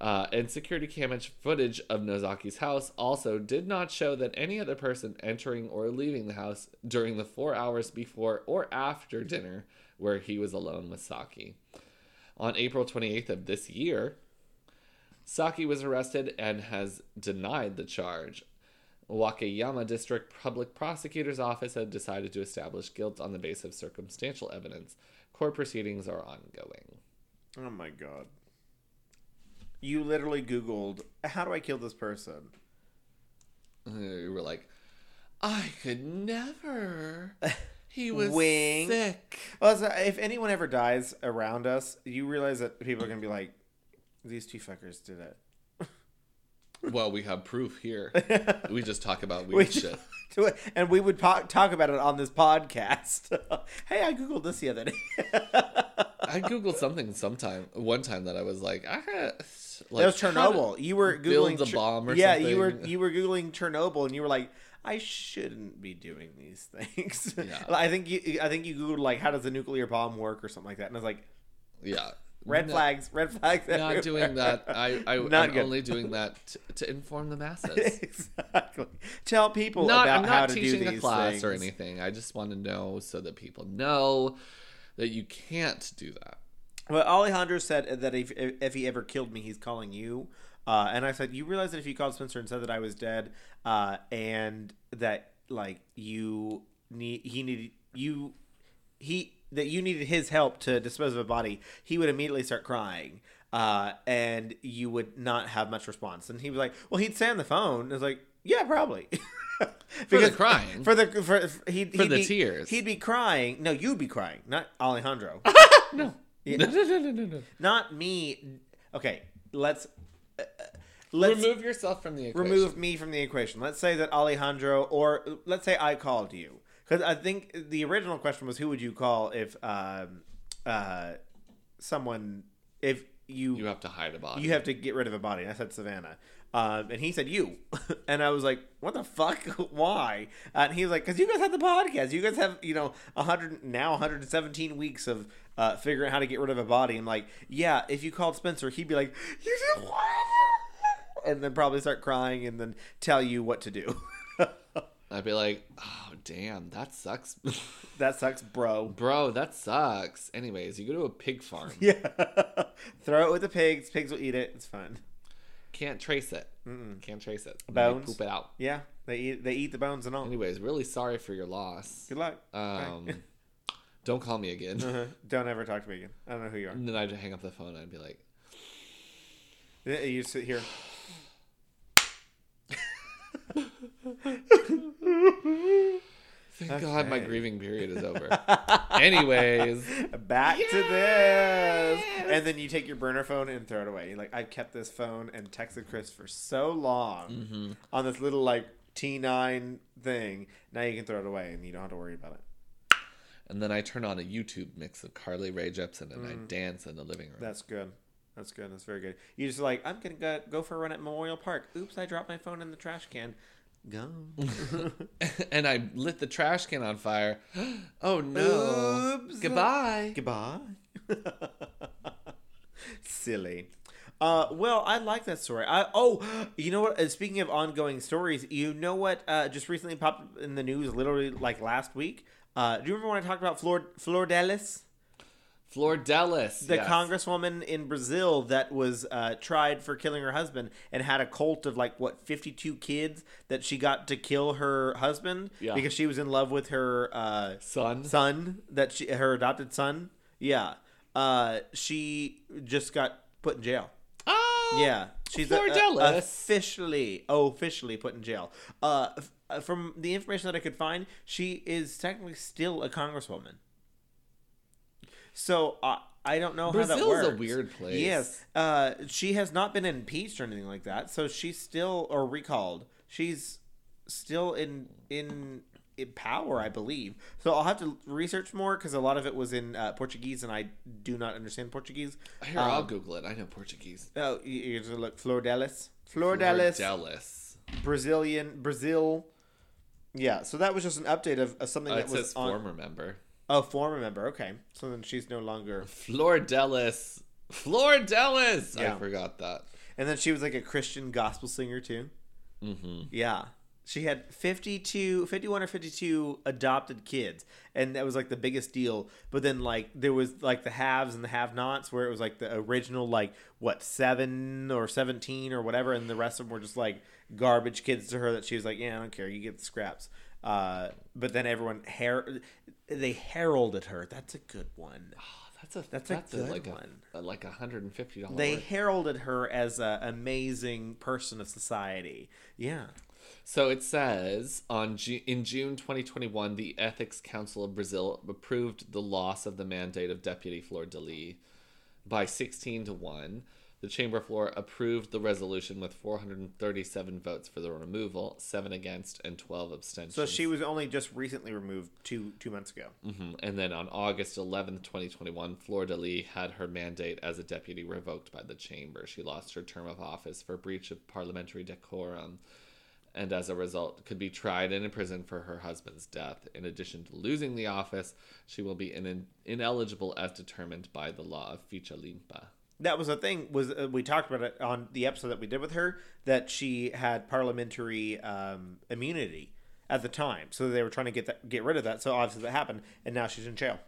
Speaker 2: Uh, and security camera footage of Nozaki's house also did not show that any other person entering or leaving the house during the four hours before or after dinner where he was alone with Saki. On April 28th of this year, Saki was arrested and has denied the charge. Wakayama District Public Prosecutor's Office had decided to establish guilt on the basis of circumstantial evidence. Court proceedings are ongoing.
Speaker 1: oh my god. You literally Googled, "How do I kill this person?"
Speaker 2: Uh, You were like, I could never. He was
Speaker 1: Wink.
Speaker 2: sick.
Speaker 1: Well, so if anyone ever dies around us, you realize that people are gonna be like, "These two fuckers did it."
Speaker 2: Well, we have proof here. we just talk about weird
Speaker 1: We-
Speaker 2: shit.
Speaker 1: to it, and we would po- talk about it on this podcast. hey, I googled this the other day.
Speaker 2: I googled something sometime one time that I was like, I had like
Speaker 1: that was
Speaker 2: how to-
Speaker 1: Chernobyl. You were
Speaker 2: build
Speaker 1: googling
Speaker 2: a bomb or
Speaker 1: yeah, you were
Speaker 2: something.
Speaker 1: you were googling Chernobyl, and you were like, I shouldn't be doing these things.
Speaker 2: Yeah.
Speaker 1: I think you I think you googled like how does a nuclear bomb work or something like that, and I was like,
Speaker 2: yeah,
Speaker 1: red
Speaker 2: No-
Speaker 1: flags, red flags. everywhere.
Speaker 2: Not doing that. I, I
Speaker 1: Not
Speaker 2: am
Speaker 1: good.
Speaker 2: only doing that t- to inform the masses.
Speaker 1: exactly. Tell people
Speaker 2: not,
Speaker 1: about
Speaker 2: I'm
Speaker 1: how
Speaker 2: not
Speaker 1: to do
Speaker 2: teaching
Speaker 1: these
Speaker 2: a class
Speaker 1: things.
Speaker 2: or anything. I just want to know so that people know that you can't do that.
Speaker 1: Well, Alejandro said that if if he ever killed me, he's calling you. Uh, and I said, you realize that if you called Spencer and said that I was dead, uh, and that like you need he needed you he that you needed his help to dispose of a body, he would immediately start crying. Uh, and you would not have much response. And he was like, "Well, he'd say on the phone." And I was like, "Yeah, probably." Because-
Speaker 2: crying.
Speaker 1: for the for, for, he'd,
Speaker 2: For
Speaker 1: he'd
Speaker 2: the
Speaker 1: be-
Speaker 2: tears.
Speaker 1: He'd be crying. No, you'd be crying, not Alejandro.
Speaker 2: No.
Speaker 1: Yeah.
Speaker 2: No, no, no, no, no, no.
Speaker 1: Not me. Okay, let's uh, uh, let's remove,
Speaker 2: Remove yourself from the equation.
Speaker 1: me from the equation. Let's say that Alejandro, or uh, let's say I called you, because I think the original question was who would you call if um, uh, someone if you
Speaker 2: You have to hide a body.
Speaker 1: you have to get rid of a body. And I said Savannah. Um, and he said you, and I was like, "What the fuck? Why?" Uh, And he was like, "Cause you guys have the podcast. You guys have you know a hundred now, 117 weeks of uh, figuring out how to get rid of a body." I'm like, "Yeah, if you called Spencer, he'd be like, you did what?" And then probably start crying and then tell you what to do.
Speaker 2: I'd be like, oh, damn, that sucks.
Speaker 1: that sucks, bro.
Speaker 2: Bro, that sucks. Anyways, you go to a pig farm.
Speaker 1: Yeah, throw it with the pigs. Pigs will eat it. It's fun.
Speaker 2: Can't trace it. Can't trace it. They
Speaker 1: Bones.
Speaker 2: poop it out.
Speaker 1: Yeah, they eat they eat the bones and all.
Speaker 2: Anyways, really sorry for your loss.
Speaker 1: Good luck. Bye.
Speaker 2: Um, don't call me again.
Speaker 1: Uh-huh. Don't ever talk to me again. I don't know who you are.
Speaker 2: And then I'd hang up the phone and I'd be like,
Speaker 1: Yeah, You sit here.
Speaker 2: Thank God my
Speaker 1: Okay.
Speaker 2: grieving period is over. Anyways,
Speaker 1: Back to this.
Speaker 2: Yes!
Speaker 1: And then you take your burner phone and throw it away. You're like, I've kept this phone and texted Chris for so long on this little like T9 thing. Now you can throw it away and you don't have to worry about it.
Speaker 2: and then I turn on a YouTube mix of Carly Rae Jepsen and I
Speaker 1: Mm.
Speaker 2: dance in the living room.
Speaker 1: That's good. That's good. That's very good. You just like, I'm going to go, go for a run at Memorial Park. Oops, I dropped my phone in the trash can. Gone.
Speaker 2: and I lit the trash can on fire. Oh no.
Speaker 1: Oops.
Speaker 2: Goodbye.
Speaker 1: Goodbye. Silly. Uh, well, I like that story. I oh, you know what? uh, Speaking of ongoing stories, you know what? Uh, just recently popped up in the news, literally like last week. Uh, do you remember when I talked about Flor Flor Delis,
Speaker 2: Flor Delis.
Speaker 1: the
Speaker 2: yes.
Speaker 1: congresswoman in Brazil that was uh, tried for killing her husband and had a cult of like what fifty two kids that she got to kill her husband
Speaker 2: Yeah.
Speaker 1: because she was in love with her uh,
Speaker 2: son.
Speaker 1: son that she her adopted son yeah uh she just got put in jail
Speaker 2: Oh.
Speaker 1: yeah she's a-
Speaker 2: Flor
Speaker 1: a-
Speaker 2: Delis.
Speaker 1: officially oh, officially put in jail uh f- uh, from the information that i could find she is technically still a congresswoman so uh, i don't know how that
Speaker 2: Brazil's
Speaker 1: works
Speaker 2: a weird place.
Speaker 1: yes uh she has not been impeached or anything like that so she's still or recalled she's still in in in power, I believe. So I'll have to research more because a lot of it was in uh, Portuguese, and I do not understand Portuguese.
Speaker 2: Here,
Speaker 1: um,
Speaker 2: I'll Google it. I know Portuguese.
Speaker 1: Oh, you- you just look Flor Delis, Flor
Speaker 2: Flor
Speaker 1: Delis,
Speaker 2: Delis.
Speaker 1: Brazilian, Brazil. Yeah, so that was just an update of, of something
Speaker 2: Uh,
Speaker 1: that
Speaker 2: it
Speaker 1: was
Speaker 2: says
Speaker 1: on.
Speaker 2: former member.
Speaker 1: Oh, former member. Okay, so then she's no longer.
Speaker 2: Flor Delis. Flor Delis.
Speaker 1: Yeah.
Speaker 2: I forgot that.
Speaker 1: And then she was like a Christian gospel singer too.
Speaker 2: Mm-hmm.
Speaker 1: Yeah. She had 52, 51 or 52 adopted kids. And that was like the biggest deal. But then, like, there was like the haves and the have nots where it was like the original, like, what, seven or 17 or whatever. And the rest of them were just like garbage kids to her that she was like, yeah, I don't care. You get the scraps. Uh, but then everyone, her- they heralded her. That's a good one.
Speaker 2: Oh, that's a
Speaker 1: That's
Speaker 2: that's,
Speaker 1: a
Speaker 2: a,
Speaker 1: good
Speaker 2: like
Speaker 1: one.
Speaker 2: a like a hundred and fifty dollars.
Speaker 1: They heralded her as an amazing person of society. Yeah.
Speaker 2: So it says on Ju- in June 2021, the Ethics Council of Brazil approved the loss of the mandate of Deputy Flor de Lis by 16 to one, The chamber floor approved the resolution with 437 votes for the removal, seven against, and 12 abstentions.
Speaker 1: So she was only just recently removed two two months ago.
Speaker 2: Mhm. And then on August 11th, 2021, Fleur de Lis had her mandate as a deputy revoked by the chamber. She lost her term of office for breach of parliamentary decorum and as a result could be tried and imprisoned for her husband's death. In addition to losing the office, she will be in- ineligible as determined by the law of Ficha Limpa.
Speaker 1: That was the thing was uh, we talked about it on the episode that we did with her that she had parliamentary um, immunity at the time, so they were trying to get that get rid of that. So obviously that happened, and now she's in jail.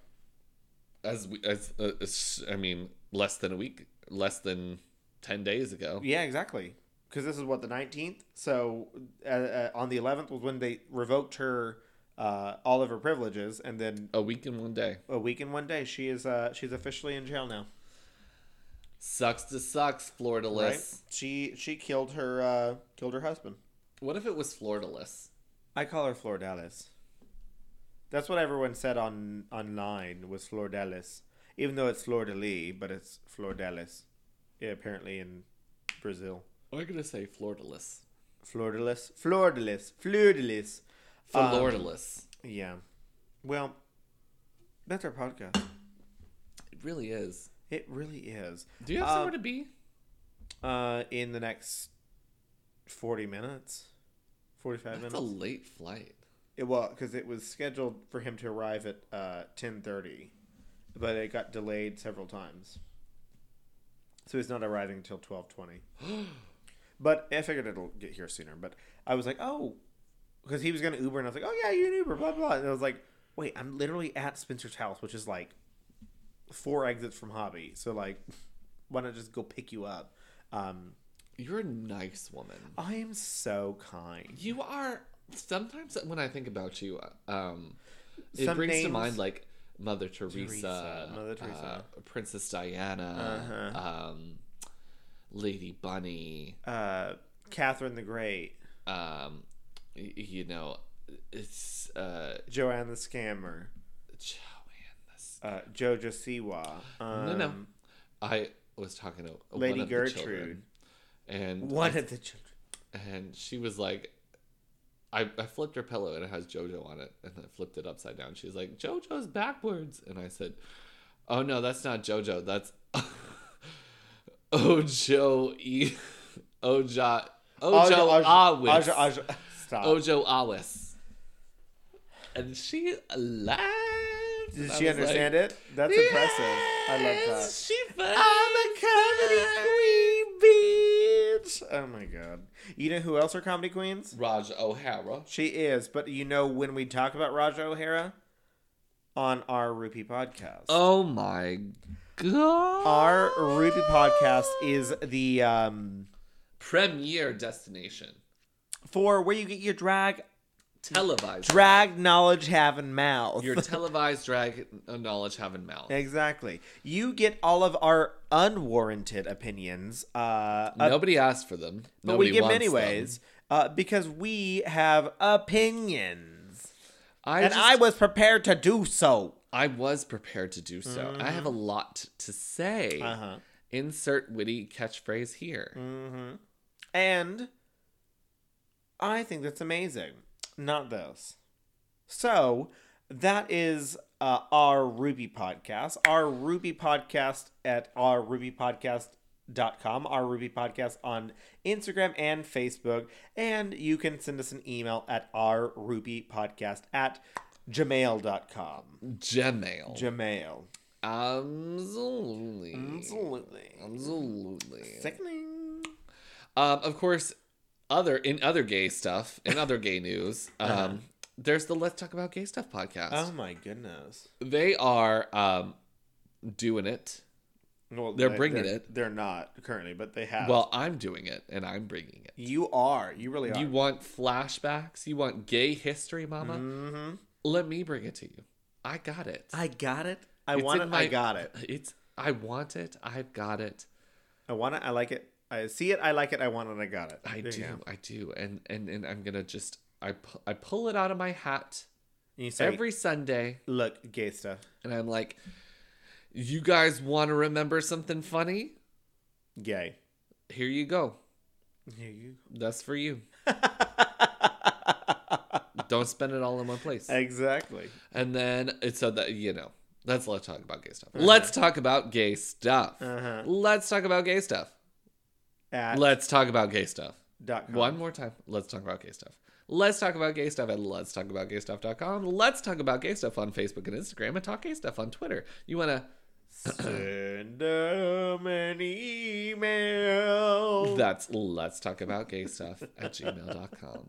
Speaker 2: As we, as, uh, as- I mean, less than a week, less than 10 days ago.
Speaker 1: Yeah, exactly. Because this is what the nineteenth. So uh, uh, on the eleventh was when they revoked her uh, all of her privileges, and then
Speaker 2: A week and one day.
Speaker 1: a week and one day she is uh, she's officially in jail now.
Speaker 2: Sucks to sucks, Florida
Speaker 1: Right? She she killed her uh, killed her husband.
Speaker 2: What if it was Florida
Speaker 1: I call her Flordalis. That's what everyone said on online was Flordalis, even though it's Flor de Lis, but it's Flordalis. Yeah, apparently in Brazil,
Speaker 2: We're going to say Florida
Speaker 1: Flordalis, Flordalis, Flordalis. Um,
Speaker 2: Floridalis.
Speaker 1: Yeah. Well, that's our podcast.
Speaker 2: it really is.
Speaker 1: It really is.
Speaker 2: Do you have
Speaker 1: um,
Speaker 2: somewhere to be?
Speaker 1: Uh, in the next forty minutes, forty-five
Speaker 2: That's
Speaker 1: minutes.
Speaker 2: a late flight.
Speaker 1: It, well, because it was scheduled for him to arrive at uh, ten thirty, but it got delayed several times. So he's not arriving until twelve twenty. but eh, I figured it'll get here sooner. But I was like, oh, because he was gonna Uber, and I was like, oh yeah, you can Uber, blah blah. And I was like, wait, I'm literally at Spencer's house, which is like four exits from Hobby. So like, why not just go pick you up? Um,
Speaker 2: You're a nice woman.
Speaker 1: I am so kind.
Speaker 2: You are sometimes when I think about you, um, it
Speaker 1: Some
Speaker 2: brings to
Speaker 1: names-
Speaker 2: mind like Mother Teresa,
Speaker 1: Teresa, Mother Teresa. Uh-huh.
Speaker 2: uh, Princess Diana, um, Lady Bunny.
Speaker 1: Uh, Catherine the Great,
Speaker 2: Um, y- you know, it's uh,
Speaker 1: Joanne the Scammer.
Speaker 2: Joanne. This,
Speaker 1: uh, Jojo Siwa. Um,
Speaker 2: no, no. I was talking to
Speaker 1: Lady
Speaker 2: one of
Speaker 1: Gertrude.
Speaker 2: the children, and
Speaker 1: One of the children.
Speaker 2: and she was like I, I flipped her pillow and it has jojo on it and i flipped it upside down she's like jojo's backwards and i said oh no that's not jojo that's ojo e ojo ojo
Speaker 1: Aja,
Speaker 2: awis
Speaker 1: Aja, Stop.
Speaker 2: ojo awis and she laughed
Speaker 1: Did she understand it? That's impressive. I love that.
Speaker 2: she i'm a comedy queen bitch
Speaker 1: Oh my god. You know who else are comedy queens?
Speaker 2: raj o'hara
Speaker 1: She is, but you know when we talk about Raja O'Hara on our Rupee podcast.
Speaker 2: Oh my god.
Speaker 1: Our Rupee podcast is the um
Speaker 2: premier destination.
Speaker 1: for where you get your drag
Speaker 2: Televised.
Speaker 1: drag knowledge having mouth.
Speaker 2: Your televised drag knowledge having mouth.
Speaker 1: Exactly. You get all of our unwarranted opinions. Uh,
Speaker 2: Nobody asked for them.
Speaker 1: but
Speaker 2: Nobody
Speaker 1: we give them
Speaker 2: wants
Speaker 1: anyways uh, because we have opinions,
Speaker 2: I
Speaker 1: and
Speaker 2: just-
Speaker 1: I was prepared to do so.
Speaker 2: I was prepared to do so. I have a lot to say.
Speaker 1: Mm-hmm. Uh-huh. Mm.
Speaker 2: Insert witty catchphrase here.
Speaker 1: Mm-hmm. And I think that's amazing. Not this. So that is uh, our Ruby podcast. Our Ruby podcast at our Ruby podcast. Dot com, our Ruby podcast on Instagram and Facebook. And you can send us an email at our Ruby podcast at
Speaker 2: Mm-hmm.
Speaker 1: gmail.com.
Speaker 2: Gmail.
Speaker 1: Gmail.
Speaker 2: Absolutely.
Speaker 1: Absolutely.
Speaker 2: Absolutely.
Speaker 1: Sickening.
Speaker 2: Um, of course, other in other gay stuff, in other gay news, um, there's the Let's Talk About Gay Stuff podcast.
Speaker 1: Uh-huh. Oh my goodness.
Speaker 2: They are um doing it.
Speaker 1: Well,
Speaker 2: They're
Speaker 1: they-
Speaker 2: bringing
Speaker 1: they're-
Speaker 2: it.
Speaker 1: They're not currently, but they have.
Speaker 2: Well, I'm doing it and I'm bringing it.
Speaker 1: you are. You really are.
Speaker 2: You want flashbacks? You want gay history, mama?
Speaker 1: Mhm.
Speaker 2: Let me bring it to you. I got it.
Speaker 1: I got it. I
Speaker 2: It's
Speaker 1: want
Speaker 2: in
Speaker 1: it.
Speaker 2: my-
Speaker 1: I got it.
Speaker 2: It's I want it. I've got it.
Speaker 1: I want it. I like it. I see it. I like it. I want it. I got it.
Speaker 2: I
Speaker 1: There you
Speaker 2: do.
Speaker 1: go.
Speaker 2: I do. And and and I'm going to just I pu- I pull it out of my hat
Speaker 1: You say,
Speaker 2: every Sunday
Speaker 1: look, gay stuff.
Speaker 2: and I'm like, "You guys want to remember something funny?
Speaker 1: Gay.
Speaker 2: Here you go.
Speaker 1: Here you
Speaker 2: That's for you. Don't spend it all in one place.
Speaker 1: Exactly.
Speaker 2: And then it's so that you know. Let's let's talk about gay stuff. Let's talk about gay stuff.
Speaker 1: Uh-huh.
Speaker 2: Let's talk about gay stuff.
Speaker 1: At
Speaker 2: Let's talk about gay stuff.
Speaker 1: dot com.
Speaker 2: One more time. Let's talk about gay stuff. Let's talk about gay stuff at let's talk about gay stuff.com. Let's talk about gay stuff on Facebook and Instagram and talk gay stuff on Twitter. You want to
Speaker 1: Send them an email.
Speaker 2: That's let's talk about gay stuff at gmail.com.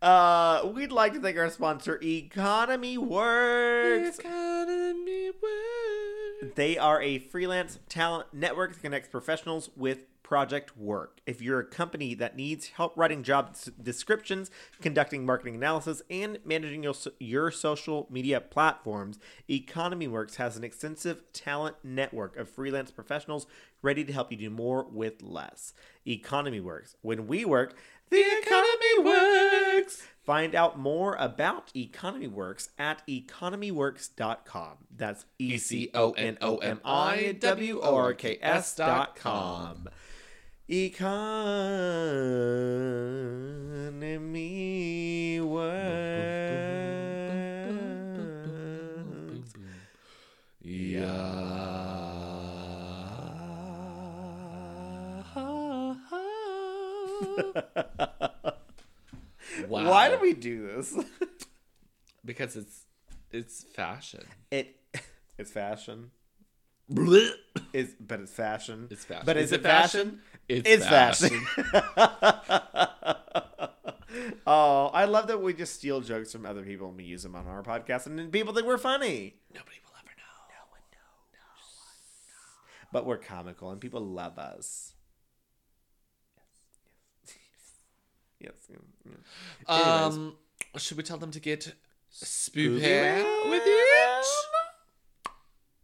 Speaker 1: Uh, we'd like to thank our sponsor, Economy Works.
Speaker 2: Economy word.
Speaker 1: They are a freelance talent network that connects professionals with project work. If you're a company that needs help writing job s- descriptions, conducting marketing analysis, and managing your, so- your social media platforms, EconomyWorks has an extensive talent network of freelance professionals ready to help you do more with less. EconomyWorks. When we work, the economy works. Find out more about Economy Works at economyworks.com. That's E C O N O M I W R K S dot com. Economy Works.
Speaker 2: Yeah. wow.
Speaker 1: Why do we do this?
Speaker 2: Because it's it's fashion.
Speaker 1: It it's fashion. Is but it's fashion.
Speaker 2: It's fashion.
Speaker 1: But is, it fashion?
Speaker 2: It's,
Speaker 1: It's
Speaker 2: fashion.
Speaker 1: fashion. oh, I love that we just steal jokes from other people and we use them on our podcast, and then people think we're funny.
Speaker 2: Nobody will ever know. No one knows.
Speaker 1: But we're comical, and people love us. Yes. Yes. yes. Anyways.
Speaker 2: Um, should we tell them to get spoopy with it?